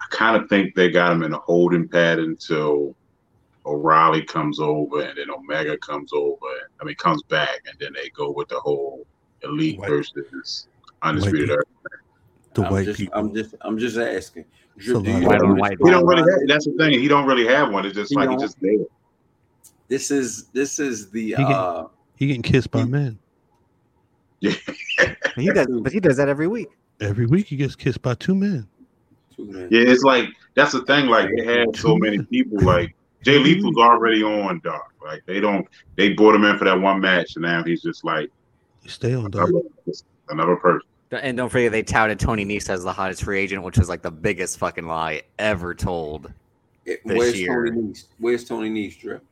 L: I kind of think they got him in a holding pattern until O'Reilly comes over and then Omega comes over. I mean, comes back and then they go with the whole elite versus undisputed. Era.
C: The I'm white just, people. I'm just, I'm just asking.
L: He don't really have, that's the thing. He don't really have one. It's just
C: He
L: like he
C: don't.
L: just there.
C: This is, this is the.
L: He get-
C: uh
P: He getting kissed by men.
N: he does, but he does that every week.
P: Every week he gets kissed by two men.
L: Yeah, it's like that's the thing. Like they had so many people. Like Jay Lethal's already on Doc. Like they don't. They brought him in for that one match, and now he's just like
P: Stay on
L: another, another person.
N: And don't forget, they touted Tony Nese as the hottest free agent, which was like the biggest fucking lie ever told this
C: where's
N: year.
C: Tony Nese? Where's Tony Nese, Drip?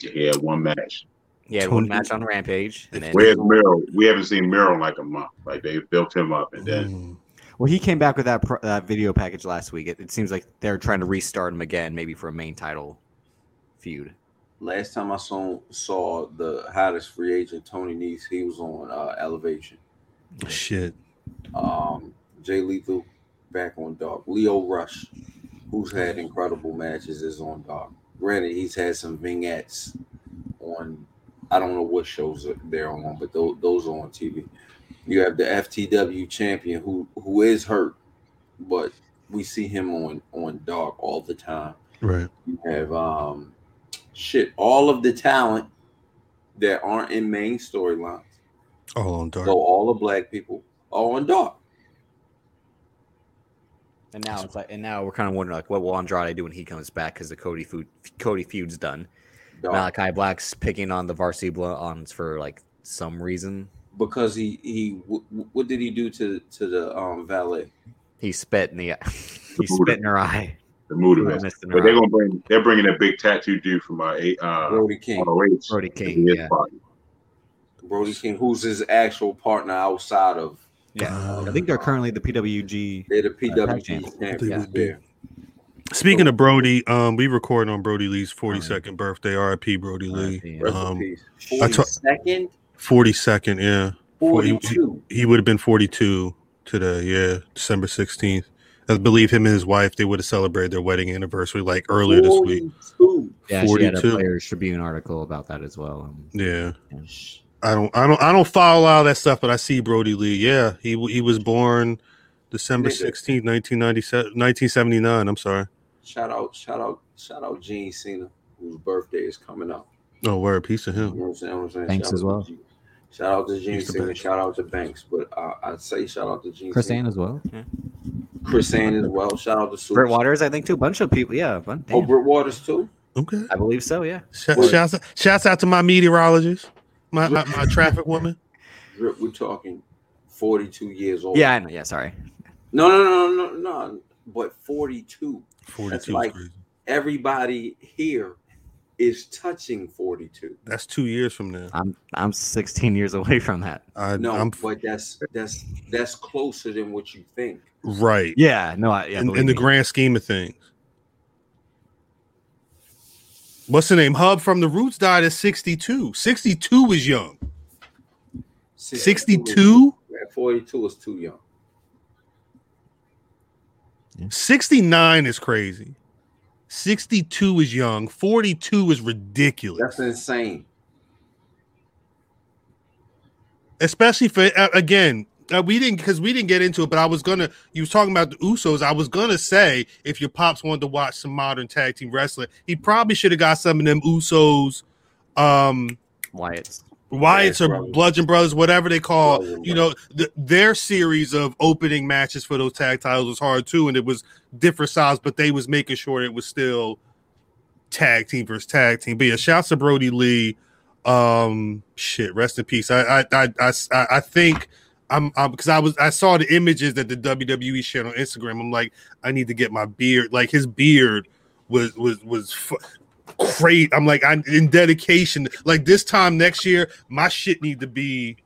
L: Yeah, one match.
N: He had one match on Rampage, and then
L: Where's Merrill? We haven't seen Merrill in like a month. Like they built him up, and then
N: well, he came back with that, pro- that video package last week. It, it seems like they're trying to restart him again, maybe for a main title feud.
C: Last time I saw saw the hottest free agent Tony Nese, he was on uh, Elevation.
P: Shit.
C: Um, Jay Lethal back on Dark. Leo Rush, who's had incredible matches, is on Dark. Granted, he's had some vignettes on. I don't know what shows that they're on, but those, those are on TV. You have the FTW champion who who is hurt, but we see him on on Dark all the time.
P: Right.
C: You have um shit, all of the talent that aren't in main storylines.
P: All on dark.
C: So all the black people are on dark.
N: And now it's like, and now we're kind of wondering like, what will Andrade do when he comes back? Because the Cody feud, Cody feud's done.
B: Oh.
C: Dog.
N: Malachi Black's picking on the Varsity Blondes for like some reason.
C: Because he he w- what did he do to to the um valet?
N: He spit in the he
L: Buddha.
N: spit in her eye.
L: the mood
N: Yeah,
L: of it.
N: Mr.
L: But they're
N: Narayan.
L: gonna bring they're bringing a big tattoo dude from uh, a- uh
C: Brody King.
L: ROH.
N: Brody King,
L: He is
N: yeah.
L: body.
C: Brody King, who's his actual partner outside of
N: Yeah, I think they're currently the PWG.
C: they're the
N: tag
C: PWG
N: champs.
C: champions.
N: Yeah.
C: Yeah.
B: Speaking of Brody, um, we recording on Brody Lee's 42nd birthday. R.I.P. Brody Lee.
C: Rest in
B: Um,
C: peace.
B: I ta-
C: 42nd?
B: 42nd, yeah. Forty- he-
C: 42.
B: He, would have been 42 today, yeah, December 16th. I believe him and his wife, they would have celebrated their wedding anniversary like earlier this week.
N: Yeah, she had a
B: 42.
N: Players Tribune article about that as well. Um,
B: Yeah. I don't I don't I don't follow all that stuff, but I see Brody Lee. Yeah, he w- he was born December
C: Nigga.
B: 16th, 1997 1979, I'm sorry.
C: Shout out, shout out, shout out Gene Cena, whose birthday is coming up.
B: No word, peace to
C: You know
B: him.
C: what I'm saying? You know what I'm saying?
N: Banks
C: Shout
N: as
C: out
N: well.
C: to Gene. Shout out to Gene
N: Mr.
C: Cena,
N: Banks.
C: shout out to Banks, but uh, I'd say shout out to Gene
N: Chris
C: Cena.
N: Ann as well.
C: Chris Ann as well. Shout out to Super.
N: Britt Waters, I think too. A bunch of people. Yeah, a bunch.
C: Oh, Britt Waters too.
B: Okay.
N: I believe so. Yeah.
B: Shout, shouts, shouts out to my meteorologist, my my, my traffic woman.
C: Drip, we're talking 42 years old.
N: Yeah. I know. Yeah. Sorry.
C: No, no, no, no, no. no, But 42.
B: 42
C: That's
B: is
C: like
B: crazy.
C: everybody here is touching 42.
B: That's 2 years from now.
N: I'm I'm 16 years away from that.
B: I,
C: No,
B: I'm
C: but that's that's that's closer than what you think.
B: right.
N: Yeah. No. I, yeah.
B: in,
N: believe
B: in the
N: me.
B: grand scheme of things. What's the name? Hub from the Roots died at 62. 62 is young. 62?
C: Yeah, 42 is too young.
B: 69 is crazy. 62 is young. 42 is ridiculous.
C: That's insane.
B: especially for uh, again uh, we didn't because we didn't get into it but i was gonna you was talking about the usos i was gonna say if your pops wanted to watch some modern tag team wrestling he probably should have got some of them usos um
N: Wyatt's
B: Wyatt's or
N: Brothers.
B: Bludgeon Brothers, whatever they call, you know, th- their series of opening matches for those tag titles was hard too, and it was different size, but they was making sure it was still tag team versus tag team. But yeah, shouts to Brody Lee. Um, shit, rest in peace. I I I I, I- I think I'm because I was I saw the images that the WWE shared on Instagram. I'm like, I need to get my beard. Like his beard was was was. Fu- Great. I'm like, I'm in dedication. Like this time next year, my shit need to be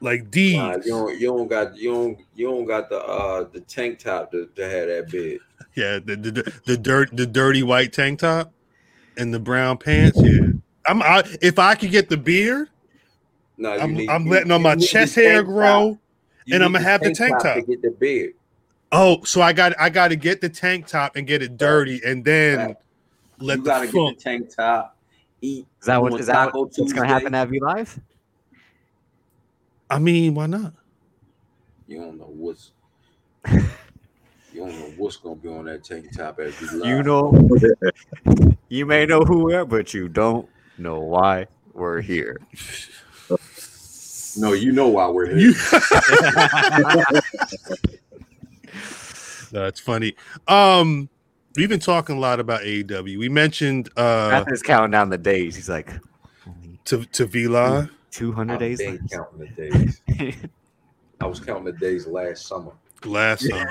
B: like D.
C: Nah, Uh, you don't you don't got you don't you don't got the uh the tank top to, to have that big.
B: Yeah, the, the the the dirt the dirty white tank top and the brown pants. Yeah. I'm I, if I could get the beard,
C: No, you
B: I'm,
C: need,
B: I'm
C: you-
B: letting on
C: you
B: my
C: need the
B: chest hair
C: tank top.
B: grow.
C: You
B: and
C: need
B: I'm gonna have the tank top.
C: to get the beard.
B: Oh, so I got I got to get the tank top and get it dirty, and then let
C: you
B: the
C: gotta
B: funk.
C: get the tank top. Eat.
N: Is that what
C: on
N: is that
C: Taco
N: what's gonna
C: Tuesday.
N: happen at V Live?
P: I mean, why not?
C: You don't know what's you don't know what's gonna be on that tank top as you lie.
N: You know, you may know who we are, but you don't know why we're here.
C: No, you know why we're here.
B: That's funny. Um, we've been talking a lot about AEW. We mentioned uh
N: Matthew's counting down the days. He's like
B: to to Vila.
N: two hundred days.
C: I ain't
N: left.
C: counting the days. I was counting the days last summer.
B: last summer.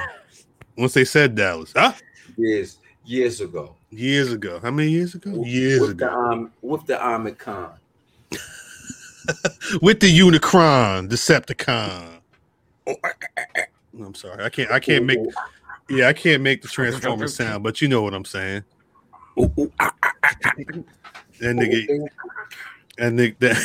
B: Once they said Dallas, huh?
C: Years years ago.
B: Years ago. How many years ago? Years
C: with
B: ago.
C: the um with the Ahmed Khan.
B: With the Unicron, Decepticon. I'm sorry. I can't I Oh, can't make
C: Oh.
B: yeah, I can't make the Transformer sound, but you know what I'm saying. And Oh, nigga and nigga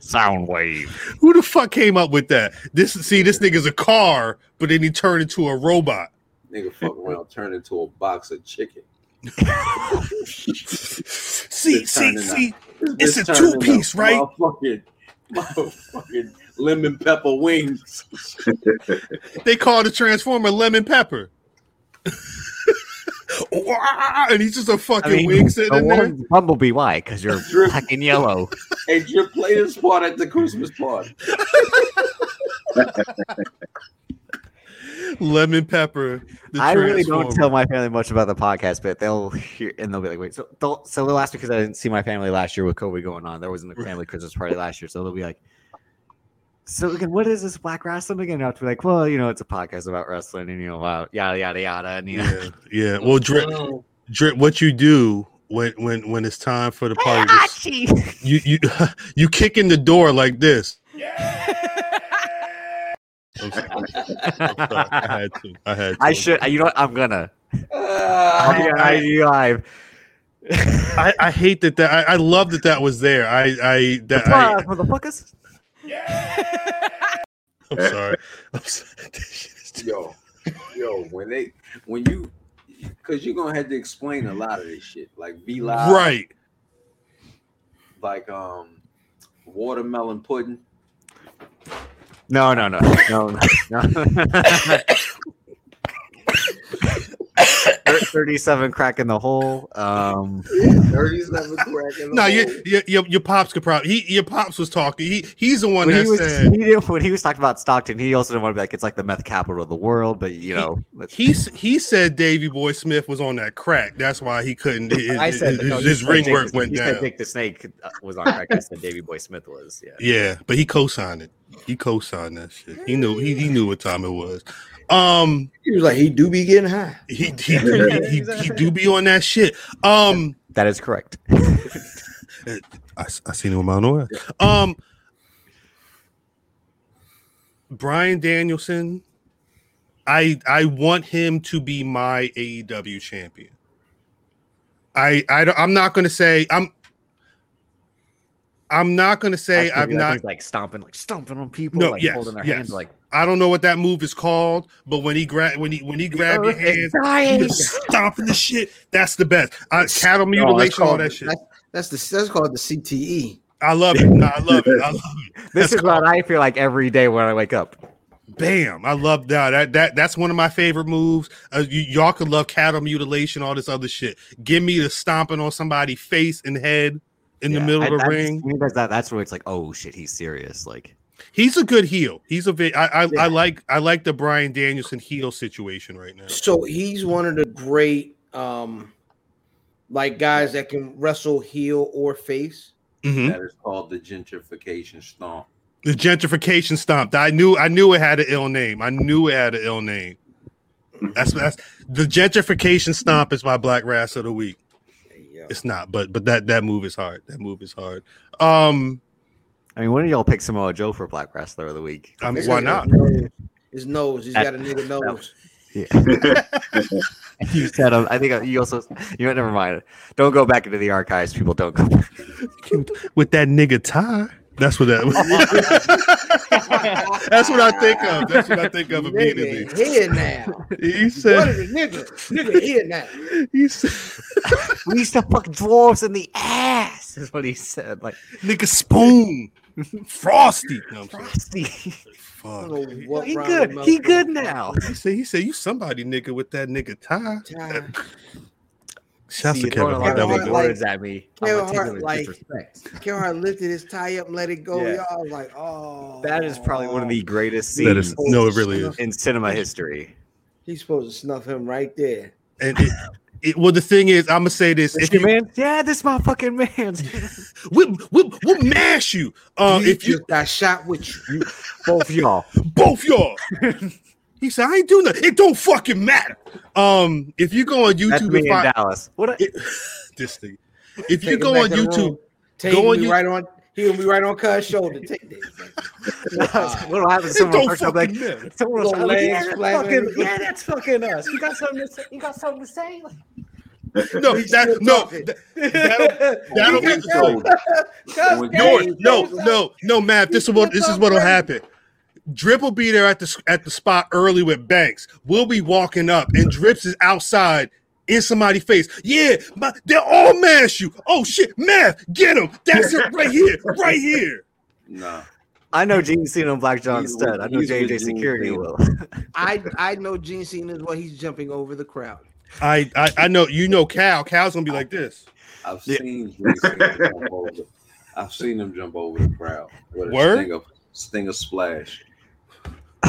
N: Sound wave.
B: Who the fuck came up with that? This see, this nigga's a car, but then he turned into a robot.
C: Nigga fuck around turned into a box of chicken.
B: See, see,
C: This turning
B: see.
C: out-
B: It's
C: this
B: a
C: turning
B: two piece,
C: out
B: right?
C: Motherfucking, motherfucking lemon pepper wings.
B: They call the Transformer Lemon Pepper. and he's just a fucking wing sitting
N: the
B: in there.
N: one- Bumblebee, why? Because you're black and yellow.
C: and you play this part at the Christmas party.
B: Lemon Pepper. the
N: I really don't
B: Transformer.
N: tell my family much about the podcast, but they'll hear and they'll be like, "Wait, so they'll, so they'll ask me because I didn't see my family last year with COVID going on. There wasn't a family Christmas party last year, so they'll be like, "So again, what is this black wrestling again?" And I'll have to be like, "Well, you know, it's a podcast about wrestling, and you know, wow, yada yada yada." And you know,
B: Yeah. Well, drip, drip. What you do when when when it's time for the party?
N: Hachi.
B: is You you you kick in the door like this. I'm sorry. I'm sorry. I had to. I had. To.
N: I should. You know, what? I'm gonna. I'll be on
B: I-
N: IG live.
B: I, I hate that. That I, I love that that was there. I I that I,
N: Surprise, motherfuckers.
B: I'm sorry.
C: yo, yo, when they when you because you're gonna have to explain a lot of this shit, like V Live,
B: Right.
C: Like um, watermelon pudding.
N: No, no, no, no, no. no. Thir- Thirty-seven crack in the hole. Um,
C: Thirty-seven crack in the
B: No,
C: hole.
B: your, your your your pops could probably. He, your pops was talking. He he's the one
N: when
B: that
N: he was
B: said.
N: he did- when he was talking about Stockton, he also didn't want to be like it's like the meth capital of the world, but you know, let's-
B: He, s- he said Davy Boy Smith was on that crack. That's why he couldn't. His,
N: I
B: his,
N: said no, he
B: his
N: said
B: ring
N: Jake
B: work
N: the-
B: went
N: he
B: down.
N: Said Jake the Snake uh, was on crack. I said Davy Boy Smith was. Yeah.
B: Yeah, but he co-signed it. He co-signed that shit. He knew he, he knew what time it was. Um
D: he was like he do be getting high.
B: He he, he, he, do be on that shit. Um
N: that is correct.
B: I, s- I seen him on my own. Um Brian Danielson, I I want him to be my AEW champion. I I don't- I'm not gonna say I'm I'm not gonna say
N: Actually,
B: I'm
N: like,
B: not
N: he's, like stomping, like stomping on people, like holding their hands, like
B: I don't know what that move is called, but when he grab when he when he grabbed your
N: earth is
B: hands,
N: Oh, dying.
B: he was stomping the shit. That's the best. Uh, cattle
D: No, that's
B: mutilation, all
D: called-
B: that shit.
D: That's, that's the that's called the E. CTE.
B: I love it. No, I love it. I love it.
N: this is what I feel like every day when I wake up.
B: Bam! I love that. That that that's one of my favorite moves. Uh, you, y'all could love cattle mutilation, all this other shit. Give me the stomping on somebody's face and head in the
N: Yeah,
B: middle
N: I-
B: of the
N: I just-
B: ring.
N: when he does that, that's where it's like, oh shit, he's serious. Like
B: He's a good heel. He's a vi- I, I, I like I like the Brian Danielson heel situation right now.
D: So he's one of the great um like guys that can wrestle heel or face.
B: Mhm.
C: That is called the gentrification stomp.
B: The gentrification stomped. I knew I knew it had an ill name. I knew it had an ill name. That's that's the gentrification stomp is my black wrass of the week. It's not, but but that that move is hard. That move is hard. Um
N: I mean, when did y'all pick Samoa Joe for Black Wrestler of the Week?
B: I mean, why not?
D: His nose, he's got a nigga nose.
N: Yeah. you said um, I think you also you know never mind. Don't go back into the archives. People don't go. Back.
B: With that nigga tie. That's what that That's what I think of. That's what I think of immediately.
D: Nigga here now.
B: He
D: What
B: said
D: is a nigga? Nigga here now.
B: he said
N: We used to fuck dwarves in the ass. this is what he said. Like
B: nigga spoon, frosty,
N: frosty.
B: Fuck.
N: He good. He good now.
B: He said, he said, you somebody nigga with that nigga tie.
P: Shouts
N: See,
P: to Kevin
N: throwing a
P: Hart.
N: lot
P: That
N: of
P: was
N: big
P: good.
N: words at me.
D: Kevin
N: I'ma take it
D: Hart,
N: with
D: like,
N: disrespect.
D: Kevin Hart lifted his tie up, let it go.
N: Yeah.
D: Y'all was like, oh,
N: That is probably one of the greatest scenes.
P: That is- no, it really is.
N: in cinema history.
D: he's supposed to snuff him right there.
B: And it, it, well, the thing is, I'm gonna say this: if you
N: man, yeah, this motherfucking man.
B: we'll, we'll, we'll mash you. Um,
D: You
B: if you
D: just got shot with you,
N: both y'all,
B: both y'all. he said, I ain't doing that. It don't fucking matter. Um, if you go on YouTube,
N: That's me
B: and
N: in
B: find-
N: Dallas. What a,
B: It- this thing. If you
D: Take
B: go
D: him
B: on
D: back in the room.
B: YouTube,
D: Take
B: go on
D: me
B: You-
D: right on. He gonna be right on Cuz shoulder. Take this.
P: Ah.
N: what'll happen?
B: it
N: Someone
B: don't
N: first, I'm like,
B: fucking matter.
N: someone will
D: Little
N: start, like,
D: legs
N: yeah, that's
D: flapping,
N: fucking,
D: everything.
N: yeah, that's fucking us. You got something to say? You got something to say? Like,
B: No, that, no, that, that'll, that'll be the goal. No, no, no, no, Matt. This is what this is what'll happen. Drip will be there at the at the spot early with Banks. We'll be walking up, and Drips is outside in somebody's face. Yeah, my, they're all mad at you. Oh shit, Math, get him. That's it right here, right here.
C: Nah.
N: I know Gene Cena and Black John
C: He's
N: Stud.
C: with-
N: I know
C: he's with
N: JJ
C: Gene
N: Security
C: Cena.
N: will.
D: I I know Gene Cena is what he's jumping over the crowd.
B: I, I I know you know Cal. Cal's gonna be like this.
C: I've seen Jimmy Snuka jump over. I've seen him jump over the crowd. What a
B: Word?
C: stinger, stinger splash.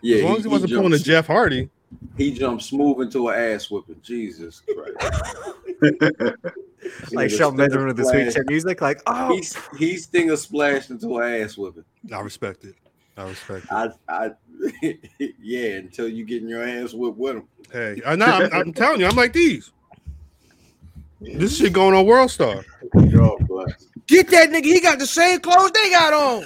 C: yeah,
B: as long as he wasn't pulling a
C: jumped-
B: Jeff Hardy.
C: He jumped smooth into an ass whipping. Jesus Christ!
N: like
C: Nigga
N: Shelton Benjamin with the sweet
C: splash.
N: shit music. Like, oh,
C: He's he stinger splashed into an ass whipping.
B: I respect it. I respect it.
C: I, I, yeah. Until you getting your ass whipped with him.
B: Hey, I know. I'm, I'm telling you, I'm like these. This shit going on World Star.
C: God bless.
D: Get that nigga. He got the same clothes they got on.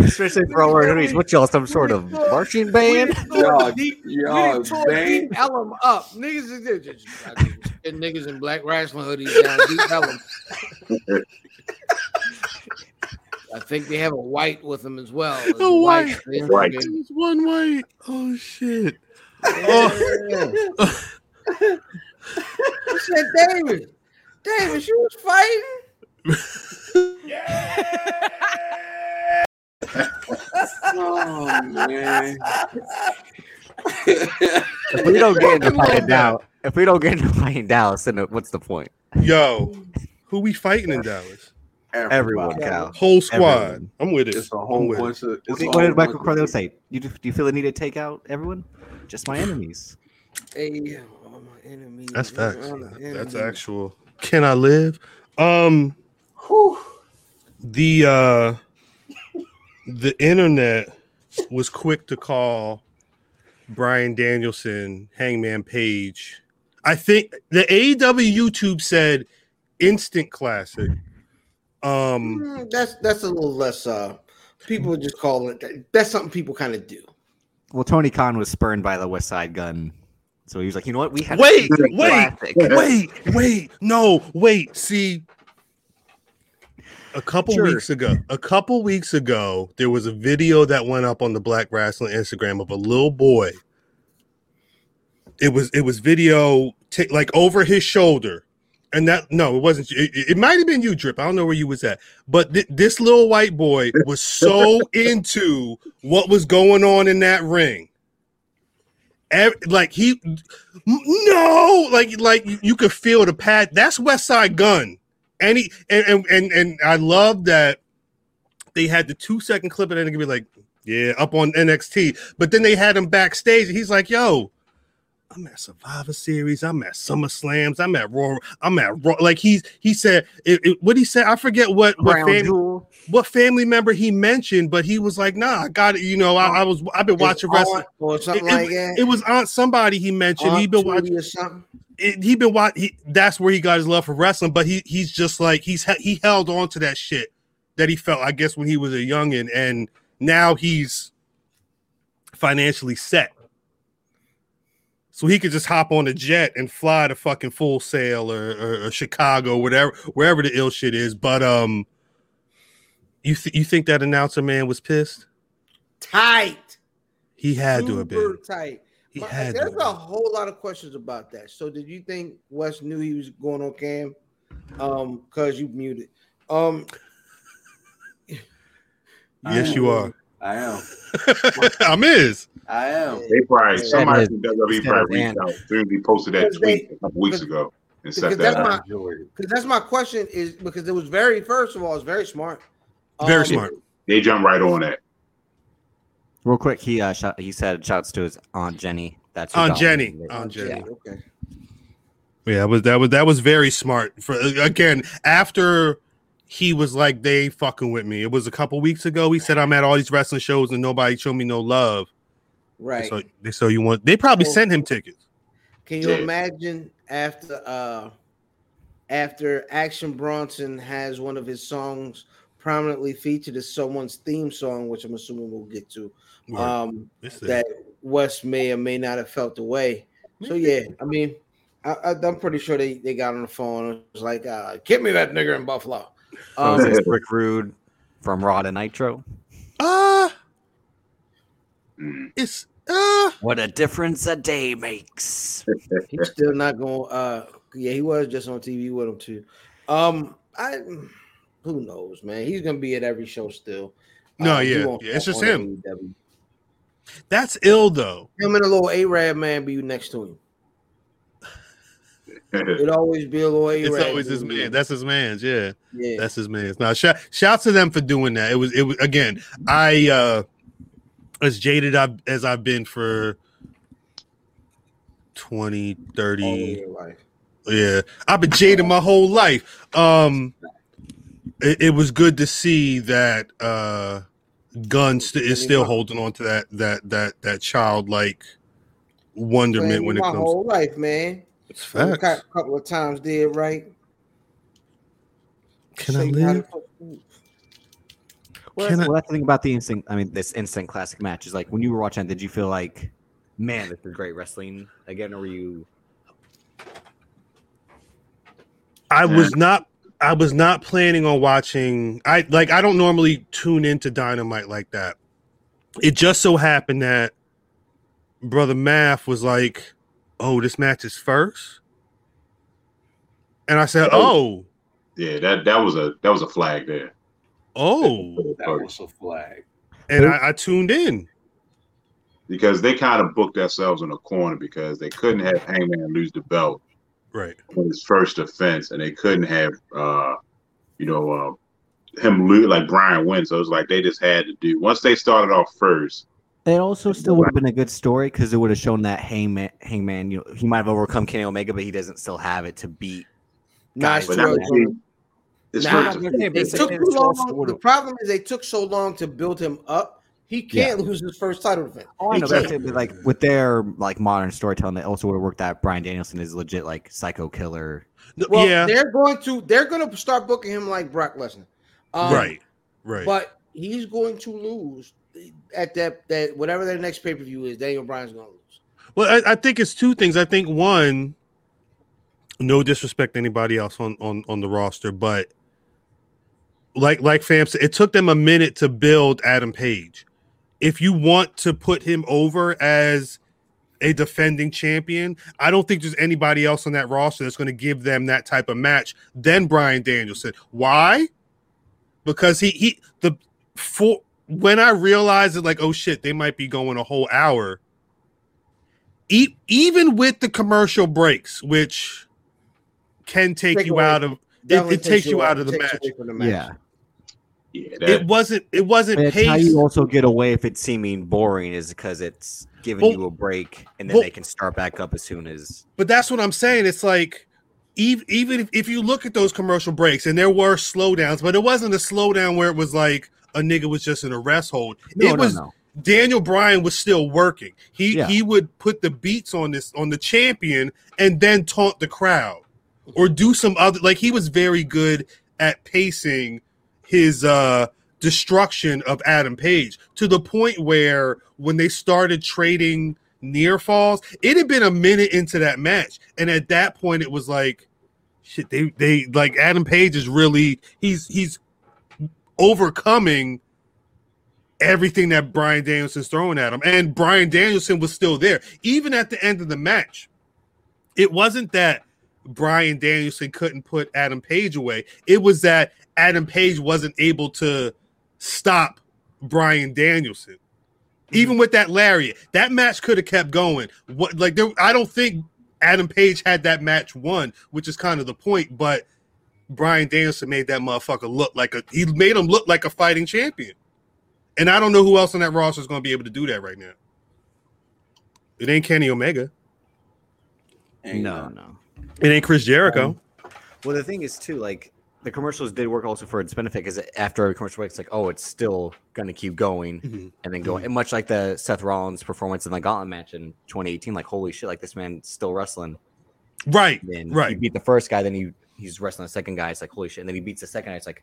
N: especially for all our hoodies. What y'all, some sort of marching
D: We
N: band?
D: done tore
C: Y'all,
D: deep, we
C: y'all,
D: done tore
C: bang.
D: deep Ellum up. Niggas is just, just, and niggas in black wrestling hoodies down deep Ellum. I think they have a white with them as well. It's
B: A white.
D: They-
L: White.
D: they-
B: It's one way. Oh shit. Oh,
D: I said, David, David, you was fighting.
C: Oh man.
N: If we don't get into playing Dallas, if we don't get into playing Dallas, then what's the point?
B: yo, who we fighting in Dallas?
N: Everyone, Cal.
B: Whole squad.
N: Everyone.
B: I'm with it.
C: It's a
B: I'm
C: whole
B: with it.
C: bunch of.
N: What
C: It's a
N: did,
C: whole
N: what did Michael
C: bunch of-
N: Corleone say? You do, do you feel the need to take out everyone? Just my enemies.
D: Hey, all my enemies.
P: That's facts.
D: all my
B: That's
D: enemies.
B: actual. Can I live? Um, the uh, the internet was quick to call Brian Danielson Hangman Page. I think the AEW YouTube said instant classic. Um,
D: Mm, That's that's a little less. Uh, people just call it. that. That's something people kind of do.
N: Well, Tony Khan was spurned by the West Side Gun, so he was like, you know what? We have
B: Wait,
N: to
B: wait, wait, wait, no, wait. See, a couple
N: Sure.
B: weeks ago, a couple weeks ago, there was a video that went up on the Black Wrestling Instagram of a little boy. It was it was video ta- like over his shoulder, and that no, it wasn't. It, it- it might have been you, Drip. I don't know where you was at, but thi- this little white boy was so into what was going on in that ring. Ev- like he no like like you- you could feel the pad that's west side gun and he and and and, and i love that they had the two second clip and then it could be like yeah up on nxt but then they had him backstage and he's like yo i'm at survivor series i'm at summer slams i'm at royal i'm at Raw. like he's he said it, it- what he said i forget what what
N: Crown
B: family,
N: Jewel.
B: what family member he mentioned but he was like nah i got it you know i, I was i've been watching
D: It's
B: wrestling
D: on or something
B: it,
D: like
B: it-
D: that.
B: it was on somebody he mentioned. he
D: Aunt
B: been
D: Judy
B: watching.
D: or something.
B: It, he been watch. He, that's where he got his love for wrestling. But he he's just like he's he- he held on to that shit that he felt. I guess when he was a youngin, and now he's financially set, so he could just hop on a jet and fly to fucking Full Sail or, or, or Chicago, whatever wherever the ill shit is. But um, you th- you think that announcer man was pissed?
D: Tight.
B: He had to
D: Super
B: have been.
D: tight.
P: He
D: But
P: had
D: there's
P: to.
D: a whole lot of questions about that. So did you think Wes knew he was going on cam? Um, cause you muted. Um
P: Yes, you are.
C: I am.
P: I'm is.
C: I am.
L: They probably
P: Yeah.
L: somebody
P: Yeah.
L: from WWE
P: Yeah.
L: probably reached out. They posted that
D: Because they-
L: tweet a couple weeks ago and
D: because
L: set
D: that's
L: that
D: my
L: up.
D: because that's my question is because it was very first of all, it's very smart. Um,
L: Very
N: smart.
L: They jump right on that.
N: Real quick, he uh, shot, he said shouts to his aunt Jenny. That's who
B: Aunt
N: got
B: Jenny. Uh.
N: him.
B: Aunt Jenny.
D: Okay.
B: Yeah, that was that was that was very smart. For again, after he was like, "They ain't fucking with me." It was a couple weeks ago. He said, "I'm at all these wrestling shows and nobody showed me no love."
D: Right.
B: So they so you want? They probably sent him tickets.
D: Can you
B: Yeah.
D: imagine after uh after Action Bronson has one of his songs prominently featured as someone's theme song, which I'm assuming we'll get to,
B: Right.
D: um,
B: This is-
D: that West may or may not have felt the way. So yeah, I mean, I, I, I'm pretty sure they, they got on the phone. and was like, uh, "Give me that nigger in Buffalo."
N: So is
D: Um,
N: this Rick Rude from Raw to Nitro?
B: uh, it's uh,
N: What a difference a day makes.
D: He's still not going. Uh, yeah, he was just on TV with him too. Um, I who knows, man? He's gonna be at every show still.
B: No,
D: Um, he
B: yeah,
D: won't
B: yeah, it's
D: stop
B: just
D: on
B: him.
D: AEW.
B: That's ill though.
D: Him and a little Arab man be next to him. It always be a little Arab.
B: It's always his man. That's his man's. Yeah.
D: Yeah.
B: That's his man's. Now, shout shout to them for doing that. It was it was again. I uh as jaded I, as I've been for 20,
D: Oh,
B: 30 Yeah, I've been jaded my whole life. Um it, it was good to see that uh Gun st- is still holding on to that that that that childlike
D: Man,
B: wonderment when it
D: my
B: comes.
D: whole life, man.
B: It's
D: I was
B: facts.
D: A couple of times did right.
N: Can
D: Show you how to cook.
N: Well, that's, well, that's the thing about the instant. I mean, this instant classic match is like when you were watching. it, Did you feel like, man, this is great wrestling again? Or were you?
B: I was not I was not planning on watching I like I don't normally tune into Dynamite like that. It just so happened that Brother Math was like, Oh, this match is first. And I said, Oh,
L: Yeah, that that was a that was a flag there.
B: oh.
L: That was a flag.
B: And I, I tuned in.
L: Because they kind of booked themselves in a corner because they couldn't have Hangman lose the belt
B: Right.
L: on his first offense, and they couldn't have uh you know uh him lose like Brian win. So it was like they just had to do once they started off first.
N: It also still would have been a good story because it would have shown that Hangman, Hangman, you know, he might have overcome Kenny Omega, but he doesn't still have it to beat.
D: Nice
L: But
N: guys
L: now
N: like that.
L: see, it's
D: Nah,
L: first
D: they,
L: offense.
D: took too long. The problem is they took so long to build him up. He can't lose his first title defense.
N: I know, but that's it, but, like with their like modern storytelling, they also would have worked out. Brian Danielson is legit like psycho killer.
D: well,
N: yeah.
D: they're going to they're going to start booking him like Brock Lesnar, Um,
N: Right, right.
D: But he's going to lose at that that whatever their next pay per view is. Daniel Bryan's going to lose.
B: Well, I, I think it's two things. I think one, no disrespect to anybody else on on on the roster, but like like fam said, it took them a minute to build Adam Page. If you want to put him over as a defending champion, I don't think there's anybody else on that roster that's going to give them that type of match than Brian Danielson. Why? because he he the for when I realized it, like oh shit, they might be going a whole hour. E- even with the commercial breaks, which can take,
D: Take
B: you
D: away-
B: out of it,
D: definitely
B: it takes you out of the
D: takes
B: match.
D: away from the match.
N: Yeah,
B: It wasn't. It wasn't
N: But That's how
B: paced.
N: you also get away if it's seeming boring is because it's giving
B: Well-
N: you a break and then
B: well-
N: they can start back up as soon as
B: But that's what I'm saying. It's like even even if, if you look at those commercial breaks, and there were slowdowns, but it wasn't a slowdown where it was like a nigga was just in a rest hold.
N: No,
B: it
N: no,
B: was
N: no.
B: Daniel Bryan was still working. He
N: Yeah.
B: he would put the beats on this on the champion and then taunt the crowd or do some other like he was very good at pacing his uh destruction of Adam Page to the point where when they started trading near falls, it had been a minute into that match. And at that point it was like shit, they they like Adam Page is really he's he's overcoming everything that Brian Danielson's throwing at him. And Brian Danielson was still there. Even at the end of the match, it wasn't that Brian Danielson couldn't put Adam Page away. It was that Adam Page wasn't able to stop Brian Danielson. Even with that lariat, that match could have kept going. What like there, I don't think Adam Page had that match won, which is kind of the point. But Brian Danielson made that motherfucker look like a he made him look like a fighting champion. And I don't know who else on that roster is going to be able to do that right now. It ain't Kenny Omega.
N: No, no.
B: It ain't Chris Jericho.
N: Well, the thing is too, like the commercials did work also for its benefit because after a commercial break, it's like, oh, it's still going to keep going and then going. And much like the Seth Rollins performance in the Gauntlet match in 2018, like holy shit, like this man's still wrestling.
B: Right,
N: Then He
B: right.
N: beat the first guy, then he he's wrestling the second guy. It's like holy shit, and then he beats the second guy. It's like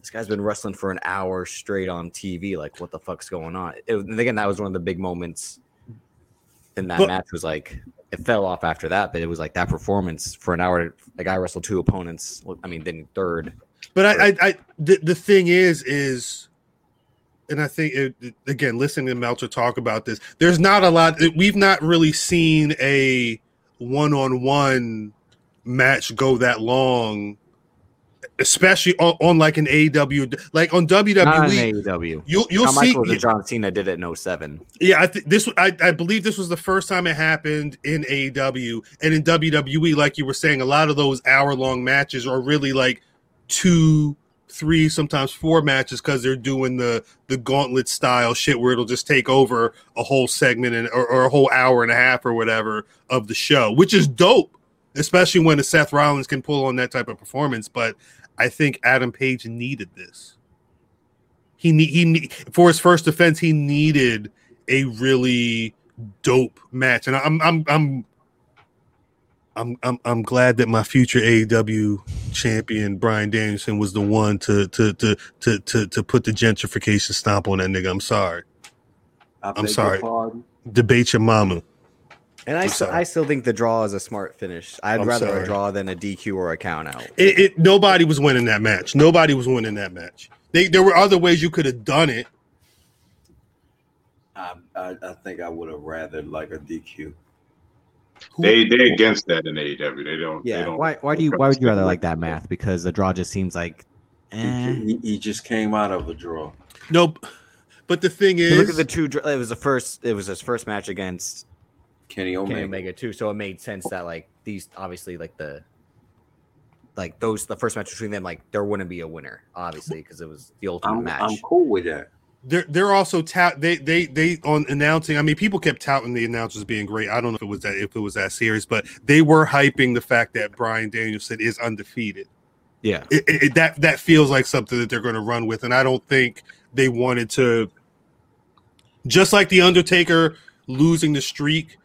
N: this guy's been wrestling for an hour straight on TV. Like what the fuck's going on? It- and again, that was one of the big moments in that
B: But-
N: match. Was like it fell off after that, but it was like that performance for an hour. The guy wrestled two opponents. Well, I mean, then third.
B: But I, I, I the, the thing is, is, and I think it, it- again, listening to Melcher talk about this, there's not a lot. We've not really seen a one-on-one match go that long, especially on, on like an AEW, like on WWE.
N: Not in AEW.
B: You'll- you'll
N: Shawn
B: see-
N: Michaels and John Cena did it in 07.
B: Yeah, I think this. I, I believe this was the first time it happened in AEW and in WWE. Like you were saying, a lot of those hour-long matches are really like two, three, sometimes four matches because they're doing the the gauntlet style shit where it'll just take over a whole segment and or, or a whole hour and a half or whatever of the show, which is dope, especially when a Seth Rollins can pull on that type of performance. But I think Adam Page needed this. He need he need, for his first defense. He needed a really dope match, and I'm I'm I'm I'm I'm, I'm glad that my future AEW champion Brian Danielson was the one to to to to to, to put the gentrification stomp on that nigga. I'm sorry. I'm sorry. Debate your mama.
N: And I,
B: I'm
N: still,
B: sorry.
N: I still think the draw is a smart finish. I'd
B: I'm
N: rather
B: sorry.
N: a draw than a DQ or a count out.
B: It, it nobody was winning that match. Nobody was winning that match. They, there were other ways you could have done it.
C: I, I, I think I would have rather like a DQ.
L: They they against that in AEW. They don't. They don't
N: Why, why do you why would you rather like that math? Because the draw just seems like Eh.
C: He, he just came out of a draw.
B: Nope. But the thing is,
N: look at the two. dra- It was the first. It was his first match against
C: Kenny
N: Omega.
C: Omega.
N: too. So it made sense that like these, obviously, like the like those the first match between them, like there wouldn't be a winner, obviously, because it was the ultimate
C: I'm,
N: match.
C: I'm cool with that.
B: They're they're also tout they they they on announcing. I mean, people kept touting the announcers being great. I don't know if it was that if it was that serious, but they were hyping the fact that Brian Danielson is undefeated.
N: Yeah,
B: It, it, it- that that feels like something that they're going to run with, and I don't think they wanted to. Just like the Undertaker losing the streak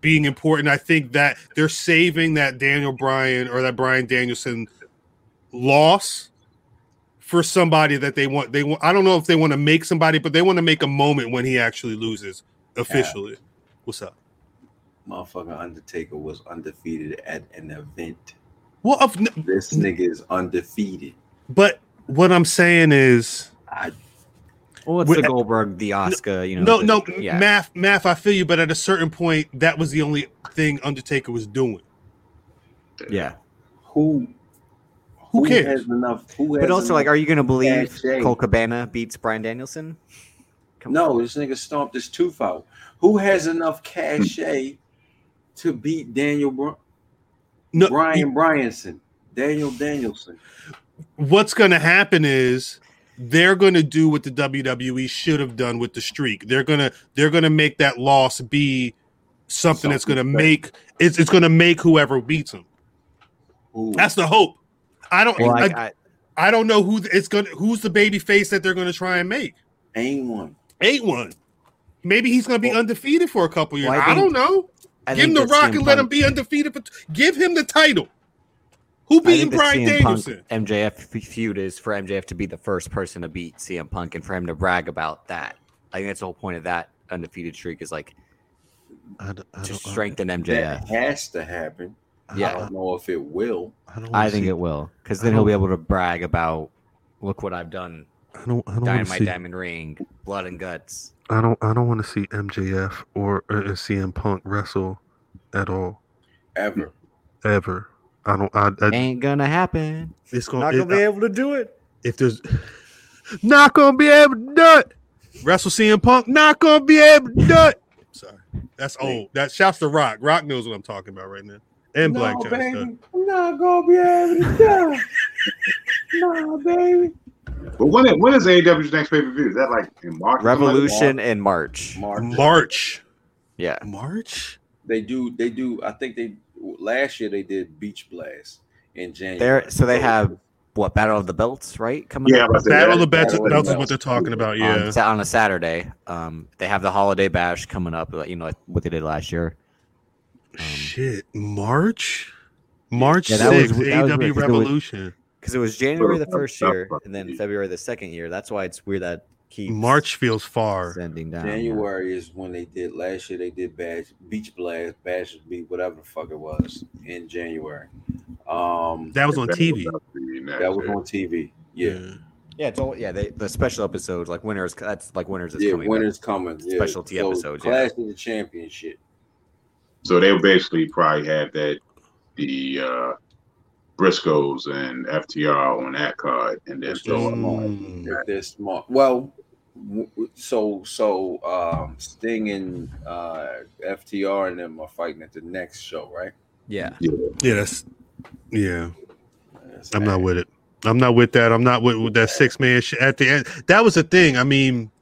B: being important, I think that they're saving that Daniel Bryan or that Brian Danielson loss for somebody that they want. They want. I don't know if they want to make somebody, but they want to make a moment when he actually loses officially. What's up?
C: Motherfucker Undertaker was undefeated at an event.
B: Well, of,
C: this
N: Mm-hmm.
C: nigga is undefeated.
B: But what I'm saying is,
N: well, it's
B: With-
N: the Goldberg, the Oscar, you know.
B: no,
N: the-
B: no,
N: yeah.
B: math, math. I feel you, but at a certain point, that was the only thing Undertaker was doing.
N: Yeah.
C: Who?
B: Who, cares?
C: has enough? Who has
N: But also, like,
C: enough
N: are you gonna believe
C: bad shape?
N: Cole Cabana beats Brian Danielson?
C: No, this nigga stomped his tooth out. Who has
N: Hmm.
C: enough cachet to beat Daniel Br- Brian Bryanson? Daniel Danielson.
B: what's going to happen is they're going to do what the WWE should have done with the streak. They're going to they're going to make that loss be something, that's going to make it's it's going to make whoever beats them. That's the hope. I don't
N: Well, I-
B: I, I don't know who th- it's going to who's the baby face that they're going to try and make.
C: Ain't one.
B: Ain't one. Maybe he's going to be undefeated for a couple years.
N: Well,
B: I,
N: I
B: don't
N: think-
B: know.
N: I
B: give him
N: think
B: the
N: that
B: rock
N: CM
B: and let him
N: Punk-
B: be undefeated. For t- give him the title. Who
N: I
B: beat
N: think the
B: Brian
N: CM Punk
B: Danielson?
N: MJF f- feud is for MJF to be the first person to beat CM Punk and for him to brag about that. I think that's the whole point of that undefeated streak is like to strengthen MJF.
C: That has to happen.
N: Yeah.
C: I don't know if it will.
N: I think it will because then he'll be able to brag about look what I've done.
B: I don't. I don't want to
N: Dynamite
B: see.
N: Diamond Ring, Blood and Guts.
P: I don't. I don't want to see MJF or, or CM Punk wrestle at all.
C: Ever.
P: Ever. I don't. I, I
N: Ain't gonna happen.
P: It's
N: Not gonna be able
P: to do it. If there's not gonna be able to do it. Wrestle CM Punk. Not gonna be able to do it. Sorry, that's old. That shouts to Rock. Rock knows what I'm talking about right now. And
C: No,
P: Black China.
C: baby, I'm not gonna be able to do it. Nah, baby.
L: But when it, when is AEW's next pay per view? Is that like in March?
N: Revolution in March.
C: March.
B: March.
N: Yeah.
B: March.
C: They do. They do. I think they last year they did Beach Blast in January.
N: There. So they have what Battle of the Belts, right? Coming.
B: Yeah,
N: up?
B: I was gonna say Battle of that- the Belts- Battle of the Belts is what they're talking about,
N: On
B: yeah.
N: Sa- on a Saturday. Um, they have the Holiday Bash coming up. like, You know like what they did last year.
B: Shit, March, March
N: Um, Yeah, that was-
B: sixth,
N: that was weird, 'cause it
B: AW
N: was-
B: Revolution.
N: Because it was January the first year, and then February the second year. That's why it's weird that keeps
B: March feels far.
N: Sending down.
C: January is when they did last year. They did Bash Beach Blast, Bash Beat, whatever the fuck it was in January. Um,
B: That was on TV.
C: That was on TV. Yeah, yeah.
N: Yeah, it's all, yeah. They, the special episodes like winners. That's like winners is coming. but
C: winter's coming. Yeah.
N: Specialty
C: So,
N: episodes. Yeah.
C: Clash of the Championship.
L: So they'll basically probably have that the uh, Briscoes and FTR on that card, and then throw them on.
B: Mm.
N: Mm-hmm.
C: If they're smart. Well, w- w- so so um, Sting and uh, FTR and them are fighting at the next show, right?
N: Yeah.
B: Yeah, that's yeah. I'm not with it. I'm not with that. I'm not with, with that six man shit at the end. That was the thing. I mean,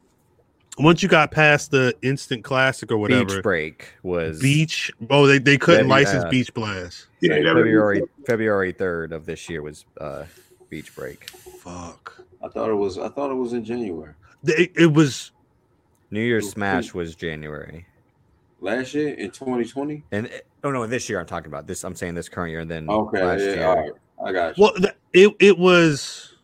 B: once you got past the instant classic or whatever,
N: Beach break was
B: beach. Oh, they, they couldn't
N: Feb-
B: license
N: uh,
B: Beach Blast.
N: February February third of this year was uh, beach break.
B: Fuck.
C: I thought it was. I thought it was in January
B: It, it was
N: New Year's Smash was January,
C: last year in 2020.
N: and it- oh no, this year I'm talking about this. I'm saying this current year, and then
C: Okay,
N: Mm-hmm. last
C: yeah,
N: year.
C: all right. I got you.
B: well. th- It it was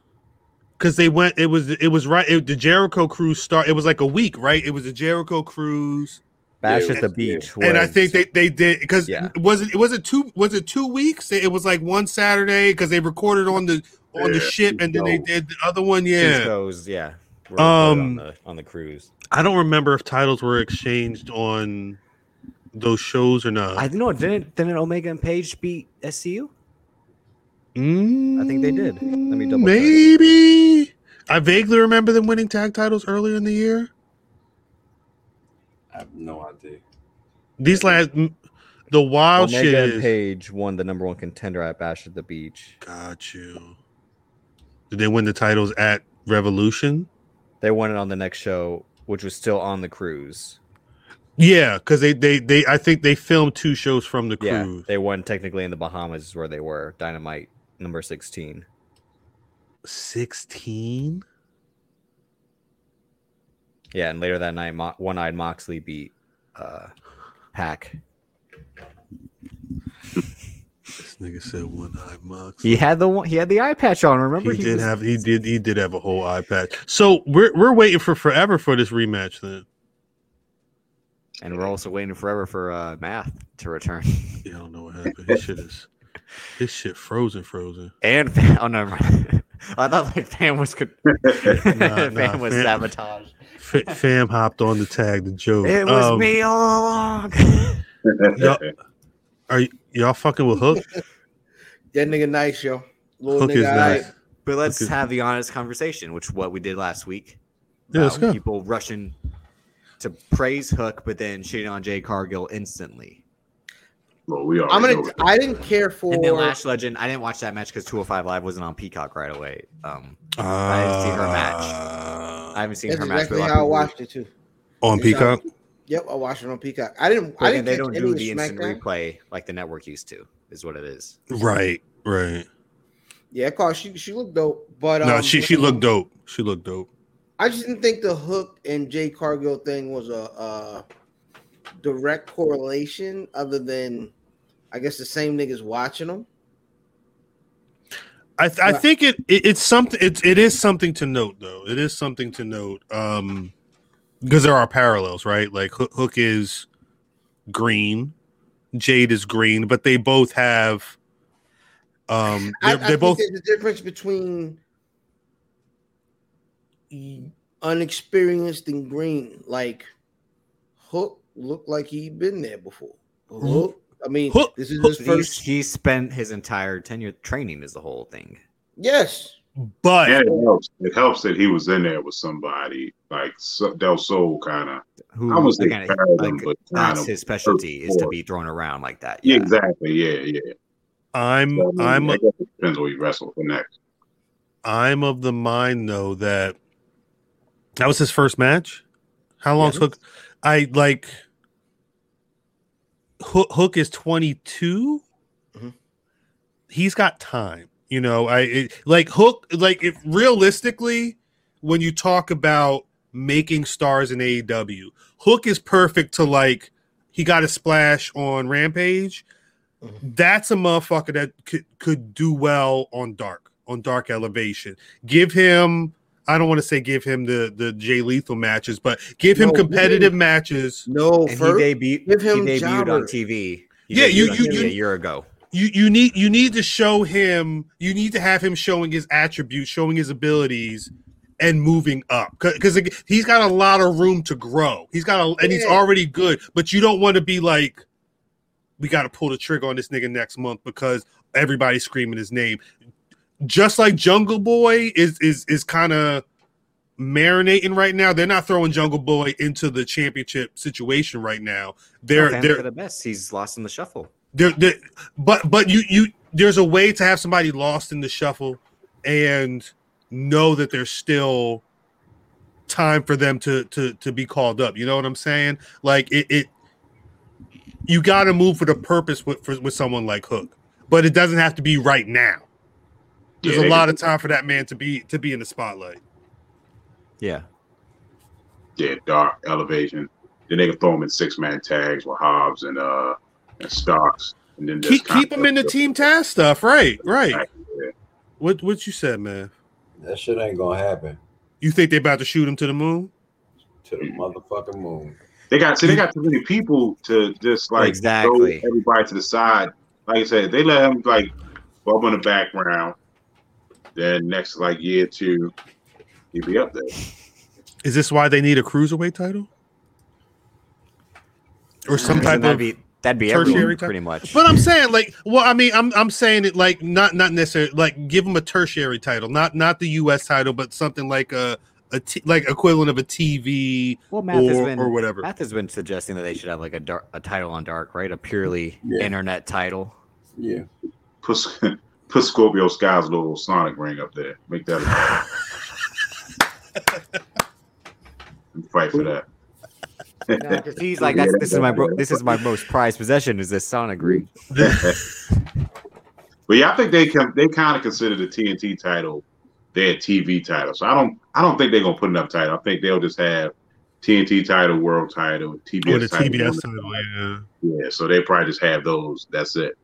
B: because they went. It was it was right. It, the Jericho cruise start. It was like a week, right? It was the Jericho cruise.
N: Bash
B: Yeah.
N: at the beach.
B: and I
N: was-
B: think they, they did because
N: Yeah.
B: was it was it two was it two weeks? It was like one Saturday because they recorded on the on the
N: Yeah.
B: ship and then they
N: No.
B: did the other one. Yeah,
N: Cusco's, yeah. were
B: Um,
N: recorded on the, on the cruise.
B: I don't remember if titles were exchanged on those shows or not.
N: I don't know. Didn't didn't Omega and Page beat SCU?
B: Mm,
N: I think they did. Let me double check.
B: maybe I vaguely remember them winning tag titles earlier in the year.
C: I have no idea.
B: These last m- the wild
N: Omega
B: shit
N: and
B: is
N: Page won the number one contender at Bash at the Beach.
B: Got you. did they win the titles at Revolution?
N: They won it on the next show, which was still on the cruise.
B: Yeah, because they they they I think they filmed two shows from the
N: Yeah,
B: cruise.
N: they won technically in the Bahamas, is where they were. Dynamite number sixteen.
B: Sixteen.
N: Yeah, and later that night, Mo- One Eyed Moxley beat uh, Pack.
B: This nigga said one eye Mox.
N: He had the one, he had the eye patch on. Remember,
B: He did have he did he did have a whole eye patch. So we're we're waiting for forever for this rematch then.
N: and we're also waiting forever for uh, Math to return.
B: Yeah, I don't know what happened. His shit is his shit frozen frozen.
N: And Fan- oh no, never mind. I thought like Fan was could Fan
B: nah,
N: was
B: Fan-
N: sabotaged.
B: F- fam hopped on the tag the joke.
N: It was
B: Um,
N: me all along.
B: Y'all, are y- y'all fucking with Hook?
D: That nigga nice, yo. Little
B: Hook
D: nigga,
B: is nice.
D: alright.
N: But let's
B: Okay.
N: have the honest conversation, which what we did last week.
B: Yeah, let's
N: about
B: go.
N: People rushing to praise Hook, but then shitting on Jay Cargill instantly.
L: Well, we
D: I'm gonna. I didn't care for.
N: And then Lash Legend, I didn't watch that match because 205 Live wasn't on Peacock right away. Um, I haven't seen her match. I haven't seen
D: That's
N: her match. but
D: exactly
N: a lot of
D: how I
N: people-
D: watched it too.
B: Uh, On
D: That's how-
B: Peacock?
D: Yep, I watched it on Peacock. I didn't.
N: But
D: I
N: then
D: didn't.
N: they
D: catch
N: don't
D: any
N: do
D: of
N: the instant
D: SmackDown.
N: replay like the network used to. Is what it is.
B: Right, right.
D: Yeah, cause she she looked dope, but um,
B: no, she she looked dope. She looked dope.
D: I just didn't think the Hook and Jay Cargill thing was a, uh direct correlation, other than I guess the same niggas watching them.
B: I, th- I
D: Right.
B: think it, it it's something it's it is something to note though. It is something to note um because there are parallels, right? Like Hook, Hook is green, Jade is green, but they both have um they're,
D: I, I
B: they're
D: think
B: both
D: there's a difference between unexperienced and green. Like Hook looked like he'd been there before. Hook, I mean, this is his
N: He's-
D: first.
N: He spent his entire tenure training is the whole thing.
D: Yes,
B: But
L: and it helps. It helps that he was in there with somebody like so, Del Sol, kind of.
N: Who
L: I was like,
N: again, like,
L: but
N: that's
L: kinda
N: his specialty is to
L: hurt
N: be thrown around like that.
L: Yeah, exactly. Yeah, yeah.
B: I'm
L: So, I mean,
B: Mm, I'm
L: I guess it depends who you wrestle for next.
B: I'm of the mind though that that was his first match. How long Hook? I like Hook. Hook is twenty He's got time. You know, I it, like Hook. Like if realistically, when you talk about making stars in AEW, Hook is perfect to like. He got a splash on Rampage. That's a motherfucker that could could do well on dark on dark elevation. Give him. I don't want to say give him the the Jay Lethal matches, but give him
D: No,
B: competitive
D: give him-
B: matches.
D: No,
N: And
D: Fur-
N: he debuted.
D: give him
N: he debuted on
D: jobber.
N: TV. He
B: Yeah, you-
N: debuted on
B: you-
N: TV
B: you-
N: a year ago.
B: You you need you need to show him. You need to have him showing his attributes, showing his abilities, and moving up because he's got a lot of room to grow. He's got a and he's
P: Yeah.
B: already good, but you don't want to be like, we got to pull the trigger on this nigga next month because everybody's screaming his name. Just like Jungle Boy is is is kind of marinating right now. They're not throwing Jungle Boy into the championship situation right now. They're
N: Thank
B: they're
N: for the best. He's lost in the shuffle.
B: there, there but but you you there's a way to have somebody lost in the shuffle and know that there's still time for them to to to be called up you know what i'm saying like it, it you got to move for the purpose with for, with someone like hook but it doesn't have to be right now there's
L: Yeah,
B: a
L: they
B: lot
L: can-
B: of time for that man to be to be in the spotlight
N: Yeah.
L: Yeah, dark elevation. Then they can throw him in six man tags with Hobbs and uh and Stocks, and then
B: keep keep him in the team task stuff right right what what you said man
C: That shit ain't gonna happen
B: you think they about to shoot him to the moon
C: to the motherfucking moon.
L: They got see, they got too many people to just like
N: Exactly.
L: throw everybody to the side. Like I said, they let him like bubble in the background. Then next like year two, he'd be up there.
B: Is this why they need a cruiserweight title? Or some
N: Because
B: type
N: that'd
B: of
N: be- that'd be
B: tertiary
N: everyone,
B: title?
N: pretty much.
B: But I'm saying like well, I mean, I'm I'm saying it like not not necessarily like give them a tertiary title, not not the US title, but something like a a t- like equivalent of a TV
N: Well, Math has
B: or,
N: been
B: or whatever.
N: Math has been suggesting that they should have like a dark, a title on Dark, right? A purely
L: Yeah.
N: internet title.
C: Yeah.
L: Put put Scorpio Sky's little Sonic ring up there. Make that a fight for that.
N: Because he's like, that's, this is my bro- this is my most prized possession. Is this Sonic ring?
L: But yeah, I think they can they kind of consider the TNT title their TV title. So I don't I don't think they're gonna put enough title. I think they'll just have TNT title, world title, TBS
B: Or the
L: title.
B: TBS title, yeah.
L: Yeah, so they probably just have those. That's it.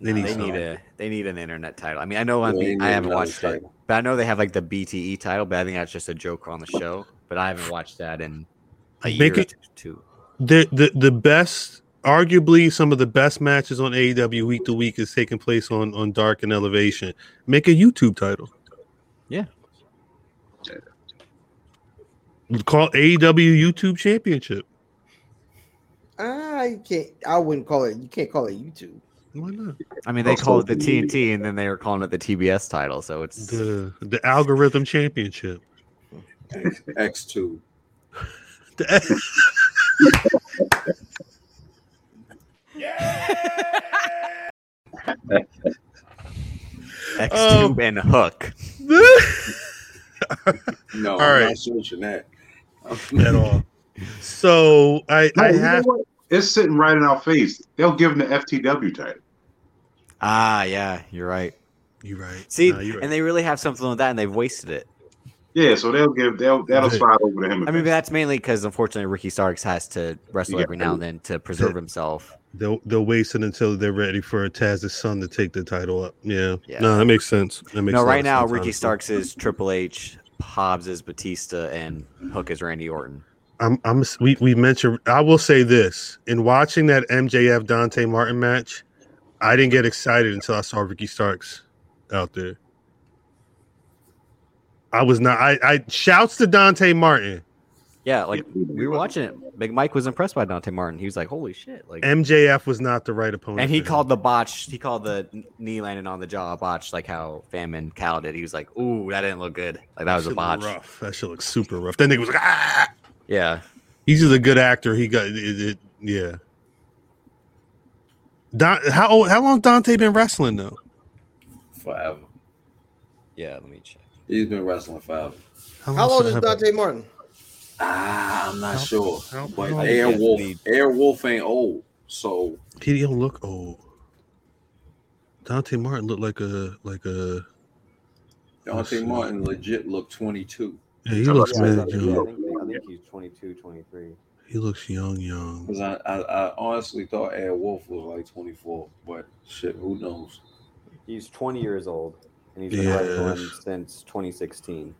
N: They
L: need
N: need,
L: some.
N: a they need an internet title. I mean, I know on
L: Yeah, they
N: B-
L: need
N: I haven't
L: another
N: watched it,
L: title.
N: but I know they have like the BTE title. But I think that's just a joke on the show. But I haven't watched that in a
B: Make
N: year or
B: it-
N: two.
B: The the the best arguably some of the best matches on AEW week to week is taking place on on Dark and Elevation. Make a YouTube title.
N: Yeah.
B: Call AEW YouTube Championship.
D: Ah, you can't. I wouldn't call it. You can't call it YouTube.
B: Why not?
N: I mean, they
B: Also
N: call it the
B: the-
N: TNT, and then they were calling it the TBS title. So it's
B: the the algorithm championship.
C: X two.
N: X
B: Oh.
N: Tube and Hook.
C: No,
B: All
C: I'm
B: right.
C: not searching that.
B: At all. So I,
L: No,
B: I
L: you know
B: have
L: what? It's sitting right in our face. They'll give them the FTW title.
N: Ah, yeah, you're right.
B: You're right.
N: See,
L: Nah, you're right.
N: and they really have something on that, and they've wasted it.
L: Yeah, so they'll give they'll that'll slide over to him.
N: I mean, but that's mainly because unfortunately Ricky Starks has to wrestle
L: Yeah.
N: every now and then to preserve himself.
B: they'll they'll waste it until they're ready for Taz's son to take the title up. Yeah.
N: Yeah.
B: No, that makes sense. That makes a
N: No,
B: lot
N: right
B: of
N: now
B: sense,
N: Ricky
B: honestly.
N: Starks is Triple H, Hobbs is Batista, and Hook is Randy Orton.
B: I'm I'm we, we mentioned I will say this in watching that MJF Dante Martin match, I didn't get excited until I saw Ricky Starks out there. I was not. I, I shouts to Dante Martin.
N: Yeah, like we were watching it. Big Mike was impressed by Dante Martin. He was like, "Holy shit!" Like,
B: MJF was not the right opponent.
N: and he
B: for him.
N: called the botch. He called the knee landing on the jaw a botch, like how Famine Cal did. He was like, "Ooh, that didn't look good. Like that was a
B: shit looked
N: botch."
B: Rough. That shit looks super rough. That nigga was like, ah.
N: Yeah,
B: He's just a good actor. He got it, it- yeah. Don, how old? How long Dante been wrestling though?
C: forever.
N: Yeah, let me check.
C: He's been wrestling forever.
D: How old is Dante Martin?
C: Ah, I'm not sure.
D: don't-
C: But
D: I don't
C: Air
D: think
C: Wolf,
D: need-
C: Air Wolf ain't old. So
B: He don't look old. Dante Martin looked like a like a.
C: Dante Martin legit looked 22.
B: Yeah, he looks
N: I,
B: mad
N: think, I,
B: young.
N: think, I think he's 22, 23.
B: He looks young, young.
C: 'Cause I, I, I honestly thought Air Wolf was like 24, but shit, who knows?
N: He's 20 years old, and he's been wrestling since 2016.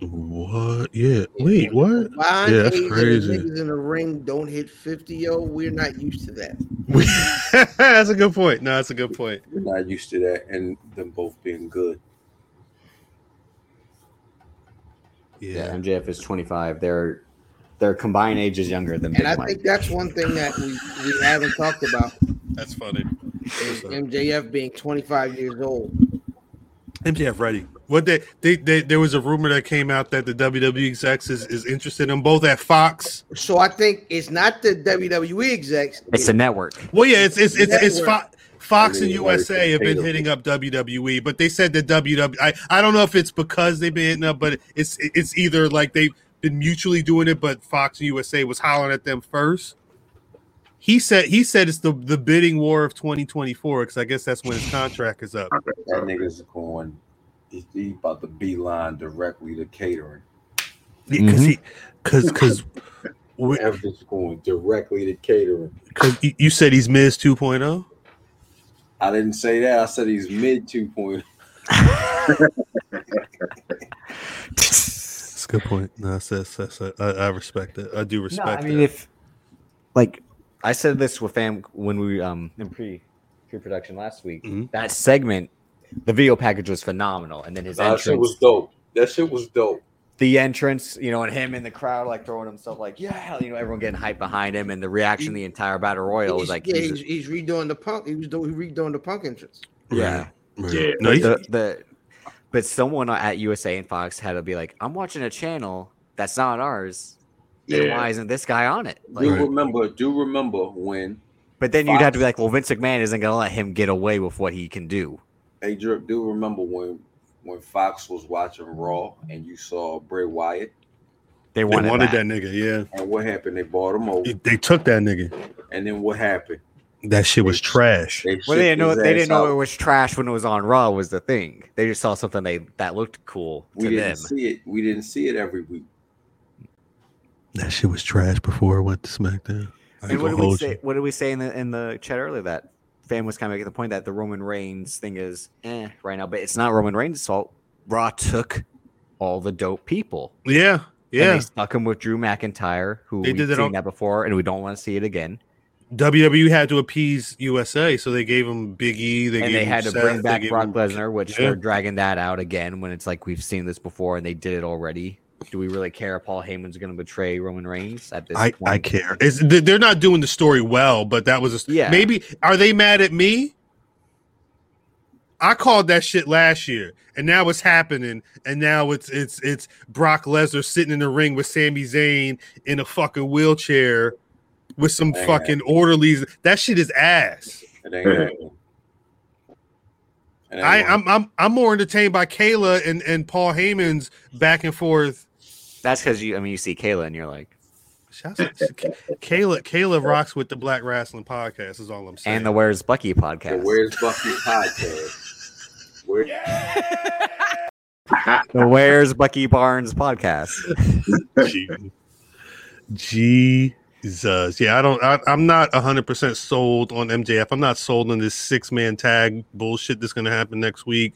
B: What? Yeah. Wait. What?
D: Mine
B: Yeah, that's
D: age and
B: crazy.
D: Niggas in the ring don't hit 50, yo. We're not used to that.
B: that's a good point. No, that's a good point.
C: We're not used to that, and them both being good.
N: Yeah. MJF is 25. They're their combined age is younger than Big
D: And I
N: Mike.
D: think that's one thing that we, we haven't talked about.
B: That's funny.
D: Is MJF being 25 years old.
B: MJF ready. What they, they they there was a rumor that came out that the WWE execs is, is interested in both at Fox.
D: So I think it's not the WWE execs.
N: It's a network.
B: Well, yeah, it's it's it's, it's Fo- Fox and
D: Network.
B: USA have been hitting up WWE, but they said that WWE. I, I don't know if it's because they've been hitting up, but it's it's either like they've been mutually doing it, but Fox and USA was hollering at them first. He said he said it's the the bidding war of 2024 because I guess that's when his contract is up.
C: That nigga's going, he, he about to beeline directly to catering.
B: Because he because because
C: Everything's going directly to catering.
B: because you said he's Miz oh? 2.0.
C: I didn't say that. I said he's mid 2.0.
B: That's a good point. No, that's, that's, that's, uh, I, I respect it. I do respect.
N: I mean,
B: that.
N: if like I said this with fam when we um in pre pre production last week, that segment, the video package was phenomenal, and then his
C: That shit
N: entrance
C: was dope. That shit was dope.
N: the entrance, you know, and him in the crowd like throwing himself like yeah, you know, everyone getting hyped behind him, and the reaction the entire battle royal was like
D: yeah,
N: he's-
D: he's, he's redoing the punk. He was doing he redoing the punk entrance.
B: Yeah.
N: yeah, No,
B: No, he's-
N: the, the but someone at USA and Fox had to be like, I'm watching a channel that's not ours. Then
C: Yeah.
N: why isn't this guy on it? Like,
C: Do remember, do remember when
N: But then you'd have to be like, well, Vince McMahon isn't going to let him get away with what he can do.
C: Hey, Drip, do you remember when when Fox was watching Raw and you saw Bray Wyatt?
N: They
B: They
N: wanted,
B: wanted
N: that.
B: that nigga, yeah.
C: And what happened? They bought him over.
B: They took that nigga.
C: And then what happened?
B: That shit was trash.
C: They
N: Well, they
C: shipped
N: didn't know
C: his
N: they didn't
C: ass
N: know
C: out.
N: it was trash when it was on Raw was the thing. They just saw something they that looked cool
C: We
N: to
C: didn't
N: them.
C: see it. We didn't see it every week.
B: That shit was trash before I went to SmackDown. I ain't
N: And
B: gonna
N: what did we
B: hold you.
N: say? What did we say in the in the chat earlier? That fan was kind of making the point that the Roman Reigns thing is eh right now, but it's not Roman Reigns' fault. Raw took all the dope people.
B: Yeah,
N: And
B: yeah.
N: they stuck him with Drew McIntyre, who
B: They
N: we've
B: did that
N: seen
B: on-
N: that before, and we don't want to see it again.
B: WWE E had to appease USA, so they gave him Big E. They
N: and
B: gave
N: they
B: him
N: had to
B: Seth,
N: bring
B: they
N: back
B: gave
N: Brock
B: him-
N: Lesnar, which
B: Yeah.
N: they're dragging that out again when it's like we've seen this before and they did it already. Do we really care if Paul Heyman's going to betray Roman Reigns at this
B: I,
N: point?
B: I care. It's, they- they're not doing the story well, but that was a,
N: Yeah.
B: yeah. Maybe are they mad at me? I called that shit last year, and now it's happening. And now it's it's it's Brock Lesnar sitting in the ring with Sami Zayn in a fucking wheelchair with some
C: Man.
B: fucking orderlies. That shit is ass.
C: It ain't happening. It ain't
B: I, I'm
C: happening.
B: I'm I'm more entertained by Kayla and, and Paul Heyman's back and forth.
N: That's because you, I mean, you see Kayla and you're like,
B: Shouts out to K- Kayla Kayla rocks with the Black Wrestling Podcast is all I'm saying.
N: and the Where's Bucky
C: The
N: podcast.
C: Where's Bucky podcast? Where,
N: The Where's Bucky Barnes podcast.
B: Jesus, yeah, I don't. I, I'm not 100 percent sold on MJF. I'm not sold on this six man tag bullshit that's gonna happen next week.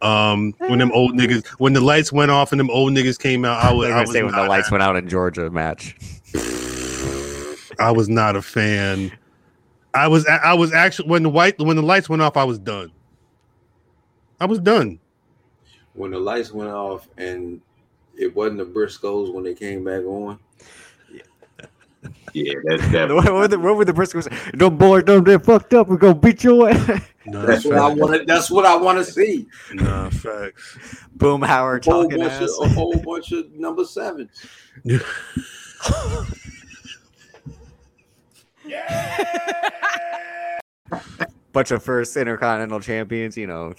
B: Um, when them old niggas, when the lights went off and them old niggas came out, I was,
N: They're
B: I
N: gonna
B: was
N: say when the
B: not-
N: lights went out in Georgia match.
B: I was not a fan. I was I was actually when the white when the lights went off, I was done. I was done.
C: when the lights went off and it wasn't the Briscoes when they came back on.
L: Yeah, that's that.
N: what, were the, what were the Briscoes? Don't boy, don't they fucked up. We're gonna beat your ass.
C: that's what I want. to. That's what I want to see.
P: Nah, facts.
N: Boom Howard
C: A whole,
N: talking
C: bunch of,
N: ass.
C: a whole bunch of number sevens.
N: bunch of first intercontinental champions. You know,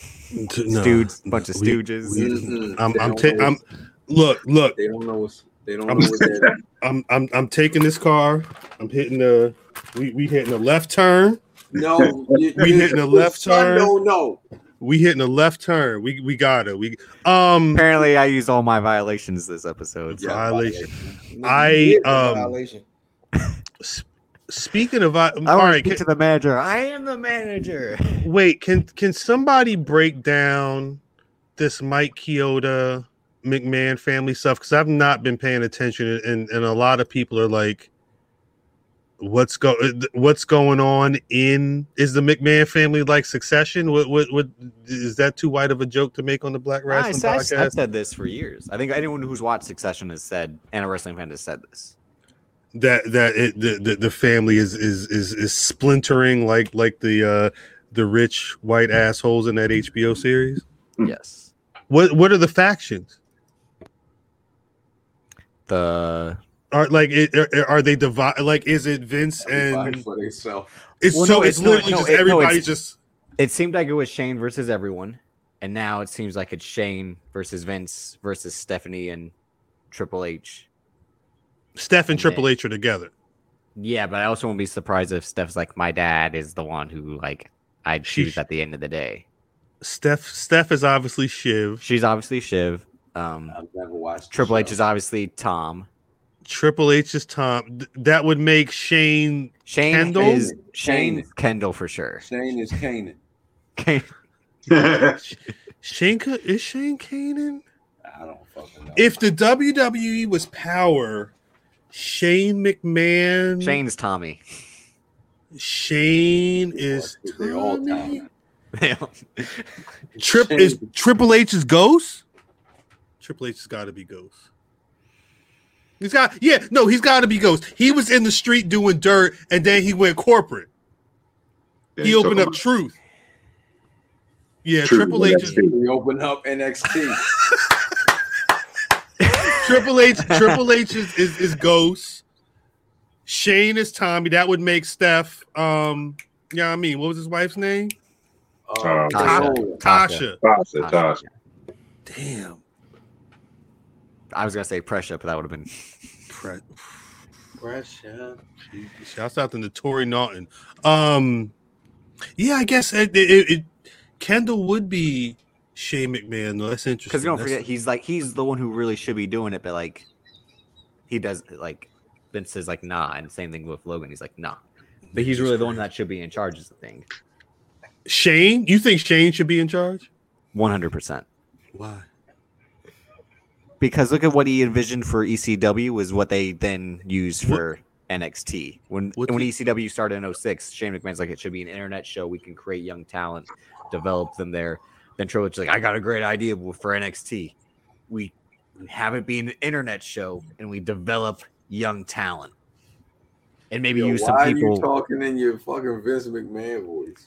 B: No,
N: dudes, bunch of
B: we-
N: stooges.
B: we-
C: Mm-mm.
B: I'm,
C: They
B: I'm,
C: don't
B: ta-
C: know
B: I'm,
C: what's-
B: look, look.
C: They don't know what's. They don't know
B: I'm,
C: what that.
B: I'm, I'm, I'm taking this car. I'm hitting the, we, we hitting the left turn.
C: No, you-
B: we
C: you-
B: hitting a left
C: son
B: turn.
C: Don't know.
B: We hitting a left turn. We, we got it. We, um,
N: Apparently, I used all my violations this episode. so-
B: violation. I, um, speaking of, vi-
N: I
B: all
N: want
B: right,
N: to
B: can,
N: speak to the manager. I am the manager.
B: wait, can, can somebody break down this Mike Kyoto McMahon family stuff? Cause I've not been paying attention and, and a lot of people are like, what's go uh, what's going on in is the McMahon family like succession? What what what is that too wide of a joke to make on the Black
N: I,
B: Wrestling
N: I,
B: podcast?
N: have said this for years. I think anyone who's watched Succession has said, and a wrestling fan has said this.
B: that that it, the, the the family is is is is splintering like like the uh the rich white assholes in that HBO series.
N: Yes.
B: What what are the factions?
N: The
B: Are like it, are, are they divide? Like is it Vince
C: Everybody
B: and
C: for themselves.
B: it's
N: Well,
B: so
N: no,
B: it's,
N: no,
B: literally
N: no,
B: just
N: it- no,
B: everybody
N: it's-
B: just
N: It seemed like it was Shane versus everyone, and now it seems like it's Shane versus Vince versus Stephanie and Triple H.
B: Steph and
N: and
B: Triple
N: then-
B: H are together.
N: Yeah, but I also won't be surprised if Steph's like, my dad is the one who like I choose at the end of the day.
B: Steph Steph is obviously Shiv.
N: She's obviously Shiv. Um,
C: I've never watched the
N: Triple H
C: show.
N: is obviously Tom.
B: Triple H is Tom. Th- That would make Shane
N: Shane
B: Kendall?
N: is Shane
C: Shane.
N: Kendall for sure.
C: Shane is Canaan.
N: Shane
B: Shane Co- is Shane Kanan.
C: I don't fucking know.
B: If the WWE was power, Shane McMahon,
N: Shane's Tommy.
B: Shane is
C: they all time.
B: Trip is Triple H's ghost. Triple H has got to be ghost. He's got yeah no he's got to be ghost. He was in the street doing dirt and then he went corporate.
L: Then
B: he
L: took
B: opened
L: him
B: up Truth. Yeah,
L: Truth,
B: Triple H. Is,
L: NXT.
C: We open up NXT.
B: Triple H. Triple H is, is is Ghost. Shane is Tommy. That would make Steph. Um, yeah, I mean, what was his wife's name?
C: Um,
N: Tasha.
C: Cole.
B: Tasha.
L: Tasha, Tasha.
B: Damn.
N: I was gonna say pressure, but that would have been
B: Pre-
C: Pressure.
B: Shouts out to Notori Naughton. Um, yeah, I guess it, it, it, Kendall would be Shane McMahon. Though that's interesting.
N: because don't
B: That's-
N: forget he's like he's the one who really should be doing it, but like he does like Vince says like nah, and same thing with Logan. He's like nah, but he's really the one that should be in charge. Is the thing
B: Shane. You think Shane should be in charge?
N: one hundred percent
B: Why?
N: because look at what he envisioned for ECW was what they then used
B: What-
N: for. NXT when
B: What
N: when
B: the-
N: ECW started in 06, Shane McMahon's like it should be an internet show. We can create young talent, develop them there. Then Triple H's like I got a great idea for NXT. We have it be an internet show and we develop young talent and maybe
C: Yo,
N: use some
C: why are you
N: people
C: talking in your fucking Vince McMahon voice?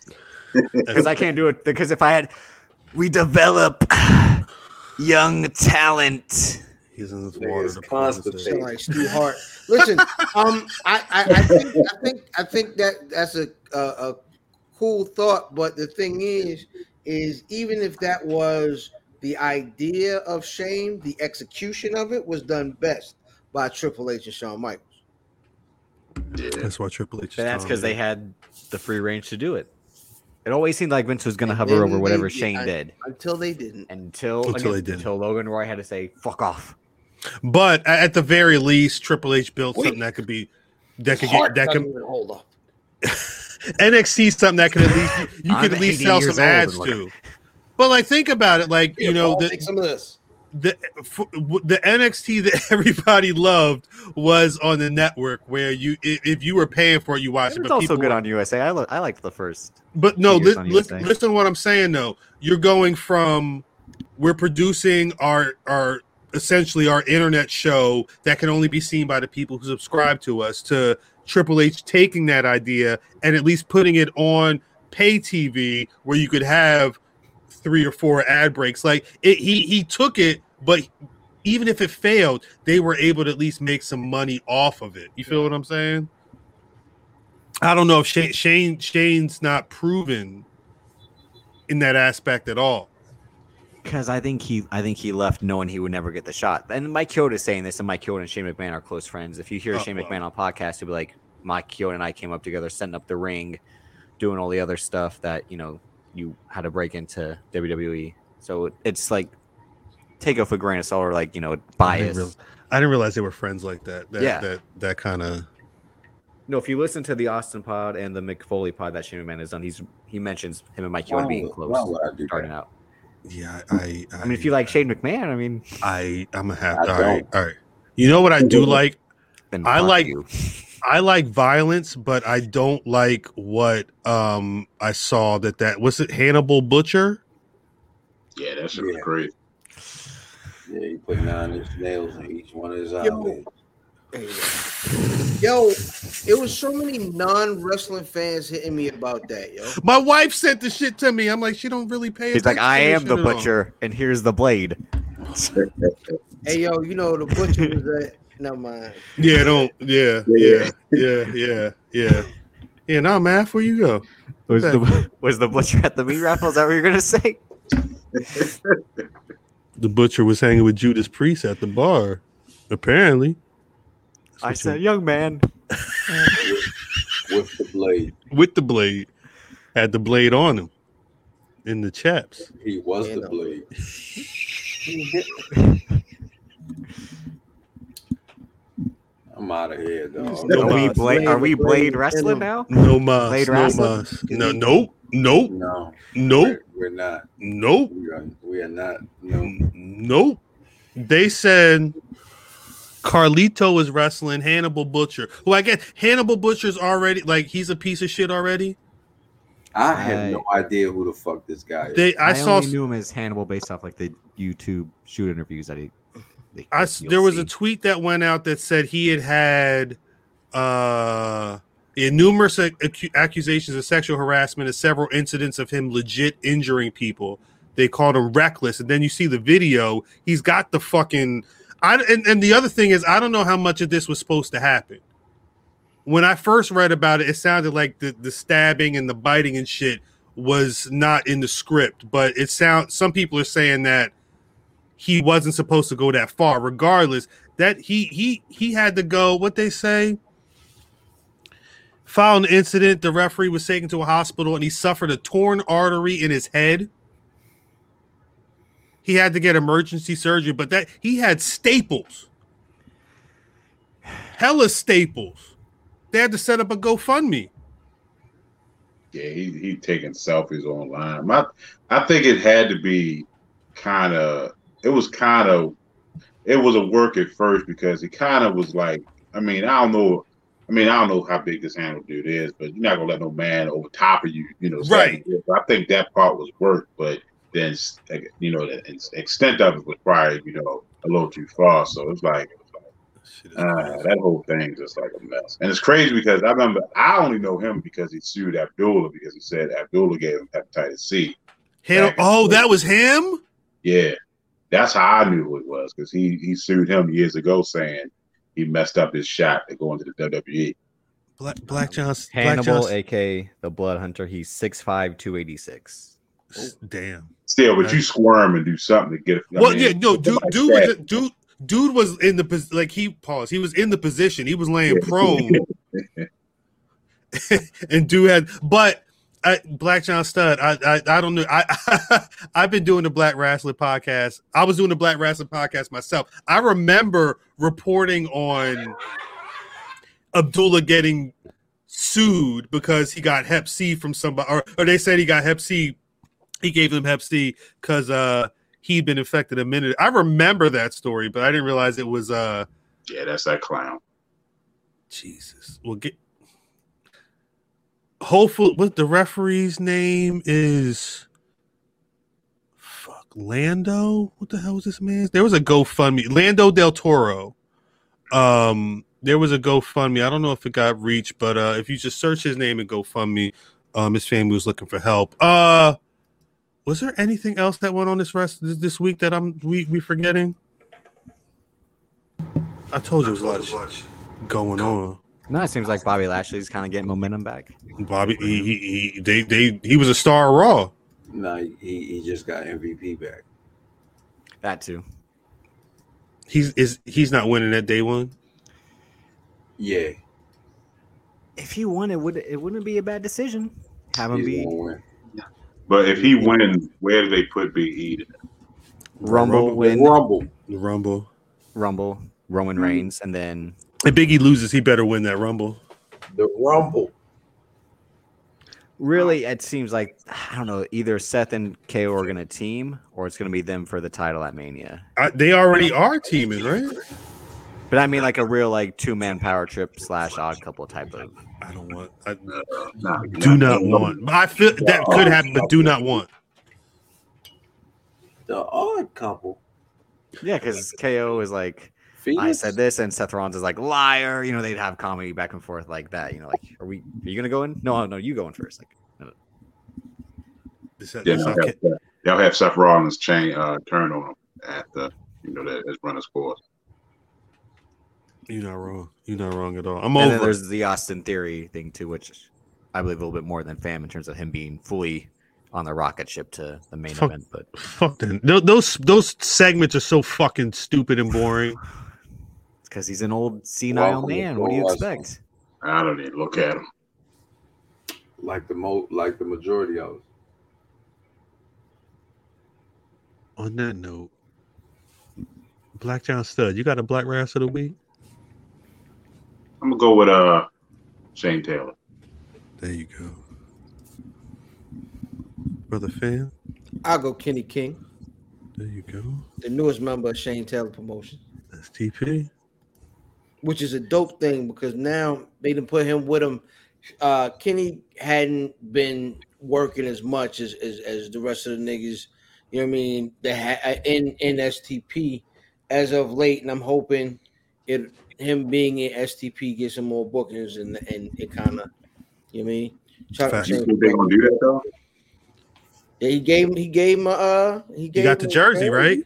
N: because I can't do it because if I had we develop young talent.
B: He's in this
C: Nigga
B: water.
C: is
B: to pour this in.
C: constipated.
D: Sorry, Stu Hart. Listen, um, I, I, I think I think I think that that's a, a a cool thought, but the thing is, is even if that was the idea of shame, the execution of it was done best by Triple H and Shawn Michaels.
B: That's why Triple H. Is
N: that's
B: Tom,
N: because they
B: yeah.
N: had the free range to do it. It always seemed like Vince was going to hover
D: then
N: over whatever
D: they did-
N: Shane
D: I-
N: did
D: Until they didn't.
N: until
B: Until
N: until,
B: they didn't.
N: until Logan Roy had to say "fuck off."
B: But a- at the very least, Triple H built
D: Wait.
B: something that could be that could
D: Hart
B: get that
D: doesn't
B: could
D: even hold up.
B: NXT something that could at least you
N: I'm
B: could at least
N: 80
B: sell
N: years
B: some
N: old
B: ads
N: and look-
B: to. But like, think about it. Like, you know,
D: I'll take
B: the
D: some of this.
B: the f- w- the NXT that everybody loved was on the network where you if, if you were paying for it, you watched
N: It
B: it.
N: was
B: but
N: also
B: people
N: good
B: were-
N: on USA. I, lo- I liked the first.
B: But no,
N: Figures
B: li-
N: on
B: li-
N: USA.
B: listen to what I'm saying though. You're going from we're producing our our essentially our internet show that can only be seen by the people who subscribe to us to Triple H taking that idea and at least putting it on pay TV where you could have three or four ad breaks. Like it, he he took it, but even if it failed, they were able to at least make some money off of it. You feel what I'm saying? I don't know if Shane, Shane Shane's not proven in that aspect at all.
N: Because I think he, I think he left knowing he would never get the shot. And Mike Kyoto is saying this, and Mike Kyoto and Shane McMahon are close friends. If you hear
B: Oh,
N: Shane
B: wow.
N: McMahon on podcast, he'll be like, Mike Kyoto and I came up together, setting up the ring, doing all the other stuff that you know you had to break into WWE. So it's like take it for a grain of salt or like you know
B: I didn't,
N: bias.
B: real- I didn't realize they were friends like that. that
N: Yeah.
B: that that kind of
N: No, if you listen to the Austin pod and the McFoley pod that Shane McMahon has done, he's he mentions him and Mike Kyoto
C: Why
N: being
C: would-
N: close
C: why would I do
N: starting out.
B: Yeah, I, I.
N: I mean, if you like Shane McMahon, I mean,
B: I I'm a half.
N: I
B: All right,
N: don't.
B: all right. You know what I do like?
N: Then
B: I
N: fuck
B: like
N: you.
B: I like violence, but I don't like what um I saw that that was it Hannibal Butcher.
L: Yeah, that shit was great.
C: Yeah, he put nine inch nails in each one of his eyes.
D: Yo, yo, it was so many non wrestling fans hitting me about that, yo.
B: My wife sent the shit to me. I'm like, she don't really pay.
N: He's like, I am
B: attention
N: the
B: at all."
N: butcher, and here's the blade.
D: Hey, yo, you know the butcher was at. Never mind.
B: Yeah, don't. Yeah, yeah, yeah, yeah, yeah. Yeah, nah, math. Where you go?
N: Was the was the butcher at the meat raffle? Is that what you're gonna say?
B: The butcher was hanging with Judas Priest at the bar, apparently.
N: I said, young man.
C: With the blade.
B: With the blade, had the blade on him, in the chaps.
C: He was the blade. I'm out of here, dog.
N: Are we blade? Are we blade wrestling now?
B: No mas.
N: Blade
B: no
N: wrestling?
B: mas. No, nope, nope,
C: no,
B: nope,
C: We're not.
B: nope,
C: We are, we are not. No.
B: nope. They said Carlito was wrestling Hannibal Butcher. Who I guess Hannibal Butcher's already like he's a piece of shit already.
C: I have no idea who the fuck this guy is.
B: They I, saw
N: only knew him as Hannibal based off like the YouTube shoot interviews that he. they-
B: I s-
N: you'll
B: there was
N: see.
B: a tweet that went out that said he had had uh yeah, numerous ac- acu- accusations of sexual harassment and several incidents of him legit injuring people. They called him reckless, and then you see the video. He's got the fucking. I and, and the other thing is, I don't know how much of this was supposed to happen. When I first read about it, it sounded like the the stabbing and the biting and shit was not in the script, but it sound some people are saying that he wasn't supposed to go that far regardless that he he he had to go what they say following the incident the referee was taken to a hospital and he suffered a torn artery in his head he had to get emergency surgery but that he had staples hella staples they had to set up a gofundme
L: Yeah, he he taking selfies online. My I think it had to be kind of it was kind of it was a work at first because he kind of was like I mean I don't know I mean I don't know how big this handle dude is but you're not gonna let no man over top of you you know so-
B: Right.
L: I think that part was work but then you know the ex- extent of it was probably you know a little too far so it's like uh, that whole thing's just like a mess. And it's crazy because I remember I only know him because he sued Abdullah because he said Abdullah gave him hepatitis C.
B: Hannibal, oh that was him
L: Yeah, that's how I knew who it was because he he sued him years ago saying he messed up his shot at going to the E. WWE.
B: black black johnson
N: Hannibal, aka the Blood Hunter. He's 6'5", 286.
B: damn.
L: Still, but you squirm and do something to get. I
B: well,
L: mean,
B: yeah, no, dude,
L: like
B: dude,
L: that.
B: was, dude, dude was in the pos- like he paused. He was in the position. He was laying prone, and dude had. But I, Black John Stud, I, I, I don't know. I, I've been doing the Black Wrestler podcast. I was doing the Black Wrestler podcast myself. I remember reporting on Abdullah getting sued because he got Hep C from somebody, or, or they said he got Hep C. He gave them Hep C because uh, he'd been infected a minute. I remember that story, but I didn't realize it was. Uh,
L: yeah, that's that clown.
B: Jesus, we'll get. Hopefully, what the referee's name is? Fuck, Lando. What the hell was this man's? There was a GoFundMe. Lando Del Toro. Um, there was a GoFundMe. I don't know if it got reached, but uh, if you just search his name and GoFundMe, um, his family was looking for help. Uh, was there anything else that went on this rest this, this week that I'm we we forgetting? I told you it was a lot of shit going on.
N: No, it seems like Bobby Lashley's kind of getting momentum back.
B: Bobby, he, he, he they they he was a star of Raw.
C: No, he, he just got MVP back.
N: That too.
B: He's is he's not winning that day one.
C: Yeah.
N: If he won, it would it wouldn't be a bad decision. Have him be
L: But if he wins, where do they put E? BE?
N: Rumble, win
C: Rumble,
B: The Rumble.
N: Rumble, Roman Reigns, and then
B: If Biggie loses, he better win that Rumble.
C: the Rumble.
N: really it seems like I don't know either Seth and KO are gonna team or it's gonna be them for the title at Mania.
B: I, they already are teaming, right?
N: But I mean like a real like two man power trip slash odd couple type of.
B: I don't want. I, do not want. I feel that could happen, but do not want.
C: The odd couple.
N: Yeah, because KO is like I
C: Phoenix?
N: said this, and Seth Rollins is like liar. You know they'd have comedy back and forth like that. You know, like are we? Are you gonna go in? No, no, you go in first. Like
B: Is that-
L: Then
B: that's
L: they'll
B: not-
L: have, Seth- they'll have Seth Rollins chain uh, turn on him after you know that his runner's course.
B: You're not wrong. You're not wrong at all. I'm
N: and then
B: over.
N: there's the Austin Theory thing too, which I believe a little bit more than fam in terms of him being fully on the rocket ship to the main
B: Fuck.
N: event. But
B: Fuck them. Tho- Those those segments are so fucking stupid and boring.
N: because he's an old senile
C: Welcome to
N: man, what do you
C: Pro
N: expect?
L: I don't even look at him.
C: Like the mo, like the majority of us.
B: On that note, Black John Stud, you got a black rash of the week?
L: I'm gonna go with uh Shane Taylor.
B: There you go, brother fan.
D: I'll go Kenny King,
B: There you go.
D: the newest member of Shane Taylor Promotion,
B: That's TP.
D: which is a dope thing because now they didn't put him with him. Uh, Kenny hadn't been working as much as, as as the rest of the niggas. You know what I mean? That ha- uh, in in STP as of late, and I'm hoping it him being in STP gets him more bookings and and it kind of you know what I mean. Shout out to
L: You
D: Shane
L: think they're gonna do that though?
D: Yeah, he gave him. He gave him. a, Uh, he
B: You
D: gave
B: got the
D: him a
B: jersey right.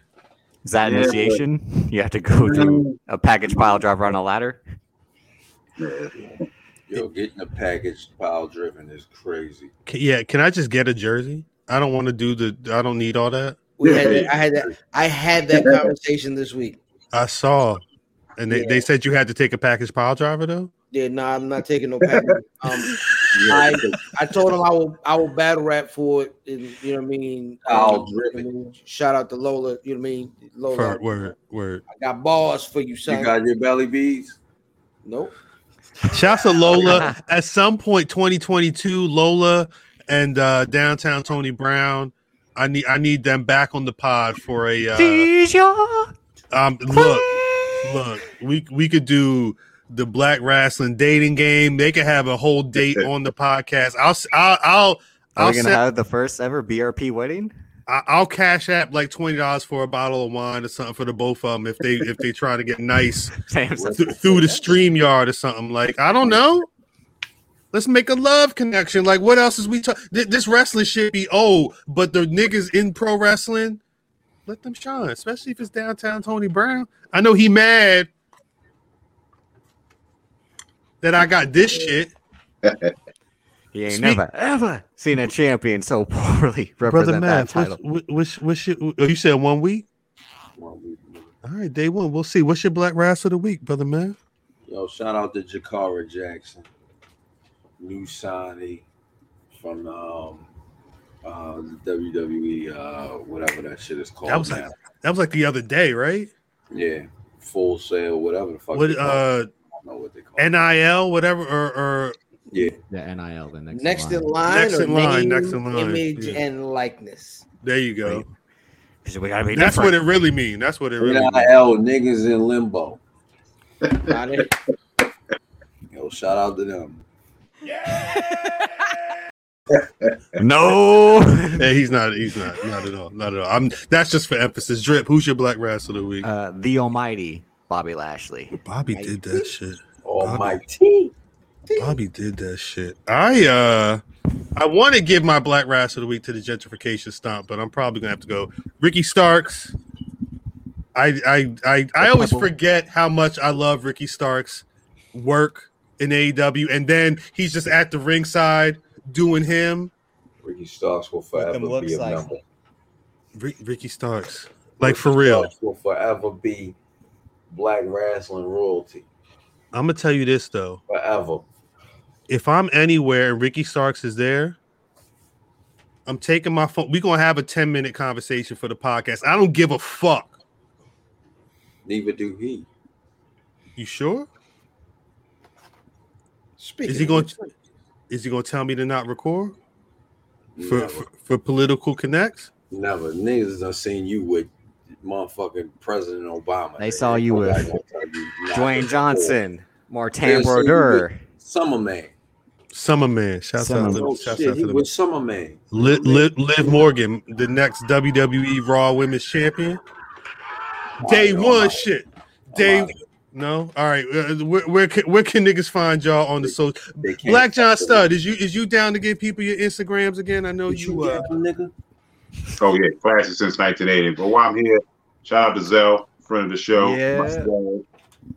N: Is that
L: Yeah, but-
N: initiation? You have to go through a package pile driver on a ladder.
L: Yeah.
C: Yo, getting a package pile driven is crazy.
B: Ca- yeah, can I just get a jersey? I don't want to do the. I don't need all that.
D: We had that, I had that. I had that conversation this week.
B: I saw, and they,
D: Yeah.
B: they said you had to take a package pile driver though.
D: Yeah, no, I'm not taking no package. Um, I I told him I will I will battle rap for it. And, you know what I mean?
C: Pile
D: Um, you know what I mean? Shout out to Lola. You know what I mean? Lola,
B: Word, word, word.
D: I got bars for you, son.
C: You got your belly beads.
D: nope.
B: Shouts to Lola. At some point, 2022, Lola and uh, downtown Tony Brown. I need I need them back on the pod for a uh, um look look we we could do the black wrestling dating game. They could have a whole date on the podcast. I'll s- I'll I'll
N: Are
B: I'll,
N: we gonna
B: send-
N: have the first ever BRP wedding?
B: I- I'll cash app like twenty dollars for a bottle of wine or something for the both of them if they if they trying to get nice
N: Sam's
B: th- through the stream yard or something. Like, I don't know. Let's make a love connection. Like, what else is we talk? Th- this wrestling shit be old, but the niggas in pro wrestling, let them shine, especially if it's downtown Tony Brown. I know he mad that I got this shit.
N: He ain't
B: Speak-
N: never ever seen a champion so poorly represent that title.
B: what's, what's your, oh, you said one week? All right, day one. We'll see. What's your black rass of the week, brother man?
C: Yo, shout out to Jakara Jackson, new signee from um, uh, WWE, uh, whatever that shit is called
B: That was
C: now.
B: like that was like the other day, right?
C: yeah, full sale, whatever the fuck.
B: What
C: they call it.
B: uh
C: I don't know what they call it.
B: NIL, whatever, or, or
C: Yeah,
N: Yeah, NIL the next
D: Next in
N: line.
D: line.
B: Next
D: or
B: in line,
D: name,
B: next in line,
D: Image
B: yeah.
D: and likeness.
B: there you go.
N: We gotta be
B: That's what
N: different.
B: it really mean. That's what it really. mean.
C: NIL niggas in limbo.
D: Got it.
C: Yo, shout out to them.
G: no,
B: yeah, he's not. He's not. Not at all. Not at all. I'm. That's just for emphasis. Drip. Who's your black wrestler of the week?
N: Uh, the Almighty Bobby Lashley.
B: Bobby did that shit.
C: Uh-huh. Almighty.
B: Bobby did that shit. I uh, I want to give my black wrestler of the week to the gentrification stomp, but I'm probably gonna have to go Ricky Starks. I I I, I always forget how much I love Ricky Starks' work in AEW, and then he's just at the ringside doing him.
C: Ricky Starks will forever
B: them
C: be a
B: looks like.
C: number.
B: Rick, Ricky Starks, like for real.
C: Starks will forever be black wrestling royalty.
B: I'm gonna tell you this though.
C: Forever.
B: If I'm anywhere and Ricky Starks is there, I'm taking my phone. We're gonna have a 10 minute conversation for the podcast. I don't give a fuck.
C: Neither do he.
B: You sure?
D: Speaking
B: is he
D: of
B: going?
D: which,
B: Is he going to tell me to not record for
C: Never.
B: for, for political connects?
C: Never. Niggas done seen you with motherfucking President Obama.
N: They saw you with Dwayne Johnson, Martin Brodeur.
C: Summerman.
B: Summer man, shout out to
C: Oh,
B: shout
C: shit,
B: out
C: he
B: to the
C: was Summerman.
B: Liv, Liv, Liv Morgan, the next WWE Raw Women's Champion. Day one shit. Day no. All right. Uh, Where, where can where can niggas find y'all on the social? Black John Stud, is you is you down to give people your Instagrams again? I know you. Uh,
L: Oh yeah, classic since 1980. But while I'm here, shout out to Zell, friend of the show.
B: Yeah.
L: My dad,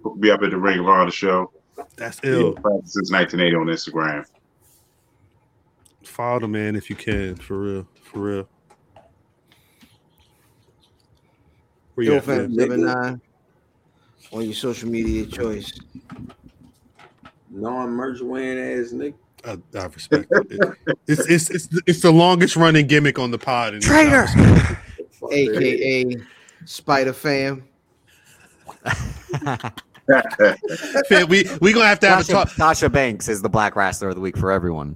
L: Hooked me up at the Ring of Honor show.
B: That's ill.
L: Yeah, classic since 1980 on Instagram.
B: follow the man if you can, for real, for real. Where you
D: Yo,
B: at, man?
D: fam, seven nine on your social media choice.
C: Non-merge wearing ass nigga.
B: I, I respect it. It's, it's it's it's the longest running gimmick on the pod. and-
D: Traitor. aka Spider Fam.
B: Fam, we we gonna have to have a
N: Sasha,
B: talk.
N: Sasha Banks is the black wrestler of the week for everyone.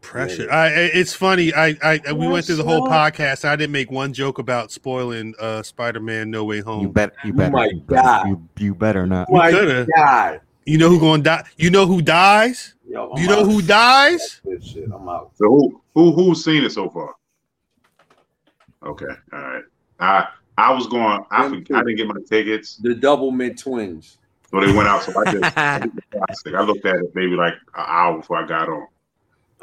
B: Pressure. I, I- it's funny. I, I I- we went through the whole podcast. I didn't make one joke about spoiling uh Spider-Man: No Way Home.
N: You bet. You better.
B: Oh my
N: you better-
B: God.
N: You, you better not.
B: You coulda. You know who gonna die? You know who dies?
C: Yo,
B: you know who dies?
C: Shit, I'm out.
L: So who who who's seen it so far? Okay, all right. I I was going. I forg- I didn't get my tickets.
C: The Doublemint twins.
L: So they went out. So I just I did the classic. I looked at it maybe like an hour before I got on.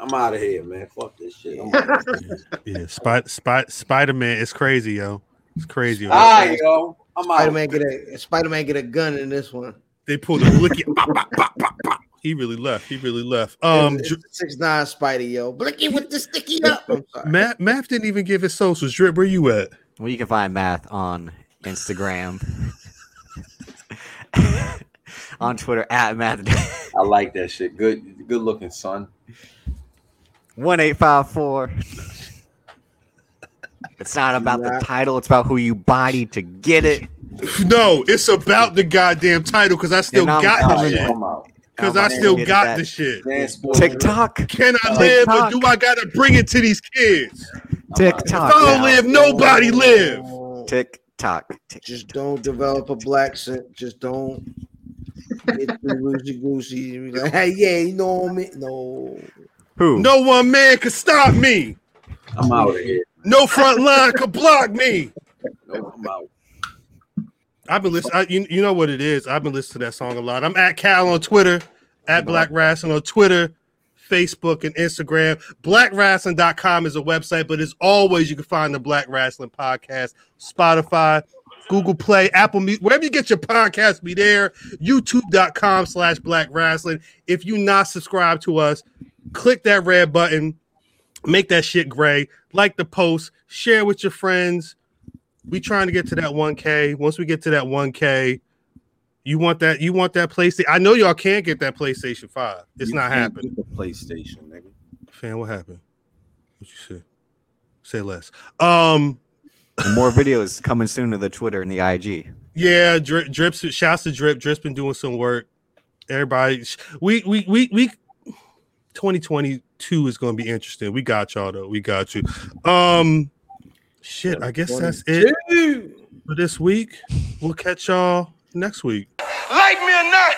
C: I'm out of here, man. Fuck this shit. I'm outta here.
B: Yeah, Spot Spot Spider-Man. It's crazy, yo. It's crazy.
C: All right, yo. I'm out.
D: Spider Man get a Spider Man get a gun in this one.
B: They pulled a blicky. pop, pop, pop, pop, pop. He really left. He really left. Um, Dr-
D: Six nine Spidey yo, Blicky with the sticky up. I'm sorry.
B: Matt Matt didn't even give his socials. Drip, where you at?
N: Well, you can find math on Instagram, on Twitter at math
C: I like that shit. Good, good looking son.
N: one eight five four. It's not about the title; it's about who you body to get it.
B: No, it's about the goddamn title because I still
N: And I'm
B: got the
N: coming.
B: shit.
N: I'm
C: out.
B: Because
N: I'm
B: I
N: gonna
B: still
N: get
B: got
N: that
B: the shit.
N: TikTok.
B: Can I live or do I gotta bring it to these kids?
N: TikTok.
B: If I don't live, nobody live.
N: Tick tock.
D: Just don't develop a black scent. Just don't get too loosey goosey. and be Like, hey, yeah, you know what I mean? No,
N: Who?
B: No one man could stop me.
C: I'm out of here.
B: No front line could block me.
C: No, I'm out.
B: I've been listening. I, you, you know what it is. I've been listening to that song a lot. I'm at Cal on Twitter, at Black Wrestling on Twitter, Facebook, and Instagram. BlackWrestling.com is a website, but as always, you can find the Black Wrestling Podcast, Spotify, Google Play, Apple Music, wherever you get your podcast, be there. YouTube.com slash Black Wrestling. If you not subscribed to us, click that red button, make that shit gray, like the post, share with your friends we trying to get to that 1k once we get to that 1k you want that you want that playstation i know y'all can't get that playstation 5 it's
C: You
B: not
C: can't
B: happening
C: get The PlayStation, nigga.
B: fan what happened what you say say less um
N: More videos coming soon to the Twitter and the IG.
B: yeah drip drips shouts to drip drip's been doing some work everybody sh- we we we, we 2022 is going to be interesting we got y'all though we got you um shit i guess that's it for this week we'll catch y'all next week
P: Like me or not,